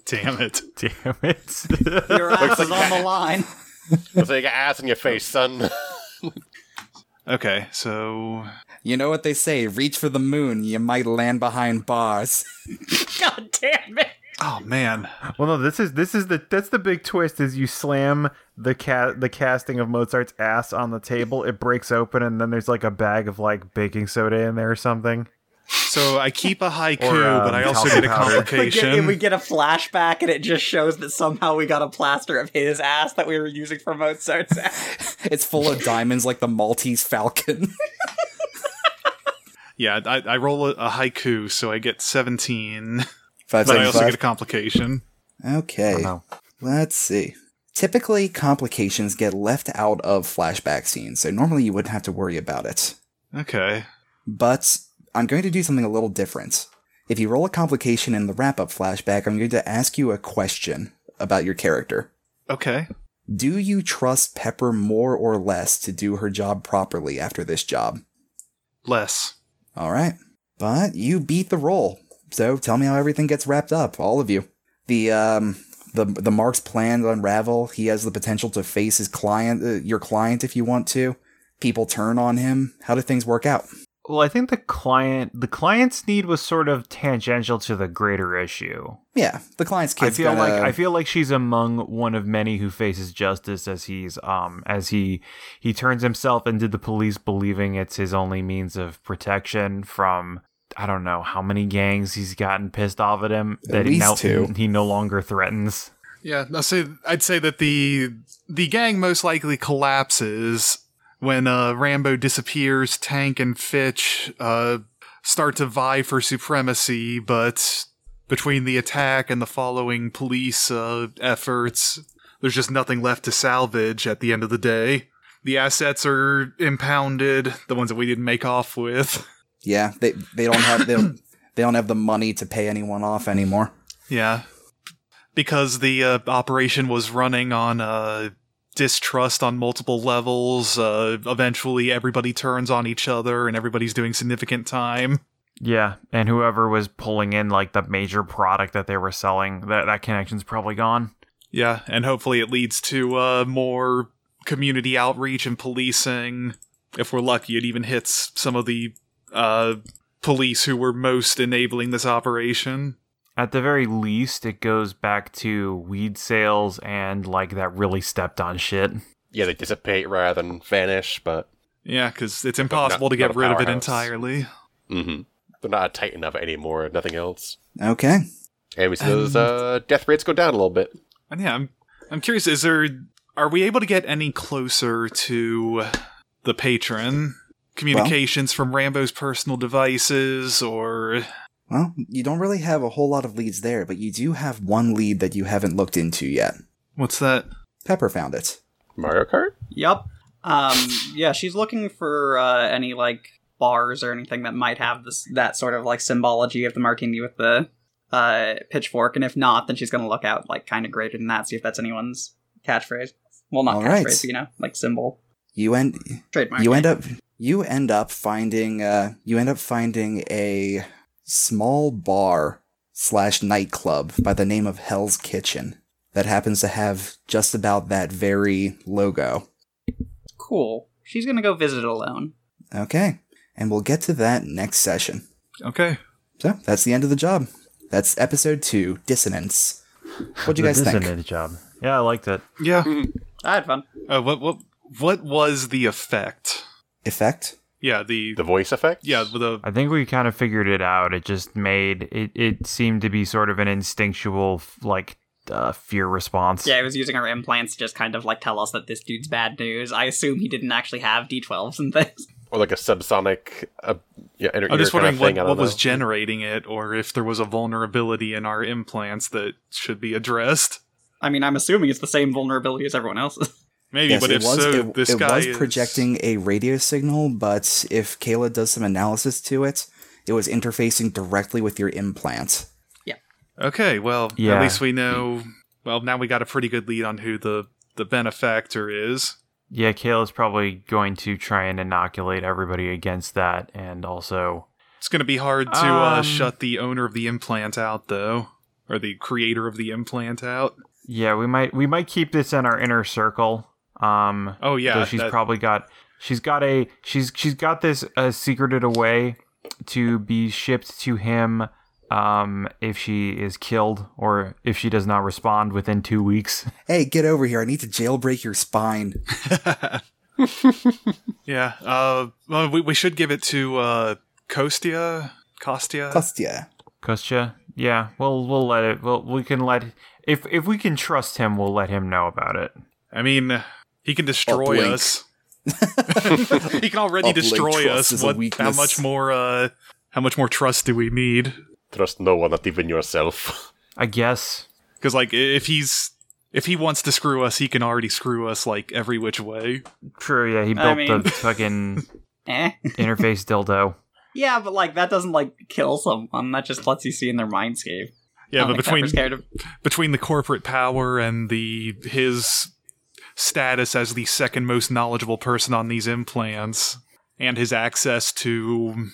[SPEAKER 5] damn it.
[SPEAKER 4] Damn it!
[SPEAKER 3] [laughs]
[SPEAKER 4] [laughs]
[SPEAKER 3] Your ass is on the line.
[SPEAKER 2] It's like ass in your face, son. [laughs]
[SPEAKER 5] Okay, so
[SPEAKER 1] You know what they say, reach for the moon, you might land behind bars. [laughs]
[SPEAKER 3] God damn it!
[SPEAKER 5] oh man,
[SPEAKER 4] well, no, this is this is the that's the big twist is you slam the cat the casting of Mozart's ass on the table. It breaks open, and then there's like a bag of like baking soda in there or something.
[SPEAKER 5] so I keep a haiku,
[SPEAKER 4] Or, um,
[SPEAKER 5] but I also
[SPEAKER 4] talcum
[SPEAKER 5] get a
[SPEAKER 4] powder.
[SPEAKER 3] We get,
[SPEAKER 5] complication.
[SPEAKER 3] we get a flashback, and it just shows that somehow we got a plaster of his ass that we were using for Mozart's ass.
[SPEAKER 1] It's full of diamonds like the Maltese Falcon. [laughs]
[SPEAKER 5] yeah, I, I roll a, a haiku, so I get seventeen,
[SPEAKER 1] Five
[SPEAKER 5] but
[SPEAKER 1] seven
[SPEAKER 5] I also get a Oh,
[SPEAKER 1] five.
[SPEAKER 5] complication.
[SPEAKER 1] Okay.
[SPEAKER 4] no.
[SPEAKER 1] Let's see. Typically complications get left out of flashback scenes, so normally you wouldn't have to worry about it.
[SPEAKER 5] Okay,
[SPEAKER 1] But I'm going to do something a little different. If you roll a complication in the wrap-up flashback, I'm going to ask you a question about your character.
[SPEAKER 5] okay.
[SPEAKER 1] Do you trust Pepper more or less to do her job properly after this job?
[SPEAKER 5] Less.
[SPEAKER 1] All right. But you beat the roll. So tell me how everything gets wrapped up, all of you. The um the the Mark's plans unravel. He has the potential to face his client, uh, your client if you want to. People turn on him. How do things work out?
[SPEAKER 4] Well, I think the client the client's need was sort of tangential to the greater issue.
[SPEAKER 1] Yeah, the client's
[SPEAKER 4] I
[SPEAKER 1] kids.
[SPEAKER 4] feel
[SPEAKER 1] gonna-
[SPEAKER 4] like I feel like she's among one of many who faces justice as he's um as he he turns himself into the police believing it's his only means of protection from I don't know how many gangs he's gotten pissed off at him that he
[SPEAKER 1] least
[SPEAKER 4] now
[SPEAKER 1] two.
[SPEAKER 4] he no longer threatens.
[SPEAKER 5] Yeah, I say I'd say that the the gang most likely collapses when uh, Rambo disappears. Tank and Fitch uh, start to vie for supremacy, but between the attack and the following police uh, efforts, there's just nothing left to salvage at the end of the day. The assets are impounded, the ones that we didn't make off with.
[SPEAKER 1] yeah, they they don't have they don't, they don't have the money to pay anyone off anymore.
[SPEAKER 5] Yeah. Because the uh, operation was running on uh, distrust on multiple levels, uh, eventually everybody turns on each other and everybody's doing significant time.
[SPEAKER 4] Yeah, and whoever was pulling in like the major product that they were selling, that that connection's probably gone.
[SPEAKER 5] Yeah, and hopefully it leads to uh, more community outreach and policing. If we're lucky, it even hits some of the uh, police who were most enabling this operation.
[SPEAKER 4] At the very least, it goes back to weed sales and like that really stepped on shit.
[SPEAKER 2] yeah, they dissipate rather than vanish, but
[SPEAKER 5] Yeah, because it's impossible to
[SPEAKER 2] not
[SPEAKER 5] get
[SPEAKER 2] a
[SPEAKER 5] rid of it
[SPEAKER 2] powerhouse.
[SPEAKER 5] entirely.
[SPEAKER 2] mhm. they're not a tight enough anymore. Nothing else.
[SPEAKER 1] Okay.
[SPEAKER 2] And we see those uh, death rates go down a little bit.
[SPEAKER 5] And yeah, I'm I'm curious. Is there are we able to get any closer to the patron communications from Rambo's personal devices or?
[SPEAKER 1] Well, you don't really have a whole lot of leads there, but you do have one lead that you haven't looked into yet.
[SPEAKER 5] What's that?
[SPEAKER 1] Pepper found it.
[SPEAKER 2] Mario Kart.
[SPEAKER 3] Yep. Um. Yeah, she's looking for uh, any like bars or anything that might have this that sort of like symbology of the martini with the uh pitchfork, and if not, then she's gonna look out like kind of greater than that, see if that's anyone's catchphrase. Well, not
[SPEAKER 1] All
[SPEAKER 3] catchphrase,
[SPEAKER 1] right.
[SPEAKER 3] but, you know, like symbol
[SPEAKER 1] You end
[SPEAKER 3] trademark.
[SPEAKER 1] you end up you end up finding uh you end up finding a small bar slash nightclub by the name of Hell's Kitchen that happens to have just about that very logo.
[SPEAKER 3] cool. She's gonna go visit it alone.
[SPEAKER 1] Okay. And we'll get to that next session.
[SPEAKER 5] Okay.
[SPEAKER 1] So that's the end of the job. That's episode two, Dissonance. What do you
[SPEAKER 4] The
[SPEAKER 1] guys think?
[SPEAKER 4] dissonant job. Yeah, I liked it.
[SPEAKER 5] Yeah.
[SPEAKER 3] I had fun.
[SPEAKER 5] Uh, what what what was the effect?
[SPEAKER 1] Effect?
[SPEAKER 5] Yeah, the,
[SPEAKER 2] The voice effect?
[SPEAKER 5] yeah the
[SPEAKER 4] I think we kind of figured it out. It just made it. It seemed to be sort of an instinctual f- like uh, fear response.
[SPEAKER 3] Yeah, he was using her implants to just kind of like tell us that this dude's bad news. I assume he didn't actually have D12s and things. [laughs]
[SPEAKER 2] Or like a subsonic, uh, yeah, inner
[SPEAKER 5] I'm just
[SPEAKER 2] ear kind
[SPEAKER 5] wondering
[SPEAKER 2] of thing. I
[SPEAKER 5] what,
[SPEAKER 2] don't
[SPEAKER 5] what was
[SPEAKER 2] know.
[SPEAKER 5] generating it, or if there was a vulnerability in our implants that should be addressed.
[SPEAKER 3] I mean, I'm assuming it's the same vulnerability as everyone else's. [laughs]
[SPEAKER 5] Maybe,
[SPEAKER 1] Yes,
[SPEAKER 5] but if
[SPEAKER 1] it was,
[SPEAKER 5] so,
[SPEAKER 1] it,
[SPEAKER 5] this
[SPEAKER 1] it
[SPEAKER 5] guy
[SPEAKER 1] was
[SPEAKER 5] is-
[SPEAKER 1] projecting a radio signal, but if Kayla does some analysis to it, it was interfacing directly with your implant.
[SPEAKER 5] Okay, well,
[SPEAKER 4] Yeah.
[SPEAKER 5] at least we know. Well, now we got a pretty good lead on who the the benefactor is.
[SPEAKER 4] Yeah, Kayla's probably going to try and inoculate everybody against that, and also
[SPEAKER 5] It's going to be hard to uh,
[SPEAKER 4] Um,
[SPEAKER 5] shut the owner of the implant out, though, or the creator of the implant out.
[SPEAKER 4] yeah, we might we might keep this in our inner circle. Um,
[SPEAKER 5] Oh yeah,
[SPEAKER 4] so she's
[SPEAKER 5] that-
[SPEAKER 4] probably got she's got a she's she's got this uh, secreted away to be shipped to him um if she is killed or if she does not respond within two weeks [laughs]
[SPEAKER 1] Hey, get over here. I need to jailbreak your spine.
[SPEAKER 5] [laughs] yeah. Uh, well, we we should give it to uh, Kostia. Kostia.
[SPEAKER 1] Kostya.
[SPEAKER 4] Kostya? yeah we'll we'll let it we'll, we can let if if we can trust him we'll let him know about it
[SPEAKER 5] I mean, he can destroy
[SPEAKER 1] Uplink.
[SPEAKER 5] us. [laughs] he can already
[SPEAKER 1] Uplink
[SPEAKER 5] destroy
[SPEAKER 1] trust
[SPEAKER 5] us.
[SPEAKER 1] is a
[SPEAKER 5] What? How
[SPEAKER 1] weakness.
[SPEAKER 5] much more? Uh, how much more trust do we need?
[SPEAKER 2] Trust no one, not even yourself. [laughs]
[SPEAKER 4] i guess
[SPEAKER 5] Because like, i- if he's if he wants to screw us, he can already screw us like every which way.
[SPEAKER 4] true yeah he built
[SPEAKER 3] I mean-
[SPEAKER 4] the [laughs] fucking
[SPEAKER 3] Eh.
[SPEAKER 4] interface dildo
[SPEAKER 3] Yeah, but like that doesn't like kill someone. That just lets you see in their mindscape.
[SPEAKER 5] Yeah,
[SPEAKER 3] I don't think
[SPEAKER 5] but between
[SPEAKER 3] Pepper's scared of
[SPEAKER 5] between the corporate power and the his status as the second most knowledgeable person on these implants and his access to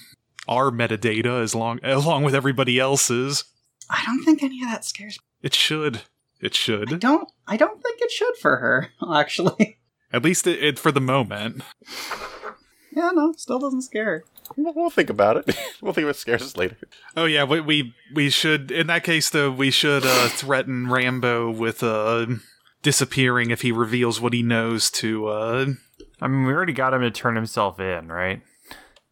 [SPEAKER 5] our metadata as long along with everybody else's
[SPEAKER 3] I don't think any of that scares.
[SPEAKER 5] it should it
[SPEAKER 3] I
[SPEAKER 5] should
[SPEAKER 3] don't. I don't think it should for her. [laughs] Actually,
[SPEAKER 5] at least it, it for the moment
[SPEAKER 3] yeah, no, still doesn't scare. her.
[SPEAKER 2] We'll we'll think about it. [laughs] we'll think what scares us later.
[SPEAKER 5] oh yeah we we, we should in that case though we should uh, threaten rambo with uh disappearing if he reveals what he knows to uh
[SPEAKER 4] i mean we already got him to turn himself in right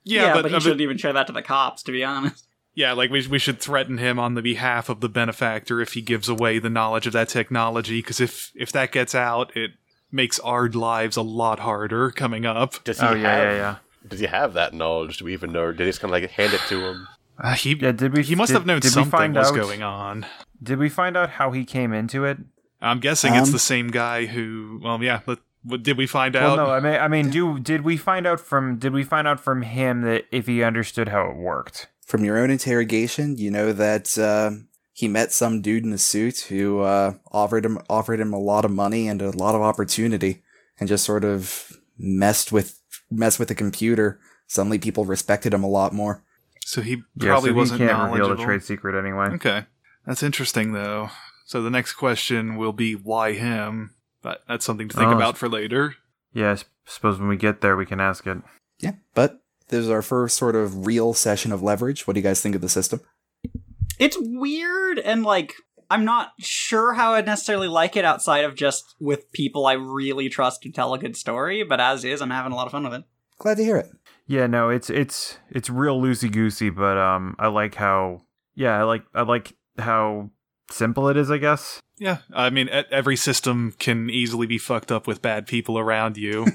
[SPEAKER 5] yeah, but,
[SPEAKER 3] he
[SPEAKER 5] uh,
[SPEAKER 3] shouldn't even show that to the cops. To be honest,
[SPEAKER 5] Yeah, like we, we should threaten him on the behalf of the benefactor if he gives away the knowledge of that technology. Because if if that gets out, it makes our lives a lot harder coming up.
[SPEAKER 2] Does he
[SPEAKER 4] oh yeah
[SPEAKER 2] have,
[SPEAKER 4] yeah yeah
[SPEAKER 2] Does he have that knowledge? Do we even know? Or did he just kind of like hand it to him?
[SPEAKER 5] Uh, he
[SPEAKER 4] Yeah, did we-
[SPEAKER 5] he must
[SPEAKER 4] did-
[SPEAKER 5] have known
[SPEAKER 4] did we
[SPEAKER 5] something
[SPEAKER 4] find
[SPEAKER 5] was
[SPEAKER 4] out?
[SPEAKER 5] going on.
[SPEAKER 4] Did we find out how he came into it?
[SPEAKER 5] I'm guessing it's
[SPEAKER 1] Um,
[SPEAKER 5] the same guy who. Well, yeah. Let, what, did we find
[SPEAKER 4] Well,
[SPEAKER 5] out?
[SPEAKER 4] no, I mean, I mean, do did we find out from did we find out from him that if he understood how it worked?
[SPEAKER 1] [laughs] From your own interrogation, you know that uh, he met some dude in a suit who uh, offered him offered him a lot of money and a lot of opportunity, and just sort of messed with messed with the computer. Suddenly, people respected him a lot more.
[SPEAKER 5] so he probably wasn't
[SPEAKER 4] he can't
[SPEAKER 5] knowledgeable.
[SPEAKER 4] reveal the trade secret anyway.
[SPEAKER 5] Okay, that's interesting though. So the next question will be why him. But that's something to think
[SPEAKER 4] Oh.
[SPEAKER 5] about for later.
[SPEAKER 4] Yeah, I s- suppose when we get there, we can ask it.
[SPEAKER 1] Yeah, but this is our first sort of real session of leverage. What do you guys think of the system?
[SPEAKER 3] it's weird and like I'm not sure how I'd necessarily like it outside of just with people I really trust to tell a good story. But as is, I'm having a lot of fun with it.
[SPEAKER 1] Glad to hear it.
[SPEAKER 4] Yeah, no, it's it's it's real loosey goosey, but um, I like how yeah, I like I like how simple it is. I guess.
[SPEAKER 5] Yeah, I mean, e- every system can easily be fucked up with bad people around you,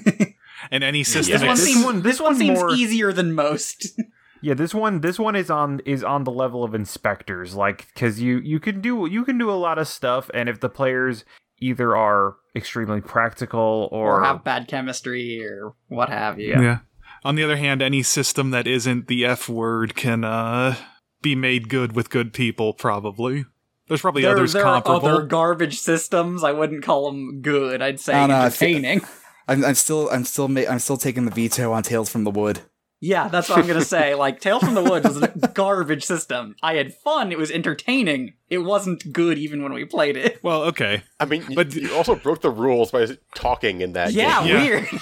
[SPEAKER 5] and any system.
[SPEAKER 3] This one
[SPEAKER 5] is-
[SPEAKER 3] seems,
[SPEAKER 4] one-
[SPEAKER 3] this
[SPEAKER 4] this
[SPEAKER 3] one
[SPEAKER 4] one
[SPEAKER 3] seems
[SPEAKER 4] more-
[SPEAKER 3] easier than most. [laughs]
[SPEAKER 4] Yeah, this one this one is on is on the level of inspectors, like because you you can do you can do a lot of stuff, and if the players either are extremely practical or,
[SPEAKER 3] or have bad chemistry or what have you.
[SPEAKER 5] yeah. On the other hand, any system that isn't the F word can uh, be made good with good people. Probably, there's probably
[SPEAKER 3] There,
[SPEAKER 5] others
[SPEAKER 3] there are
[SPEAKER 5] comparable.
[SPEAKER 3] other garbage systems. I wouldn't call them good. I'd say
[SPEAKER 1] No, no, I feel- [laughs]
[SPEAKER 3] entertaining.
[SPEAKER 1] I'm, I'm still, I'm still, ma- I'm still taking the veto on Tales from the Wood.
[SPEAKER 3] Yeah, that's what I'm gonna say. Like Tales from the Woods was a garbage system. I had fun. It was entertaining. It wasn't good even when we played it.
[SPEAKER 5] well, okay,
[SPEAKER 2] I mean,
[SPEAKER 5] But-
[SPEAKER 2] but you also broke the rules by talking in that.
[SPEAKER 3] Yeah,
[SPEAKER 2] game.
[SPEAKER 5] Yeah.
[SPEAKER 3] weird. [laughs]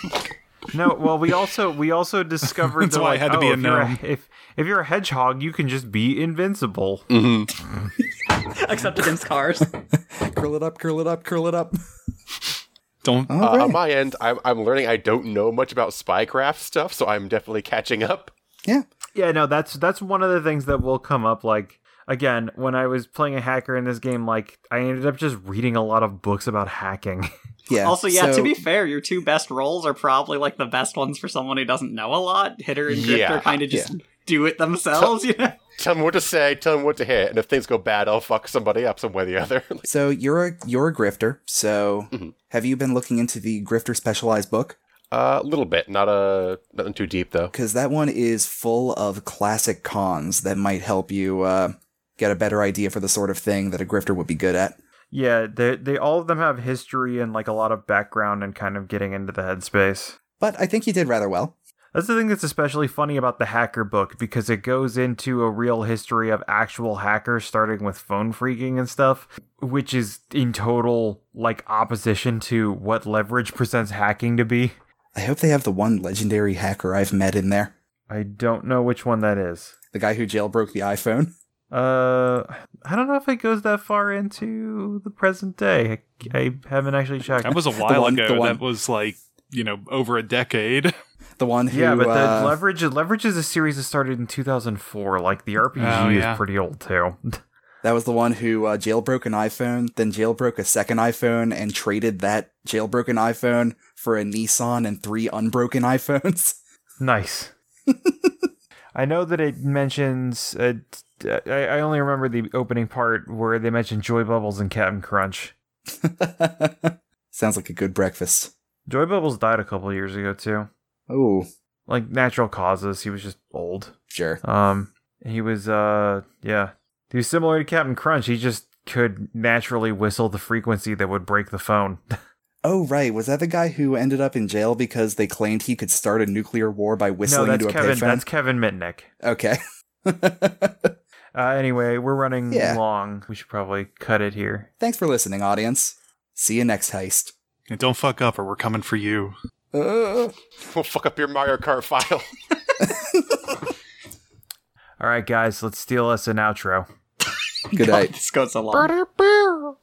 [SPEAKER 4] No, well, we also we
[SPEAKER 8] [laughs]
[SPEAKER 4] also discovered
[SPEAKER 8] That's
[SPEAKER 4] that,
[SPEAKER 8] why I
[SPEAKER 4] like,
[SPEAKER 8] had to
[SPEAKER 4] oh,
[SPEAKER 8] be a
[SPEAKER 4] if you're
[SPEAKER 8] gnome.
[SPEAKER 4] if if you're a hedgehog, you can just be invincible.
[SPEAKER 3] Except against cars.
[SPEAKER 1] curl it up, curl it up, curl it up.
[SPEAKER 8] Don't.
[SPEAKER 1] All
[SPEAKER 2] Uh,
[SPEAKER 1] right.
[SPEAKER 2] On my end, I'm, I'm learning I don't know much about spycraft stuff, so I'm definitely catching up.
[SPEAKER 1] Yeah.
[SPEAKER 4] Yeah, no, that's that's one of the things that will come up. Like again, when I was playing a hacker in this game, like I ended up just reading a lot of books about hacking.
[SPEAKER 1] [laughs] Yeah.
[SPEAKER 3] Also, yeah,
[SPEAKER 1] so-
[SPEAKER 3] to be fair, your two best rolls are probably like the best ones for someone who doesn't know a lot. Hitter and Drifter
[SPEAKER 2] Yeah,
[SPEAKER 3] kind of just do it themselves, you know?
[SPEAKER 2] Tell me what to say, tell me what to hit, and if things go bad, I'll fuck somebody up some way or the other. [laughs] Like,
[SPEAKER 1] So you're a you're a grifter. So
[SPEAKER 3] Mm-hmm.
[SPEAKER 1] have you been looking into the grifter specialized book?
[SPEAKER 2] A little bit, not uh, nothing too deep though. [laughs]
[SPEAKER 1] Because that one is full of classic cons that might help you uh, get a better idea for the sort of thing that a grifter would be good at.
[SPEAKER 4] yeah, they they all of them have history and like a lot of background and kind of getting into the headspace.
[SPEAKER 1] But I think you did rather well.
[SPEAKER 4] That's the thing that's especially funny about the hacker book because it goes into a real history of actual hackers starting with phone freaking and stuff, which is in total like opposition to what leverage presents hacking to be.
[SPEAKER 1] I hope they have the one legendary hacker I've met in there.
[SPEAKER 4] I don't know which one that is.
[SPEAKER 1] The guy who jailbroke the iPhone.
[SPEAKER 4] Uh, I don't know if it goes that far into the present day. I, I haven't actually checked.
[SPEAKER 8] That was a while
[SPEAKER 1] one- the
[SPEAKER 8] ago.
[SPEAKER 1] one-
[SPEAKER 8] That was like you know over a
[SPEAKER 5] [laughs]
[SPEAKER 8] decade.
[SPEAKER 1] The one who
[SPEAKER 4] yeah, but
[SPEAKER 1] uh,
[SPEAKER 4] the leverage leverage is a series that started in 2004. Like the RPG
[SPEAKER 8] Oh, yeah.
[SPEAKER 4] is pretty old too. [laughs]
[SPEAKER 1] that was the one who uh, jailbroke an iPhone, then jailbroke a second iPhone, and traded that jailbroken iPhone for a Nissan and three unbroken iPhones. [laughs]
[SPEAKER 4] nice. [laughs] I know that it mentions. Uh, t- I, I only remember the opening part where they mention Joy Bubbles and Captain Crunch.
[SPEAKER 1] [laughs] Sounds like a good breakfast.
[SPEAKER 4] Joy Bubbles died a couple years ago too,
[SPEAKER 1] Oh,
[SPEAKER 4] like natural causes. He was just old.
[SPEAKER 1] sure.
[SPEAKER 4] Um, he was uh, yeah, he was similar to Captain Crunch. He just could naturally whistle the frequency that would break the phone. [laughs]
[SPEAKER 1] Oh, right. Was that the guy who ended up in jail because they claimed he could start a nuclear war by
[SPEAKER 4] no,
[SPEAKER 1] whistling
[SPEAKER 4] that's
[SPEAKER 1] into a
[SPEAKER 4] Kevin. That's
[SPEAKER 1] payphone?
[SPEAKER 4] Kevin Mitnick.
[SPEAKER 1] Okay. [laughs]
[SPEAKER 4] Uh, anyway, we're running
[SPEAKER 1] Yeah.
[SPEAKER 4] long. We should probably cut it here.
[SPEAKER 1] Thanks for listening, audience. See you next heist.
[SPEAKER 8] And don't fuck up, or we're coming for you.
[SPEAKER 1] Uh,
[SPEAKER 2] We'll fuck up your Mario Kart file.
[SPEAKER 4] All right, guys, let's steal us an outro.
[SPEAKER 3] [laughs]
[SPEAKER 1] good night.
[SPEAKER 3] this goes a long